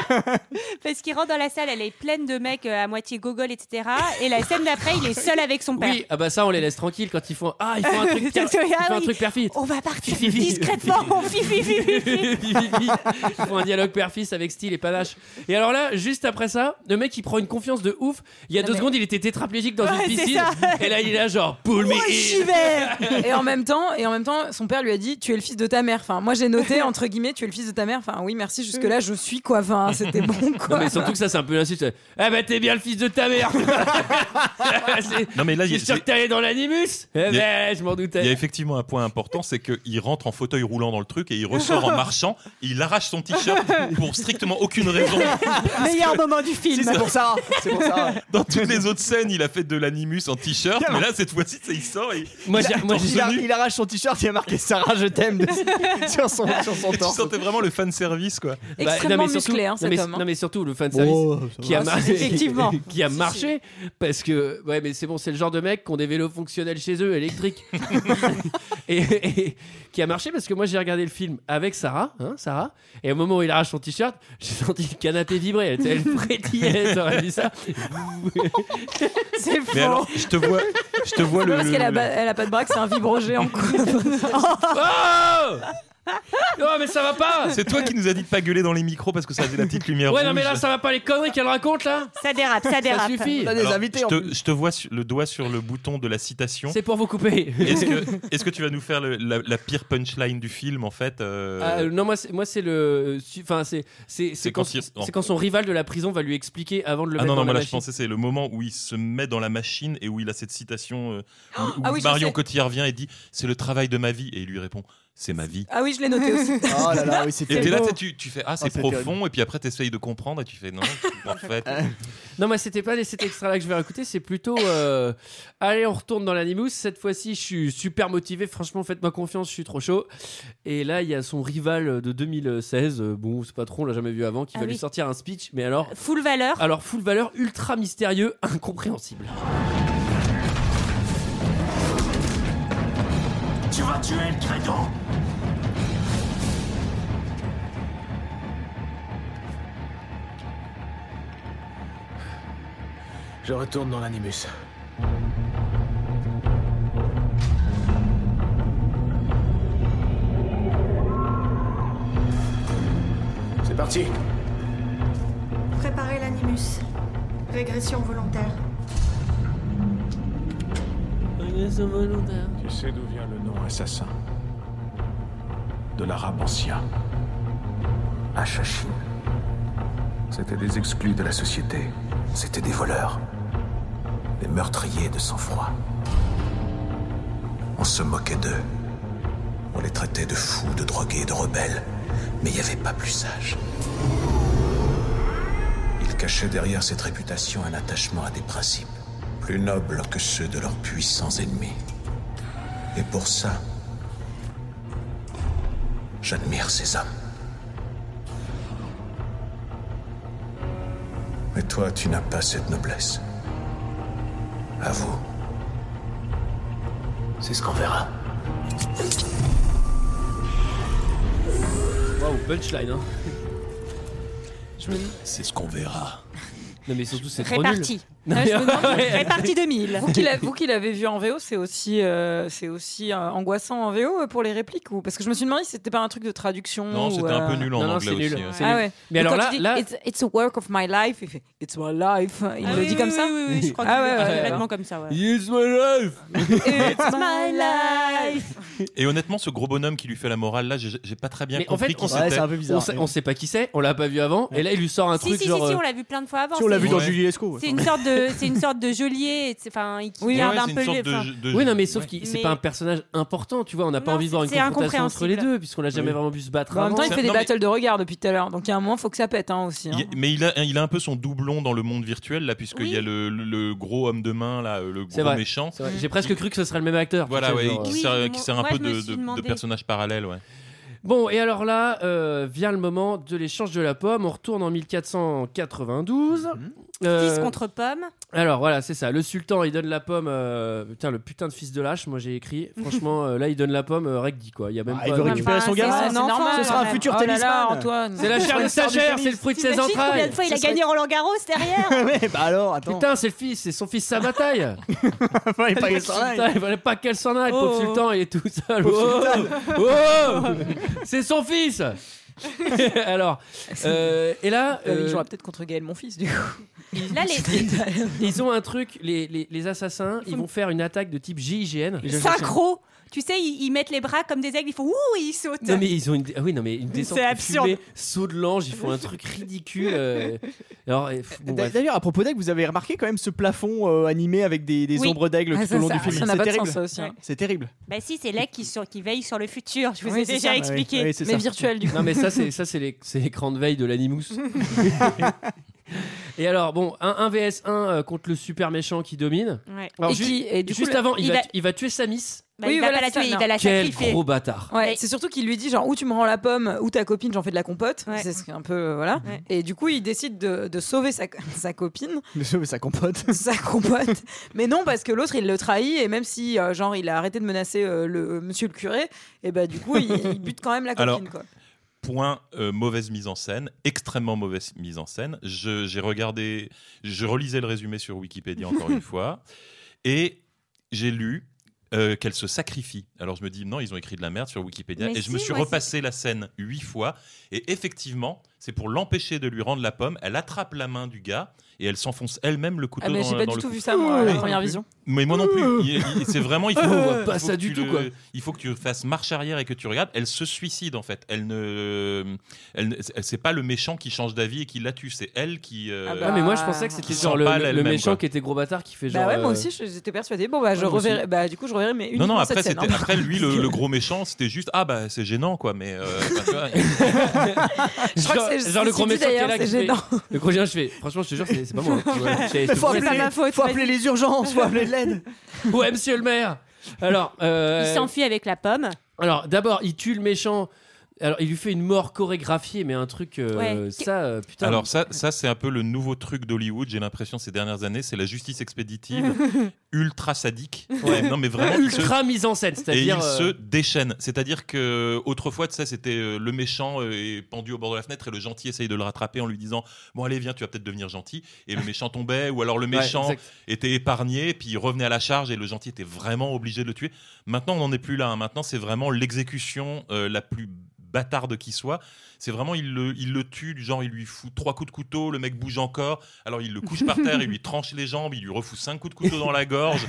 parce qu'il rentre dans la salle, elle est pleine de mecs euh, à moitié gogol, etc. Et la scène d'après, il est seul avec son père. Oui, ah bah ça, on les laisse tranquilles quand ils font Ah, ils font un truc, per... *laughs* C'est vrai, ils font un oui. truc perfide. *laughs* On va partir Fifi. discrètement. on fi- fi- fi- fi- fi. *laughs* Ils font un dialogue père-fils avec style et panache. Et alors là, juste après ça, le mec il prend une confiance de ouf. Il y a deux secondes, il était tétraplégique dans Ouais, une c'est piscine. ça. Et là, il est là, genre, pull me Oh, Moi, j'y in. vais et en même temps et en même temps son père lui a dit tu es le fils de ta mère enfin moi j'ai noté entre guillemets tu es le fils de ta mère enfin oui merci jusque là je suis quoi enfin c'était bon quoi Non, mais *laughs* surtout que ça, c'est un peu l'insulte. Eh bah, t'es bien le fils de ta mère. *laughs* C'est- Non mais là, il y T'es a- sûr que t'es allé dans l'animus Eh Il y bah, je m'en doutais. Il y a effectivement un point important, c'est qu'il rentre en fauteuil roulant dans le truc et il ressort en marchant. Il arrache son t-shirt pour strictement aucune raison. Meilleur moment du film. C'est pour ça. C'est pour ça. Dans toutes les autres scènes, il a fait de l'animus en t-shirt, mais là cette fois-ci, ça, il sort. Et... Moi, il j'ai- est moi, torse Il, a- nu. il arrache son t-shirt, il a marqué Sarah, je t'aime de- *laughs* sur son sur son Tu torse. sentais vraiment le fan service quoi. Bah, Extrêmement surtout- musclé, hein, non, cet mais- homme, hein. Non, mais surtout le fan service Oh, ça qui, a va. mar- Effectivement. *laughs* qui a Si, marché parce que, ouais, mais c'est bon, c'est le genre de mecs qui ont des vélos fonctionnels chez eux, *laughs* électriques. et, et- qui a marché parce que moi j'ai regardé le film avec Sarah, hein, Sarah, et au moment où il arrache son t-shirt, *laughs* j'ai senti le canapé vibrer. Elle, était- elle frétillait, j'aurais dit *laughs* ça. c'est faux Mais alors, je te vois, je te vois le. parce le- qu'elle a, le- ba- elle a pas de bras que c'est un vibro géant quoi. Oh Non, mais ça va pas C'est toi qui nous a dit de pas gueuler dans les micros parce que ça faisait la petite lumière Ouais, rouge. non, mais là ça va pas les conneries qu'elle raconte là Ça dérape, ça Ça dérape. suffit On a des Alors, invités. je, en te, plus. je te vois su- le doigt sur le bouton de la citation. C'est pour vous *laughs* couper *laughs* Est-ce que, est-ce que tu vas nous faire le- la, la pire punchline du film en fait euh, Ah, non, moi, c'est- moi c'est le. su- Enfin, c'est c'est c'est C'est quand, quand il- c'est quand son rival de la prison va lui expliquer avant de le Ah mettre non, dans non, moi la là je machine. pensais c'est le moment où il se met dans la machine et où il a cette citation euh, où, où Ah oui, je Marion sais. Cotillard vient et dit c'est le travail de ma vie et il lui répond c'est ma vie. ah oui je l'ai noté aussi Oh là là, oui, Et c'était t'es là, beau. t'es- tu, tu fais ah c'est c'est profond terrible. et puis après t'essayes de comprendre et tu fais non *laughs* en fait Ah. Non, mais c'était pas les- cet extra-là que je vais écouter, c'est plutôt. euh, Allez, on retourne dans l'animus. Cette fois-ci, je suis super motivé. Franchement, faites-moi confiance, je suis trop chaud. Et là, il y a son rival de 2016. euh, Bon, c'est pas trop, on l'a jamais vu avant, qui Ah va lui oui. sortir un speech. Mais alors. Full valeur. Alors, full valeur, ultra mystérieux, incompréhensible. Tu vas tuer le crédon Je retourne dans l'animus. C'est parti Préparez l'animus. Régression volontaire. Tu sais d'où vient le nom assassin De l'arabe ancien. Achachim. C'était des exclus de la société. C'était des voleurs. Des meurtriers de sang-froid. On se moquait d'eux. On les traitait de fous, de drogués, de rebelles. Mais il n'y avait pas plus sage. Ils cachaient derrière cette réputation un attachement à des principes plus nobles que ceux de leurs puissants ennemis. Et pour ça, j'admire ces hommes. Mais toi, tu n'as pas cette noblesse. À vous. C'est ce qu'on verra. Waouh, punchline, hein. C'est ce qu'on verra. Non, mais surtout, c'est trop nul. Réparti. Non, Ah, je me *laughs* mais- demande- Réparti 2000. Vous qui l'a- vous qui l'avez vu en VO, c'est aussi, euh, c'est aussi euh, angoissant en VO euh, pour les répliques ou parce que je me suis demandé si c'était pas un truc de traduction. non ou, c'était euh, un peu nul en non, non, anglais c'est aussi. hein. nul. ouais. C'est Ah nul. ouais. Mais Et alors quand là- il dit, là- it's, it's a work of my life, il fait it's my life, hein. il Ah le oui, dit oui, comme ça. Oui, oui, oui, je crois Ah qu'il le ouais, dit ouais, complètement comme ça. ouais. It's my life. It's My life. Et honnêtement ce gros bonhomme qui lui fait la morale là j'ai j'ai pas très bien Mais en compris fait, qui on Ouais, c'était. c'est un peu On bizarre. sait, on sait pas qui c'est, on l'a pas vu avant, et là il lui sort un Si, truc si, si, genre. si, euh, on l'a vu plein de fois avant. Si on l'a c'est- vu dans Ouais. Julie Lescaut. C'est une sorte de, c'est une sorte de geôlier. c'est- Enfin, il qui Ouais, garde ouais, un c'est une peu sorte le. de enfin, jeu- de Oui, jeu. non, mais sauf qu'il Mais- c'est pas un personnage important, tu vois, on n'a pas Non, envie de voir une c'est confrontation entre les incompréhensible. Bah, deux, puisqu'on l'a jamais Oui. vraiment vu se battre. En même avant. temps, il fait Non, des mais- battles de regard depuis tout à l'heure, donc il y a un moment, faut que ça pète hein, aussi. hein. Il- mais il a, il a un peu son doublon dans le monde virtuel là puisqu'il y a le, le- le gros homme de main là euh, le C'est gros vrai. méchant C'est vrai, J'ai presque cru que ce serait le même acteur. tu Voilà, sais, ouais, genre, qui, euh, Oui, sert, je me- qui sert un moi, peu je me de, suis de- de demandé. personnage parallèle, ouais. Bon, et alors là, euh, vient le moment de l'échange de la pomme. On retourne en 1492. Euh, Fils contre pomme. Alors voilà, c'est ça. Le sultan, il donne la pomme. euh, Putain, le putain de fils de lâche, moi j'ai écrit. *laughs* Franchement, euh, là, il donne la pomme euh, Regdi, quoi. Il y a même Ah, pas il veut de- récupérer son gamin. c'est son enfant, ce sera un ouais. futur Oh là là, talisman. Antoine. C'est la chair de sa chair, c'est le fruit de ses T'imagines combien entrailles. de fois il a Ce serait- gagné Roland Garros derrière Ouais, bah alors, attends. Putain, c'est le fils, c'est son fils sa bataille. il fallait pas qu'elle s'en aille. Putain, il fallait pas qu'elle s'en aille. Oh, Pauvre oh. sultan, il est tout seul. Pauvre Oh, *laughs* oh, c'est son fils. *laughs* Alors, euh, et là, *laughs* Euh, il euh, jouera peut-être contre Gaël, mon fils, du coup. *laughs* Là, les... ils ont un truc. Les, les- les assassins, ils vont faire une attaque de type JIGN. Synchro Tu sais, ils, ils mettent les bras comme des aigles, ils font ouh, et ils sautent. Non mais ils ont une ah oui non mais une descente C'est de absurde. fumée, saut de l'ange ils font un truc ridicule *laughs* euh, alors euh, f- bon, D'a- bref. D'ailleurs, à propos d'aigle, vous avez remarqué quand même ce plafond euh, animé avec des, des Oui. ombres d'aigle Ah, tout ça, au long ça- du film. ça n'a C'est pas de sens, terrible. ça aussi, hein. C'est terrible. Bah si, c'est l'aigle qui, sur- qui veille sur le futur, je vous Oui, ai c'est déjà ça. expliqué. Oui, oui, c'est Mais ça. virtuel, du coup. non mais ça c'est ça c'est les c'est l'écran de veille de *laughs* l'animus *laughs* et alors bon un, un vs 1 euh, contre le super méchant qui domine Ouais. alors et, ju- qui- et du coup, juste le- avant il, il va, a- il va tuer Samis Bah, Oui, il va voilà, pas la ça, tuer, il non. va la quel sacrifier. gros bâtard Ouais, Et- c'est surtout qu'il lui dit genre ou tu me rends la pomme ou ta copine j'en fais de la compote Ouais. c'est ce qui est un peu euh, voilà Ouais. et du coup il décide de, de sauver sa, *laughs* sa copine Mais ça, mais ça compote. *laughs* sa compote mais non parce que l'autre il le trahit et même si euh, genre il a arrêté de menacer euh, le monsieur le curé et bah du coup il, il *laughs* bute quand même la copine Alors, quoi. Point euh, mauvaise mise en scène, extrêmement mauvaise mise en scène. Je- J'ai regardé, je relisais le résumé sur Wikipédia *laughs* encore une fois, et j'ai lu euh, qu'elle se sacrifie. Alors je me dis non, ils ont écrit de la merde sur Wikipédia, Mais et je me si, suis moi, repassé la scène huit fois, et effectivement, c'est pour l'empêcher de lui rendre la pomme. Elle attrape la main du gars et elle s'enfonce elle-même le couteau Ah, mais dans, j'ai pas dans du le tout cou. vu ça moi à la Ouais. première vision Mais moi non plus. Il- il- C'est *laughs* vraiment, il faut, On voit il faut pas ça que du tu tout, le- quoi. Il faut que tu fasses marche arrière et que tu regardes. Elle se suicide en fait. Elle ne, elle, ne- c'est pas le méchant qui change d'avis et qui la tue. C'est elle qui. euh, Ah ah bah. mais moi je pensais que c'était Qui genre sent le, pas le l'elle-même, méchant quoi. qui était gros bâtard qui fait genre bah ouais moi euh, aussi je- j'étais persuadée bon bah je Ouais, moi aussi. reverrai bah du coup je reverrai mais Non non uniquement cette après scène c'était *laughs* hein. après *laughs* lui le, le gros méchant c'était juste ah bah c'est gênant quoi mais euh, *laughs* bah, tu vois, je crois genre- que genre c'est le gros méchant qui est là c'est qui fait- gênant *laughs* le gros géant je fais franchement je te jure c'est c'est pas moi Tu vois, c'est- c'est- Faut C'est pas appeler, ma faute, faut vas-y. appeler les urgences, faut appeler de l'aide. ouais monsieur le maire alors euh, Il s'enfuit avec la pomme. Alors d'abord, il tue le méchant. Alors il lui fait une mort chorégraphiée, mais un truc euh, Ouais. ça, euh, putain. Alors ça, ça c'est un peu le nouveau truc d'Hollywood. J'ai l'impression ces dernières années, c'est la justice *laughs* expéditive ultra sadique. Non mais vraiment il se- ultra mise en scène, Et il c'est-à-dire euh, se déchaîne. C'est-à-dire que autrefois, tu sais, c'était euh, le méchant euh, est pendu au bord de la fenêtre et le gentil essaye de le rattraper en lui disant Bon, allez, viens, tu vas peut-être devenir gentil. *laughs* Et le méchant tombait, ou alors le ouais, méchant exact. était épargné, puis il revenait à la charge et le gentil était vraiment obligé de le tuer. Maintenant, on n'en est plus là. hein. Maintenant, c'est vraiment l'exécution euh, la plus bâtarde qui soit. C'est vraiment, il le, il le tue, du genre, il lui fout trois coups de couteau, le mec bouge encore. Alors, il le couche par terre, il lui tranche les jambes, il lui refout cinq coups de couteau dans la gorge.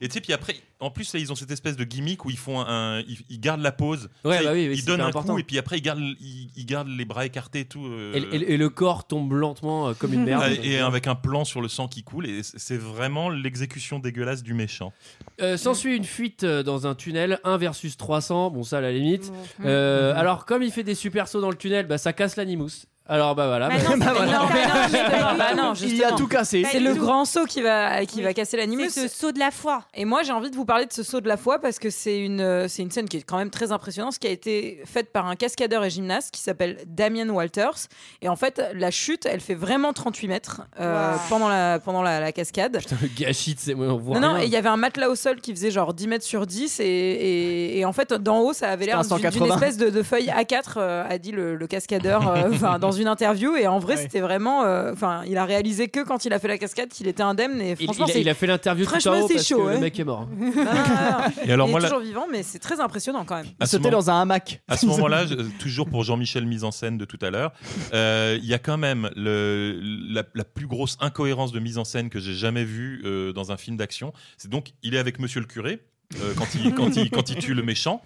Et tu sais, puis après, en plus, là, ils ont cette espèce de gimmick où ils font un. Ils, ils gardent la pause. Ouais, Tu sais, bah oui, ils oui, ils c'est donnent un important. coup et puis après, ils gardent, ils, ils gardent les bras écartés et tout. euh, Et, et- et le corps tombe lentement euh, *laughs* comme une merde. euh, et avec un plan sur le sang qui coule, et c- c'est vraiment l'exécution dégueulasse du méchant. Euh, S'ensuit une fuite euh, dans un tunnel, 1 versus 300, bon ça à la limite. mhm. Euh, Alors comme il fait des super sauts dans le tunnel, bah ça casse l'animus. Alors bah voilà. Bah bah- *laughs* non, *laughs* c'est pas- voilà. non, bah non, mais pas du Bah tout. non, Il a justement. tout cassé. c'est Pas le Bah, du tout. grand saut qui va qui va casser l'animus C'est ce saut de la foi. Et moi, j'ai envie de vous parler de ce saut de la foi parce que c'est une, euh, c'est une scène qui est quand même très impressionnante, qui a été faite par un cascadeur et gymnaste qui s'appelle Damien Walters. Et en fait, la chute, elle fait vraiment 38 mètres euh, Wow. pendant, la, pendant la, la cascade. Putain, le *laughs* gâchis, c'est moi on voit Non, non, rien. et il y avait un matelas au sol qui faisait genre 10 mètres sur 10, et, et- et en fait, d'en haut, ça avait l'air C'était un d'une d'une 180. espèce de, de feuille A4, euh, a dit le, le cascadeur euh, enfin, dans une interview. Et en vrai, Ouais. c'était vraiment. euh, Enfin, il a réalisé que quand il a fait la cascade qu'il était indemne, et Il, franchement, il a, c'est. il a fait l'interview tout Franchement, en haut c'est parce chaud, que le hein. mec est mort. Non, non, non, non. Et alors, Ah, il moi, est là, toujours vivant, mais c'est très impressionnant quand même. à ce Sauter moment- dans un hamac. À ce *laughs* moment-là, je- toujours pour Jean-Michel mise en scène de tout à l'heure, euh, il y a quand même le- la, la plus grosse incohérence de mise en scène que j'ai jamais vue euh, dans un film d'action. C'est donc, il est avec Monsieur le curé euh, quand, il, quand, il, quand il tue le méchant.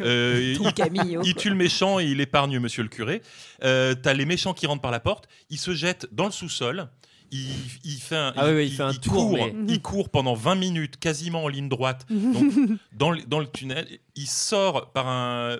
Euh, il- Ton Camillo, il quoi. tue le méchant et il épargne monsieur le curé. Euh, T'as les méchants qui rentrent par la porte, il se jette dans le sous-sol. Il, il fait un, Ah oui, oui, il fait un tour, court, mais- il court pendant 20 minutes, quasiment en ligne droite, donc, dans, le, dans le tunnel. Il sort par un,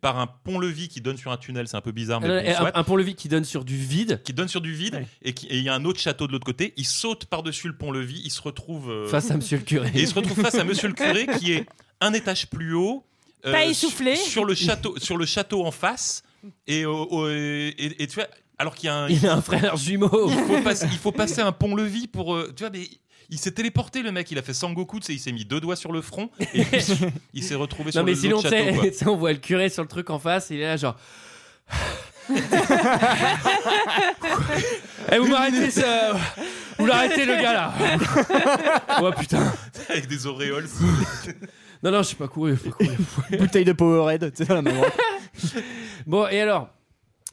par un pont-levis qui donne sur un tunnel, c'est un peu bizarre, mais Alors, bon, Euh, et un, soit, un pont-levis qui donne sur du vide qui donne sur du vide, Ouais. et qui- et il y a un autre château de l'autre côté. Il saute par-dessus le pont-levis, il se retrouve... euh, face à monsieur le curé. et il se retrouve face à Monsieur le curé qui est un étage plus haut. euh, Pas essoufflé. Sur, sur le château, sur le château en face. Et, au- au- et- et- et tu vois, alors qu'il y a un, Il a un frère jumeau. *laughs* il faut, passer- il faut passer un pont-levis pour. euh, tu vois, mais il s'est téléporté, le mec. Il a fait Sangoku, tu sais, il s'est mis deux doigts sur le front et il s'est retrouvé sur Non, mais le sinon, l'autre tu château. sais, *laughs* quoi. tu sais, on voit le curé sur le truc en face, il est là, *laughs* genre. Eh, vous m'arrêtez ça Vous l'arrêtez, le gars là *laughs* Oh putain Avec des auréoles. *laughs* Non, non, je suis pas couru, faut courir. Bouteille de Powerade, *laughs* c'est la maman. Bon, et alors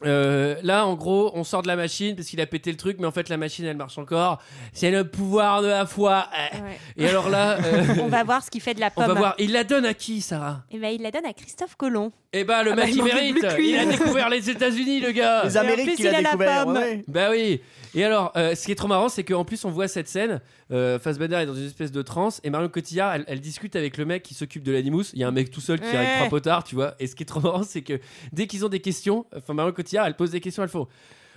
euh, là, en gros, on sort de la machine parce qu'il a pété le truc, mais en fait, la machine elle marche encore. C'est le pouvoir de la foi. Eh. Ouais. Et alors là, euh, *laughs* on va voir ce qu'il fait de la on pomme. va voir. Il la donne à qui, Sarah Et ben, il la donne à Christophe Colomb. Eh bah, le Ah bah, mec il il manquait mérite. plus que lui. Il a découvert les États-Unis, le gars. *laughs* Les en plus, Amériques qu'il il a la a découvert. pomme. ouais. *laughs* Bah oui. Et alors, euh, ce qui est trop marrant, c'est qu'en plus, on voit cette scène. Euh, Fassbender est dans une espèce de transe et Marion Cotillard, elle, elle discute avec le mec qui s'occupe de l'animus. Il y a un mec tout seul qui Ouais. arrive trois potards, tu vois. Et ce qui est trop marrant, c'est que dès qu'ils ont des questions, enfin, Marion Cotillard, elle pose des questions, elle fait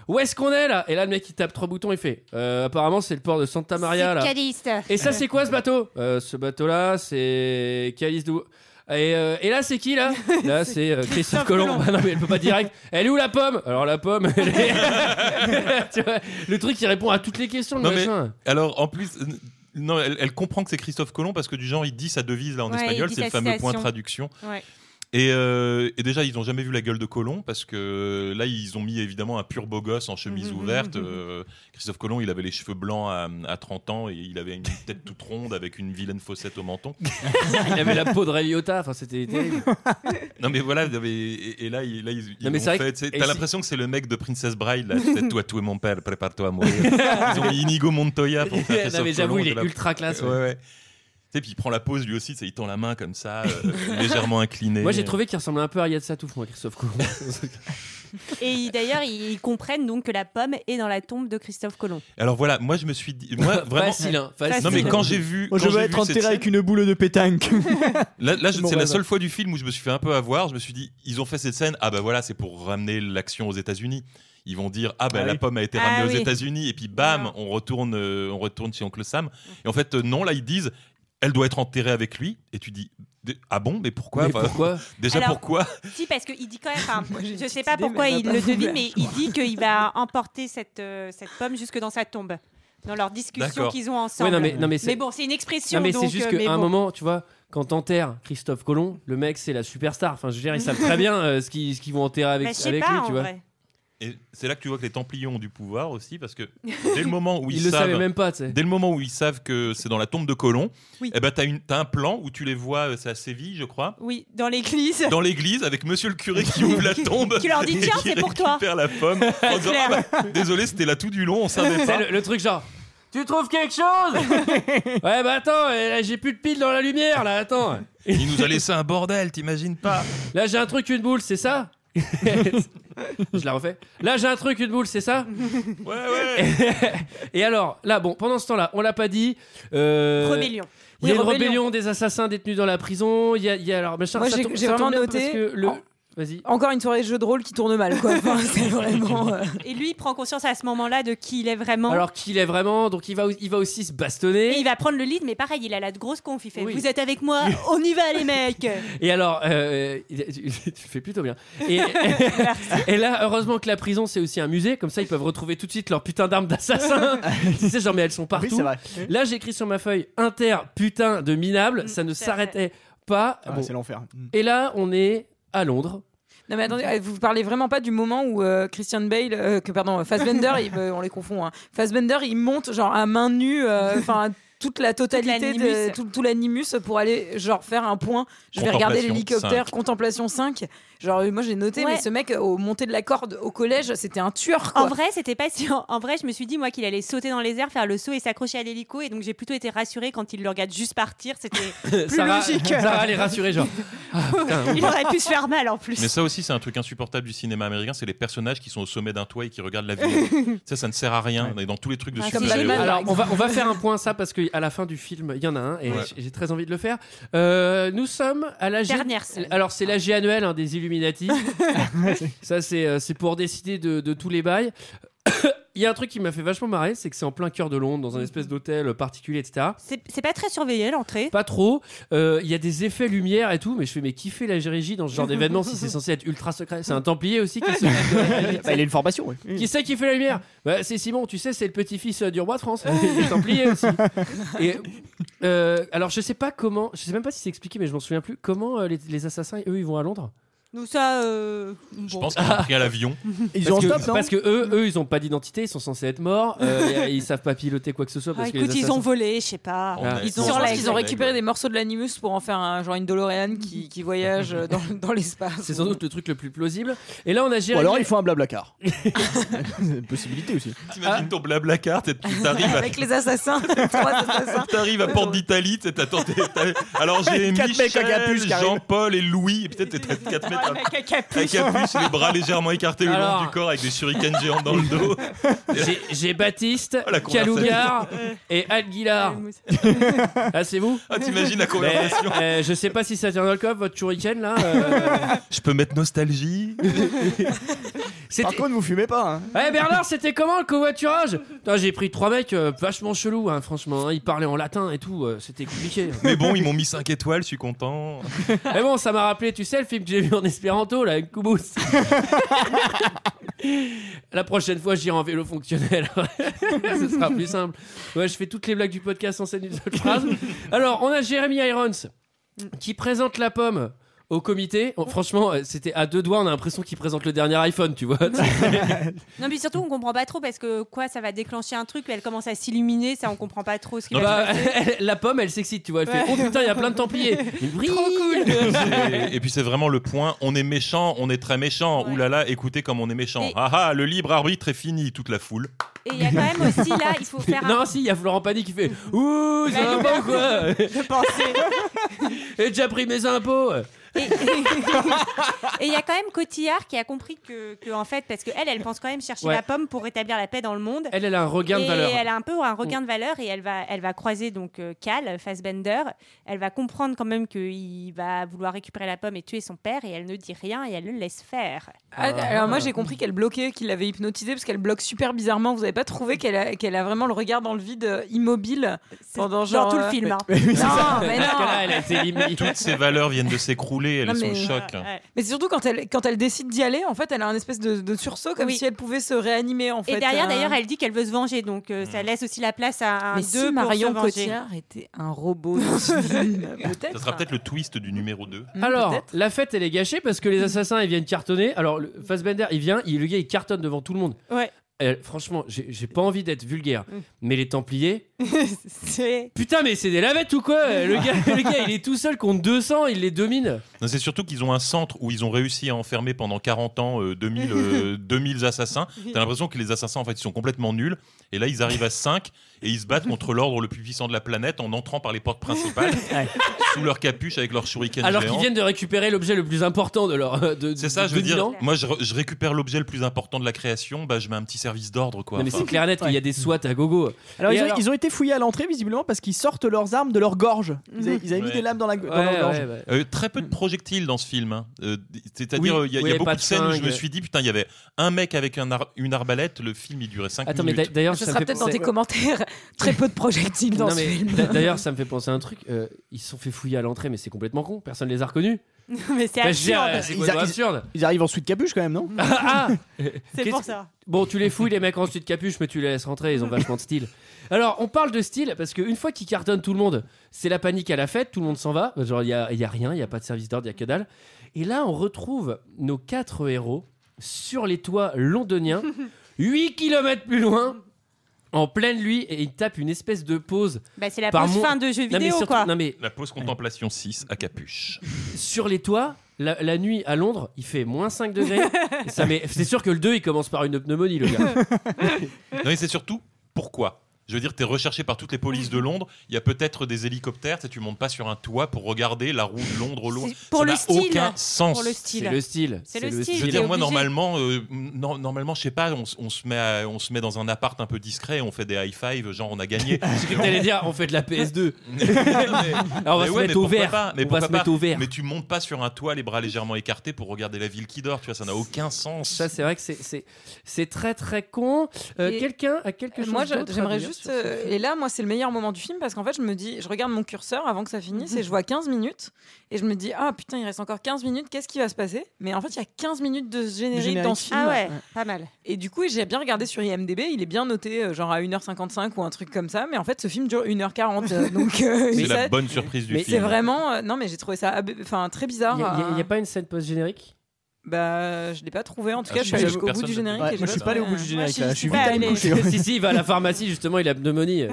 Où est-ce qu'on est là Et là, le mec, il tape trois boutons, il fait Euh, Apparemment, c'est le port de Santa Maria là. C'est Caliste. Et ça, c'est quoi ce bateau Euh, Ce bateau-là, c'est Calice d'où et, euh, et là, c'est qui *laughs* là Là, c'est euh, Christophe Colomb. Bah non, mais elle peut pas direct. Elle est où la pomme Alors la pomme, elle est. *laughs* Tu vois, le truc qui répond à toutes les questions. le Non, mais- machin. Alors, en plus. euh, Non, elle, elle comprend que c'est Christophe Colomb parce que du genre il dit sa devise là en Ouais, il espagnol, dit c'est le sa fameux point de citation. traduction. Ouais. Et, euh, et déjà ils n'ont jamais vu la gueule de Colomb parce que là ils ont mis évidemment un pur beau gosse en chemise Mhm, ouverte. mhm, mhm. Euh, Christophe Colomb il avait les cheveux blancs à, à 30 ans et il avait une tête toute ronde avec une vilaine fossette au menton. Il avait la peau de Ray Liotta. Enfin, c'était terrible. Non mais voilà, mais- et, et là, ils, là, ils, ils Non, mais l'ont c'est vrai fait. que- tu sais, et T'as si- l'impression que c'est le mec de Princess *laughs* Bride, là. tu sais, Toi, tu es mon père, prépare-toi à mourir. ils ont mis Inigo Montoya pour *laughs* faire non, Christophe mais j'avoue, Colomb, il t'es est là- ultra classe. ouais. Ouais, ouais. Tu sais, puis il prend la pose lui aussi, tu sais, il tend la main comme ça, *laughs* euh, légèrement inclinée. Moi, j'ai trouvé qu'il ressemblait un peu à Yad Satouf, moi, Christophe Colomb. Et ils- d'ailleurs, ils ils comprennent donc que la pomme est dans la tombe de Christophe Colomb. Alors voilà, moi je me suis dit, moi vraiment. Facile, hein. Facile. Non mais quand j'ai vu, Moi, je quand veux j'ai être vu enterré cette avec une boule de pétanque. *laughs* Là, là, je- Mon c'est la rêve. seule fois du film où je me suis fait un peu avoir. Je me suis dit, ils ont fait cette scène. Ah bah voilà, c'est pour ramener l'action aux États-Unis. Ils vont dire ah bah Ah la oui. pomme a été Ah ramenée aux oui. États-Unis et puis bam, Voilà. on retourne, euh, on retourne chez oncle Sam. Et en fait euh, non, là ils disent elle doit être enterrée avec lui. Et tu dis d- ah bon, mais pourquoi Mais Enfin, pourquoi Déjà Alors- pourquoi Si, parce qu'il dit quand même. enfin, Moi, j'ai une je sais petite pas idée, pourquoi mais elle il m'a le pas devine, ouvert, mais je il dit *laughs* qu'il va emporter cette, euh, cette pomme jusque dans sa tombe. Dans leur discussion D'accord. qu'ils ont ensemble. Ouais, non, mais, non, mais c'est- Mais bon, c'est une expression. Non, mais donc, c'est juste euh, mais qu'à un bon. moment, tu vois, quand t'enterres Christophe Colomb, le mec, c'est la superstar. Enfin, je veux dire, ils savent très bien euh, ce qu'ils ce qu'ils vont enterrer Bah, avec, je sais avec pas, lui, en tu vois. vrai. Et c'est là que tu vois que les Templiers ont du pouvoir aussi *laughs* parce que dès le moment où ils, Ils le savent, savaient même pas, tu sais. dès le moment où ils savent que c'est dans la tombe de Colomb, Oui. eh ben t'as une- t'as un plan où tu les vois, euh, c'est à Séville je crois. Oui, dans l'église. dans l'église avec monsieur le curé qui ouvre la tombe. *laughs* Qui leur dit, et tiens, qui c'est pour toi. récupère la pomme. *laughs* en disant, Claire. Ah bah, désolé, c'était là tout du long, on savait C'est pas. le, le truc genre. Tu trouves quelque chose *laughs* Ouais, bah attends, euh, j'ai plus de pile dans la lumière là, attends. *laughs* Il nous a laissé un bordel, t'imagines pas. Là, j'ai un truc, une boule, c'est ça *laughs* Je la refais. Là, j'ai un truc, une boule, c'est ça Ouais, ouais. *laughs* Et alors, là, bon, pendant ce temps-là, on l'a pas dit. euh, *laughs* Rébellion. Il y a Oui, une rébellion. rébellion des assassins détenus dans la prison. Il y a, il y a- alors, machin, Moi, ça j'ai- tombe- j'ai ça tombe vraiment bien parce noté- que le- en- Vas-y. Encore une soirée de jeu de rôle qui tourne mal, quoi. Enfin, c'est vraiment. euh, Et lui, il prend conscience à ce moment-là de qui il est vraiment. Alors qu'il est vraiment, donc il va, il va aussi se bastonner. Et il va prendre le lead, mais pareil, il a la grosse conf. Il fait Oui. Vous êtes *laughs* avec moi, on y va, les mecs Et alors, euh, tu, *laughs* tu fais plutôt bien. Et, *laughs* et là, heureusement que la prison, c'est aussi un musée. Comme ça, ils peuvent retrouver tout de suite leurs putains d'armes d'assassin. tu sais, genre, mais elles sont Oui, partout. c'est vrai. là, j'écris sur ma feuille inter putain de minable. Mm, ça ne tout à s'arrêtait pas. Ah, Bon. C'est l'enfer. Et là, on est à Londres. Non mais attendez, euh, vous parlez vraiment pas du moment où euh, Christian Bale, euh, que pardon, *laughs* Fassbender, il- euh, on les confond. Hein. Fassbender, il monte genre à main nue, *laughs* euh, enfin toute la totalité, Toute de, l'animus. tout, tout l'animus pour aller genre faire un point. Je vais regarder Contemplation l'hélicoptère, contemplation 5. Genre euh, moi j'ai noté, Ouais. mais ce mec euh, au montée de la corde au collège, c'était un tueur. Quoi. En vrai, c'était pas si. En vrai, je me suis dit, moi, qu'il allait sauter dans les airs, faire le saut et s'accrocher à l'hélico. Et donc, j'ai plutôt été rassurée quand il le regarde juste partir. *laughs* C'était. Sarah, logique. Sarah, elle est rassurée, genre. Ah, putain. il aurait pu se faire mal en plus. Mais ça aussi, c'est un truc insupportable du cinéma américain c'est les personnages qui sont au sommet d'un toit et qui regardent *laughs* la vie. ça, ça ne sert à rien. On est dans tous les trucs de Ah, Ouais, super comme Batman. héros. Alors, par on va, on va faire un point ça parce qu'à la fin du film, il y en a un et Ouais. j'ai- j'ai très envie de le faire. Euh, nous sommes à la G- Dernière scène. Alors, c'est hein, l'AG annuel des Illuminati. ça, c'est euh, c'est pour décider de, de tous les bails. *coughs* il y a un truc qui m'a fait vachement marrer, c'est que c'est en plein cœur de Londres, dans un espèce d'hôtel particulier, etc. C'est c'est pas très surveillé l'entrée. Pas trop. Euh, Il y a des effets lumière et tout, mais je fais mais kiffer la régie dans ce genre d'événement si c'est censé être ultra secret. C'est un Templier aussi qui se. Bah, il a une formation, ouais. Qui c'est qui fait la *laughs* lumière Bah, C'est Simon, tu sais, c'est le petit-fils euh, du roi de France, il est Templier *laughs* aussi. Et, euh, alors je sais pas comment, je sais même pas si c'est expliqué, mais je m'en souviens plus. Comment euh, les, les assassins, eux, ils vont à Londres Nous ça. euh, Je bon. pense qu'ils ont pris à l'avion. Ah. Ils parce ont un que, stop, non Parce que eux, eux, ils ont pas d'identité, ils sont censés être morts, *laughs* euh, et ils savent pas piloter quoi que ce soit. Ah, Parce que écoute, les ils assassins- ont volé, je sais pas. On a- Ils Je ont Sur pense la- qu'ils ont récupéré des morceaux de l'animus pour en faire un, genre une DeLorean qui, qui voyage euh, dans, dans l'espace. C'est sans doute le truc le plus plausible. Et là, on a Ou Jérémy. alors il faut un *laughs* blabla car. C'est une *laughs* possibilité aussi. T'imagines ton blabla carte et tu t'arrives à Avec les assassins, *laughs* les trois assassins. T'arrives à Porte d'Italie, t'es t'attends. t'es- t'es- Alors j'ai Quatre mecs à Michel, capuche qui arrivent. Jean-Paul et Louis. et Peut-être t'es t'es- quatre mecs à- à capuche, les bras légèrement écartés le Alors. long du corps avec des shurikens géants dans le dos. J'ai- J'ai *laughs* Baptiste, Oh, la conversation. Calougar et Al Guillard. Ah, c'est vous Ah, t'imagines la Mais, conversation euh, Je sais pas si ça tient dans le coffre, votre shuriken là. euh, Je peux mettre nostalgie Par C'était- contre, vous fumez pas. Hein. Eh Bernard, c'était comment le covoiturage Putain, J'ai pris trois mecs euh, vachement chelous, hein, franchement. hein, ils parlaient en latin et tout, euh, c'était compliqué. Mais bon, ils m'ont mis 5 étoiles, je suis content. Mais bon, ça m'a rappelé, tu sais, le film que j'ai vu en espéranto, là, avec Koubous. La prochaine fois, j'irai en vélo fonctionnel. *laughs* Ce sera plus simple. Ouais, je fais toutes les blagues du podcast en scène d'une seule phrase. Alors, on a Jérémy Irons qui présente la pomme au comité. Oh, franchement, euh, c'était à deux doigts, on a l'impression qu'il présente le dernier iPhone, tu vois. Non, mais surtout, on comprend pas trop parce que quoi, ça va déclencher un truc, elle commence à s'illuminer, ça, on comprend pas trop ce qui Bah, va *laughs* se passer. elle- la pomme, elle s'excite, tu vois. Elle fait Oh putain, il y a plein de *laughs* Templiers. Trop *laughs* cool Et, et puis c'est vraiment le point on est méchant, on est très méchant. Ouais. Ouh là là, écoutez comme on est méchant. Et- Ah ah, le libre arbitre est fini, toute la foule. Et il y a quand même aussi là, il faut faire un. Non, si, il y a Florent Pagny qui fait Ouh, ça La va pas ou quoi de penser. *laughs* J'ai déjà pris mes impôts Et *laughs* et il y a quand même Cotillard qui a compris que, que, en fait, parce que elle, elle pense quand même chercher Ouais. la pomme pour rétablir la paix dans le monde. Elle, elle a un regain et de valeur. Mm. elle a un peu un regain de valeur et elle va, elle va croiser donc euh, Cal, Fassbender. Elle va comprendre quand même qu'il va vouloir récupérer la pomme et tuer son père et elle ne dit rien et elle le laisse faire. Ah, alors moi j'ai compris qu'elle bloquait, qu'il l'avait hypnotisée parce qu'elle bloque super bizarrement. Vous avez pas trouvé qu'elle a, qu'elle a vraiment le regard dans le vide euh, immobile C'est pendant dans genre tout euh, le *laughs* film. hein. *laughs* Non, mais Parce que non. là, elle a été limite. Toutes ces valeurs viennent de s'écrouler, elles Non, sont mais- choc. Ouais. Mais c'est surtout quand elle, quand elle décide d'y aller, en fait, elle a un espèce de, de sursaut comme Oui. si elle pouvait se réanimer. En fait, Et derrière, euh, d'ailleurs, elle dit qu'elle veut se venger, donc euh, ça laisse aussi la place à un Mais deux si pour se Marion venger. Cotillard était un robot *laughs* dans ce film, peut-être. Ça sera peut-être le twist du numéro 2. Hmm, Alors, peut-être. Hmm. la fête, elle est gâchée parce que les assassins, ils viennent cartonner. Alors, le- Fassbender, il vient, il, le gars, il cartonne devant tout le monde. Ouais. Euh, franchement, j'ai j'ai pas envie d'être vulgaire, Hmm. Mm. mais les Templiers. *laughs* C'est- Putain, mais c'est des lavettes ou quoi Hmm. le gars, le gars, il est tout seul contre 200, il les domine. Non, C'est surtout qu'ils ont un centre où ils ont réussi à enfermer pendant 40 ans euh, 2000, euh, 2000 assassins. T'as l'impression que les assassins, en fait, ils sont complètement nuls. Et là, ils arrivent à 5 et ils se battent contre l'ordre le plus puissant de la planète en entrant par les portes principales, sous leur capuche avec leurs shurikens Alors qu'ils géants. viennent de récérer l'objet le plus important de leur. euh, de- C'est de- ça, de je veux dire. bilan. Moi, je, re- je récupère l'objet le plus important de la création, bah, je mets un petit service d'ordre, quoi. Non, mais Enfin, c'est clair et net qu'il y a des SWAT à gogo. Alors, Et ils ont, alors- ils ont été fouillés à l'entrée visiblement parce qu'ils sortent leurs armes de leur gorge. Ils Mhm. avaient, ils avaient mis Ouais. des lames dans, la, dans Ouais, leur gorge. ouais, ouais. euh, très peu de projectiles dans ce film. hein. Euh, C'est-à-dire, Oui, euh, il y a, il oui, y a pas beaucoup de de scènes où je fringues. me suis dit, putain, il y avait un mec avec un ar- une arbalète, le film il durait 5 Attends, mais minutes. d'a- d'ailleurs, Ce ça me sera fait peut-être dans penser- tes commentaires. Très peu de projectiles dans Non, ce mais film. d'a- *laughs* D'ailleurs, ça me fait penser à un truc. euh, ils se sont fait fouiller à l'entrée, mais c'est complètement con. Personne les a reconnus. *laughs* mais c'est Enfin, je veux dire, absurde. euh, c'est Ils complètement a- ils- absurde. Ils arrivent en sweat capuche quand même, non *laughs* Ah, ah *laughs* C'est qu'est-ce- pour ça. Bon, tu les fouilles, les mecs en de capuche, mais tu les laisses rentrer, ils ont vachement de style. Alors, on parle de style parce qu'une fois qu'ils cartonnent tout le monde, c'est la panique à la fête, tout le monde s'en va. Genre, il n'y a, il y a rien, il n'y a pas de service d'ordre, il n'y a que dalle. Et là, on retrouve nos quatre héros sur les toits *laughs* londoniens, 8 km plus loin, en pleine nuit, et ils tapent une espèce de pause. Bah, c'est la Par pause mon- fin de jeu non, mais vidéo, surtout- quoi. non, mais La pause contemplation 6 à capuche. sur les toits, la, la nuit à Londres, il fait moins 5 degrés. Et ça met- C'est sûr que le 2, il commence par une pneumonie, le gars. Non, mais c'est surtout pourquoi. Je veux dire, tu es recherché par toutes les polices de Londres. Il y a peut-être des hélicoptères. Tu sais, tu montes pas sur un toit pour regarder la roue de Londres au loin. C'est pour Ça le n'a style. aucun sens. Pour le style. C'est le style. C'est le style, Je veux il dire, est moi, obligé. normalement, euh, nor- normalement, je sais pas, on, s- on se met à- on se met dans un appart un peu discret, on fait des high five, genre on a *laughs* gagné. Ce que t'allais dire, on fait de la PS2. Mais- Alors, on va mais se ouais, mettre mais au pourquoi vert. pas, mais On va pourquoi se mettre pas. au vert. Mais tu montes pas sur un toit les bras légèrement écartés pour regarder la ville qui dort, tu vois, ça n'a aucun sens. Ça, c'est vrai que c'est- c'est c'est très très con. Euh, Et- Quelqu'un a quelque chose Moi, j'a- d'autre à j'aimerais dire juste. sur ce euh, film et là, moi, c'est le meilleur moment du film parce qu'en fait, je me dis, je regarde mon curseur avant que ça finisse Mhm. et je vois 15 minutes et je me dis, ah putain, il reste encore 15 minutes, qu'est-ce qui va se passer Mais en fait, il y a 15 minutes de générique, générique. dans ce film. Ah ouais, pas mal. Et du coup, j'ai bien regardé sur IMDb, il est bien noté, euh, genre à 1h55 ou un truc comme ça, mais en fait, ce film *laughs* dure 1h40. euh, donc, euh, C'est et la ça- bonne surprise du mais film. C'est vraiment. euh, non, mais j'ai trouvé ça ab- enfin, très bizarre. Y a- y a- y a pas une scène post-générique bah, je l'ai pas trouvé. En tout Ah, cas, je je suis allée suis- jusqu'au bout personne du ne- générique. Ouais, et moi, j'ai je suis pas pas allé au trouvé. bout du générique, hein. Moi, là, je je suis pas vite allée me *laughs* allée. *laughs* coucher. si, si, il va à la pharmacie, justement, il a pneumonie. Et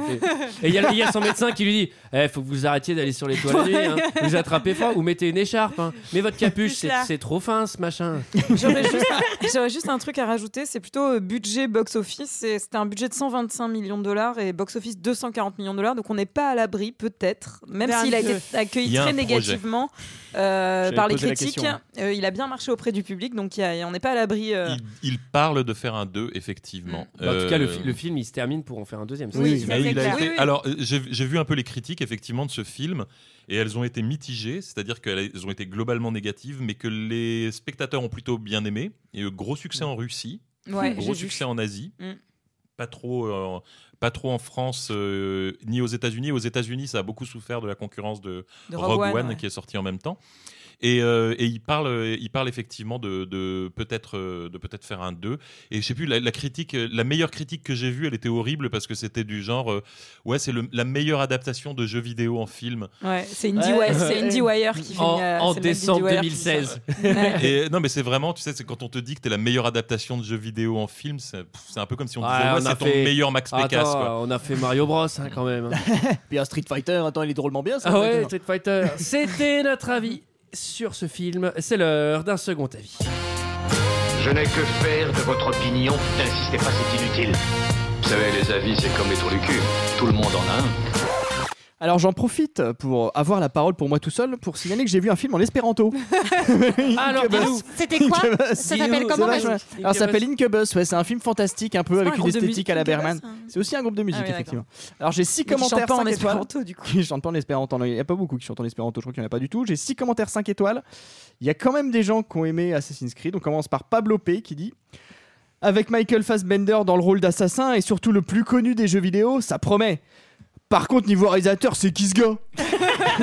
il y, a- il y a son médecin qui lui dit Eh, Faut que vous arrêtiez d'aller sur les toits la nuit, hein. vous attrapez froid, ou mettez une écharpe, hein. mais votre capuche, c'est là. c'est trop fin ce machin. J'aurais juste, un- j'aurais juste un truc à rajouter, c'est plutôt euh, budget box-office. C'est- C'était un budget de 125 millions de dollars et box-office 240 millions de dollars. Donc on n'est pas à l'abri, peut-être, même Vers s'il a le- été accueilli Il y a très un projet. négativement euh, J'avais par les posé la critiques. question. hein. Euh, il a bien marché auprès du public, donc il y a- on n'est pas à l'abri. euh, Il parle de faire un 2, effectivement. Bah, en tout cas, le, fi- Euh, le film il se termine pour en faire un deuxième. ça, Oui, c'est- mais il a été- Alors, euh, j'ai j'ai vu un peu les critiques, effectivement, de ce film, et elles ont été mitigées, c'est-à-dire qu'elles ont été globalement négatives, mais que les spectateurs ont plutôt bien aimé. Et euh, gros succès en Russie, Ouais, j'ai gros vu. succès en Asie. Mm. Pas trop, euh, pas trop en France, euh, ni aux États-Unis. Aux États-Unis, ça a beaucoup souffert de la concurrence de, De Rogue, Rogue One, One, ouais. qui est sorti en même temps. Et, euh, et il, parle, euh, il parle effectivement de, de peut-être euh, de peut-être faire un 2. Et je sais plus, la, la critique, euh, la meilleure critique que j'ai vue, elle était horrible parce que c'était du genre, euh, ouais, c'est le- la meilleure adaptation de jeux vidéo *laughs* en film. Ouais, c'est IndieWire- c'est *laughs* IndieWire qui fait, En, euh, en c'est le mec décembre d'IndieWire qui fait ça. 2016. Et, non, mais c'est vraiment, tu sais, c'est quand on te dit que t'es la meilleure adaptation de jeux vidéo en film, c'est pff, c'est un peu comme si on Ouais, disait, ouais, on a c'est ton fait- Ah, meilleur Max Attends, Pécasse. quoi. On a fait Mario Bros hein, quand même. Puis un Street Fighter, attends, il est drôlement bien ça. Ah ouais, Street Fighter. C'était notre avis sur ce film. C'est l'heure d'un second avis. Je n'ai que faire de votre opinion. N'insistez pas, c'est inutile. Vous savez, les avis, c'est comme les trous du cul. Tout le monde en a un. Alors j'en profite pour avoir la parole pour moi tout seul pour signaler que j'ai vu un film en espéranto. Alors, dis-nous. C'était quoi Incubus. Ça s'appelle Dis-nous. comment, C'est vas-y vachement- Alors Ah, ça s'appelle Incubus, ouais, c'est un film fantastique un peu pas avec un une groupe de esthétique à la musique, Incubus, Berman. C'est aussi un groupe de musique Ah oui, effectivement. Alors j'ai six Mais qui chante commentaires pas en 5 *laughs* étoiles. espéranto, du coup. Qui chantent pas en espéranto, non, il n'y a pas beaucoup qui chantent en espéranto, je crois qu'il n'y en a pas du tout. J'ai six commentaires 5 étoiles. Il y a quand même des gens qui ont aimé Assassin's Creed. On commence par Pablo P qui dit avec Michael Fassbender dans le rôle d'assassin et surtout le plus connu des jeux vidéo, ça promet. Par contre, niveau réalisateur, c'est qui ce gars *laughs*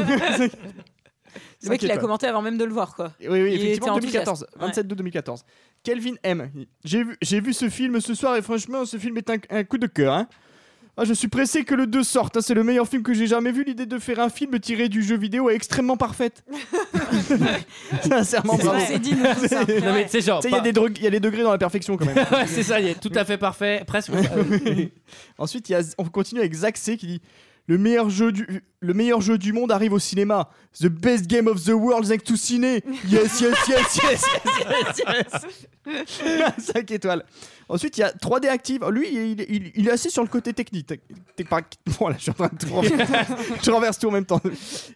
Le mec, il a commenté avant même de le voir, quoi. Oui, Il oui, était effectivement, enthousiaste. 2014, Ouais. 27 de 2014. Kelvin M. J'ai vu, j'ai vu ce film ce soir et franchement, ce film est un, un coup de cœur. hein. Ah, je suis pressé que le 2 sorte. hein, C'est le meilleur film que j'ai jamais vu. L'idée de faire un film tiré du jeu vidéo est extrêmement parfaite. Sincèrement, C'est bravo. vrai. C'est dit, nous, tout ça. C'est- Non, mais tu sais, genre, il y a pas- des drog- il y a des degrés dans la perfection quand *laughs* même. ouais, c'est ça, il est tout à fait parfait, presque. *laughs* Ensuite, il y a- on continue avec Zach C qui dit le meilleur, jeu du, le meilleur jeu du monde arrive au cinéma. The best game of the world, Zach to ciné. Yes, yes, yes, yes, yes, yes, yes. *laughs* 5 étoiles. Ensuite, il y a 3D Active. Lui, il, il- il est assez sur le côté technique. Tec- tec- par- Bon, là, je suis en train de tout renverser. Je renverse tout en même temps.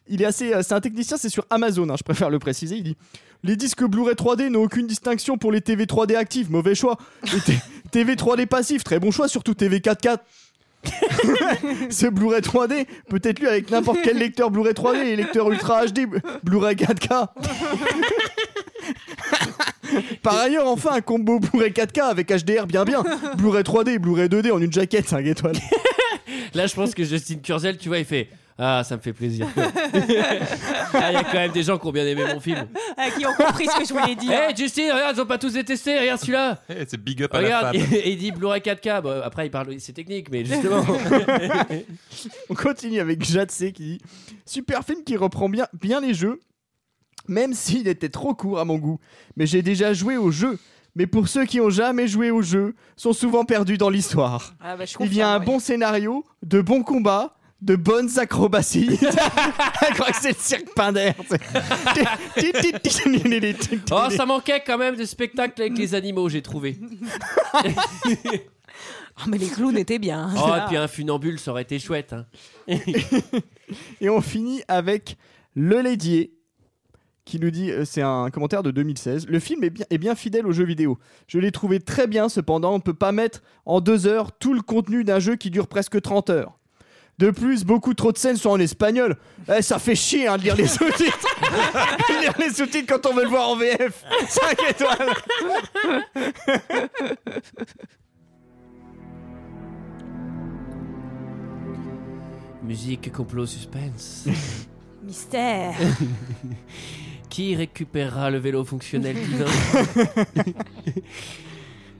Il est assez. euh, C'est un technicien, c'est sur Amazon, hein, je préfère le préciser. Il dit Les disques Blu-ray 3D n'ont aucune distinction pour les TV 3D actifs. Mauvais choix. Les t- TV 3D passifs, très bon choix, surtout TV 4K. Ce Blu-ray 3D peut être lu avec n'importe quel lecteur Blu-ray 3D et lecteur Ultra HD Blu-ray 4K. Par ailleurs, enfin, un combo Blu-ray 4K avec HDR bien bien. Blu-ray 3D et Blu-ray 2D en une jaquette 5 étoiles. Là, je pense que Justin Kurzel, tu vois, il fait Ah, ça me fait plaisir. *laughs* Ah, Il y a quand même des gens qui ont bien aimé mon film. Ah, qui ont compris ce que je voulais Hé, dire. Justin, regarde, ils ont pas tous détesté, regarde celui-là. Eh, c'est big up à Regarde, *laughs* la femme. *laughs* il, dit Blu-ray 4K. Bon, après, il parle, c'est technique, mais *laughs* justement. On continue avec Jadse qui dit Super film qui reprend bien, bien les jeux, même s'il était trop court à mon goût. Mais j'ai déjà joué au jeu. Mais pour ceux qui ont jamais joué au jeu, sont souvent perdus dans l'histoire. Ah, bah, je Il y a un confirme, ouais. bon scénario, de bons combats, de bonnes acrobaties. Je crois que c'est le cirque Pinder. Oh, ça manquait quand même de spectacle avec les animaux, j'ai trouvé. Oh, mais les clowns étaient Ah, bien. Oh, et ça. puis un funambule, ça aurait été chouette. hein. Et on finit avec Le Lédier qui nous dit, euh, c'est un commentaire de 2016, le film est bien, est bien fidèle au jeu vidéo. Je l'ai trouvé très bien, cependant, on ne peut pas mettre en deux heures tout le contenu d'un jeu qui dure presque 30 heures. De plus, beaucoup trop de scènes sont en espagnol. Eh, ça fait chier hein, de lire les sous-titres De lire les sous-titres quand on veut le voir en VF 5 étoiles Musique, complot, suspense. Mystère. Qui récupérera le vélo fonctionnel divin *laughs*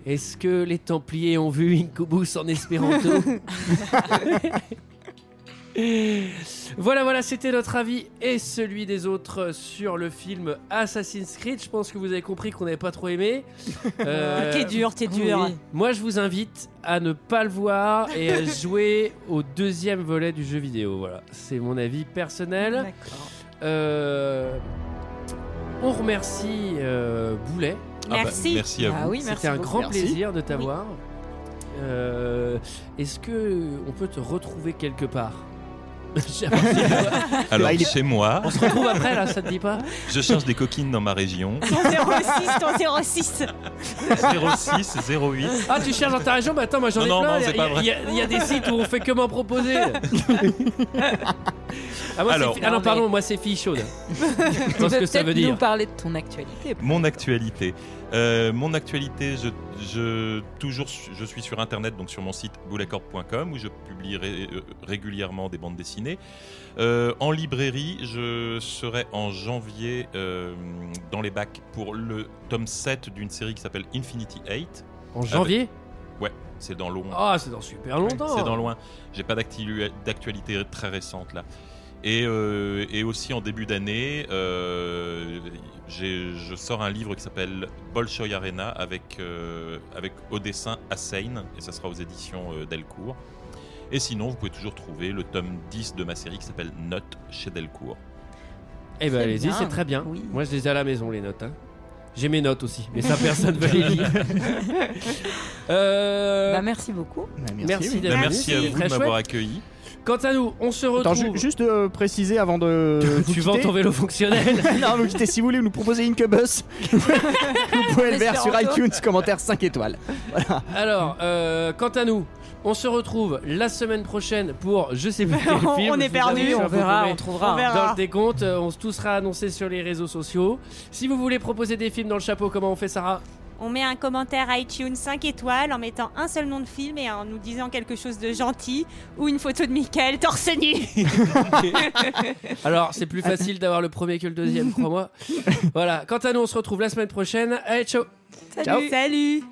Est-ce que les Templiers ont vu Incubus en espéranto *laughs* Voilà, voilà, c'était notre avis et celui des autres sur le film Assassin's Creed. Je pense que vous avez compris qu'on n'avait pas trop *laughs* aimé. Euh, T'es dur, t'es dur. Oui. Moi, je vous invite à ne pas le voir et *laughs* à jouer au deuxième volet du jeu vidéo. Voilà, c'est mon avis personnel. Euh, on remercie euh, Boulet. Ah bah, Merci. merci à vous. Ah oui, merci C'était un beaucoup. grand Merci. plaisir de t'avoir. Euh, Est-ce que on peut te retrouver quelque part *laughs* J'ai apporté de quoi. Alors, Bah, il est- chez moi. On se retrouve après là, ça te dit pas Je cherche des coquines dans *laughs* ma région. Ton 06, ton 06. 06, 08. Ah, tu cherches dans ta région Bah attends, moi j'en Non, ai non, plein. non, c'est Il y a- pas il y a- vrai. Il y, a des sites où on fait que m'en *laughs* proposer. ah, moi, c'est Alors- fi- ah non, pardon, moi c'est fille *laughs* chaude. tu Parce peux que ça peut-être veut dire. nous parler de ton actualité. Mon actualité. Euh, mon actualité, je, je- toujours, su- je suis sur internet, donc sur mon site boulacorp.com où je publie ré- euh, régulièrement des bandes dessinées. Euh, en librairie, je serai en janvier euh, dans les bacs pour le tome 7 d'une série qui s'appelle Infinity 8. En janvier Avec- Ah, Ouais, c'est dans loin. Ah, c'est dans super longtemps. C'est dans loin. J'ai pas d'actu- d'actualité très récente là. Et, euh, et aussi en début d'année, euh, j'ai- je sors un livre qui s'appelle Bolshoi Arena avec, euh, avec au dessin Assane, et ça sera aux éditions euh, Delcourt. Et sinon, vous pouvez toujours trouver le tome 10 de ma série qui s'appelle Notes chez Delcourt. Eh ben C'est allez-y, bien. c'est très bien. Moi je les ai à la maison les notes. hein. J'ai mes notes aussi, mais ça personne ne veut les *laughs* lire. Euh, Bah, merci beaucoup. merci merci Bah, d'être merci à venu, vous très de m'avoir chouette. accueilli. Quant à nous, on se retrouve. Euh, Attends, ju- juste euh, préciser avant de. *laughs* vous Tu vends quitter. ton vélo fonctionnel. *laughs* non, vous quittez. Si vous voulez nous proposer *laughs* Incubus, vous pouvez le faire sur Espéranto. iTunes, commentaire 5 étoiles. Voilà. Alors, euh, quant à nous, on se retrouve la semaine prochaine pour je sais plus quel *laughs* On- film. on est Je vous perdu, avais- on vous verra, trouverez on trouvera. hein. On Dans verra. le décompte, euh, on se- tout sera annoncé sur les réseaux sociaux. Si vous voulez proposer des films dans le chapeau, comment on fait Sarah On met un commentaire iTunes 5 étoiles en mettant un seul nom de film et en nous disant quelque chose de gentil ou une photo de Michael torse nu. Alors, c'est plus facile d'avoir le premier que le deuxième, crois-moi. voilà. Quant à nous, on se retrouve la semaine prochaine. Allez, ciao. *laughs* Salut. Salut.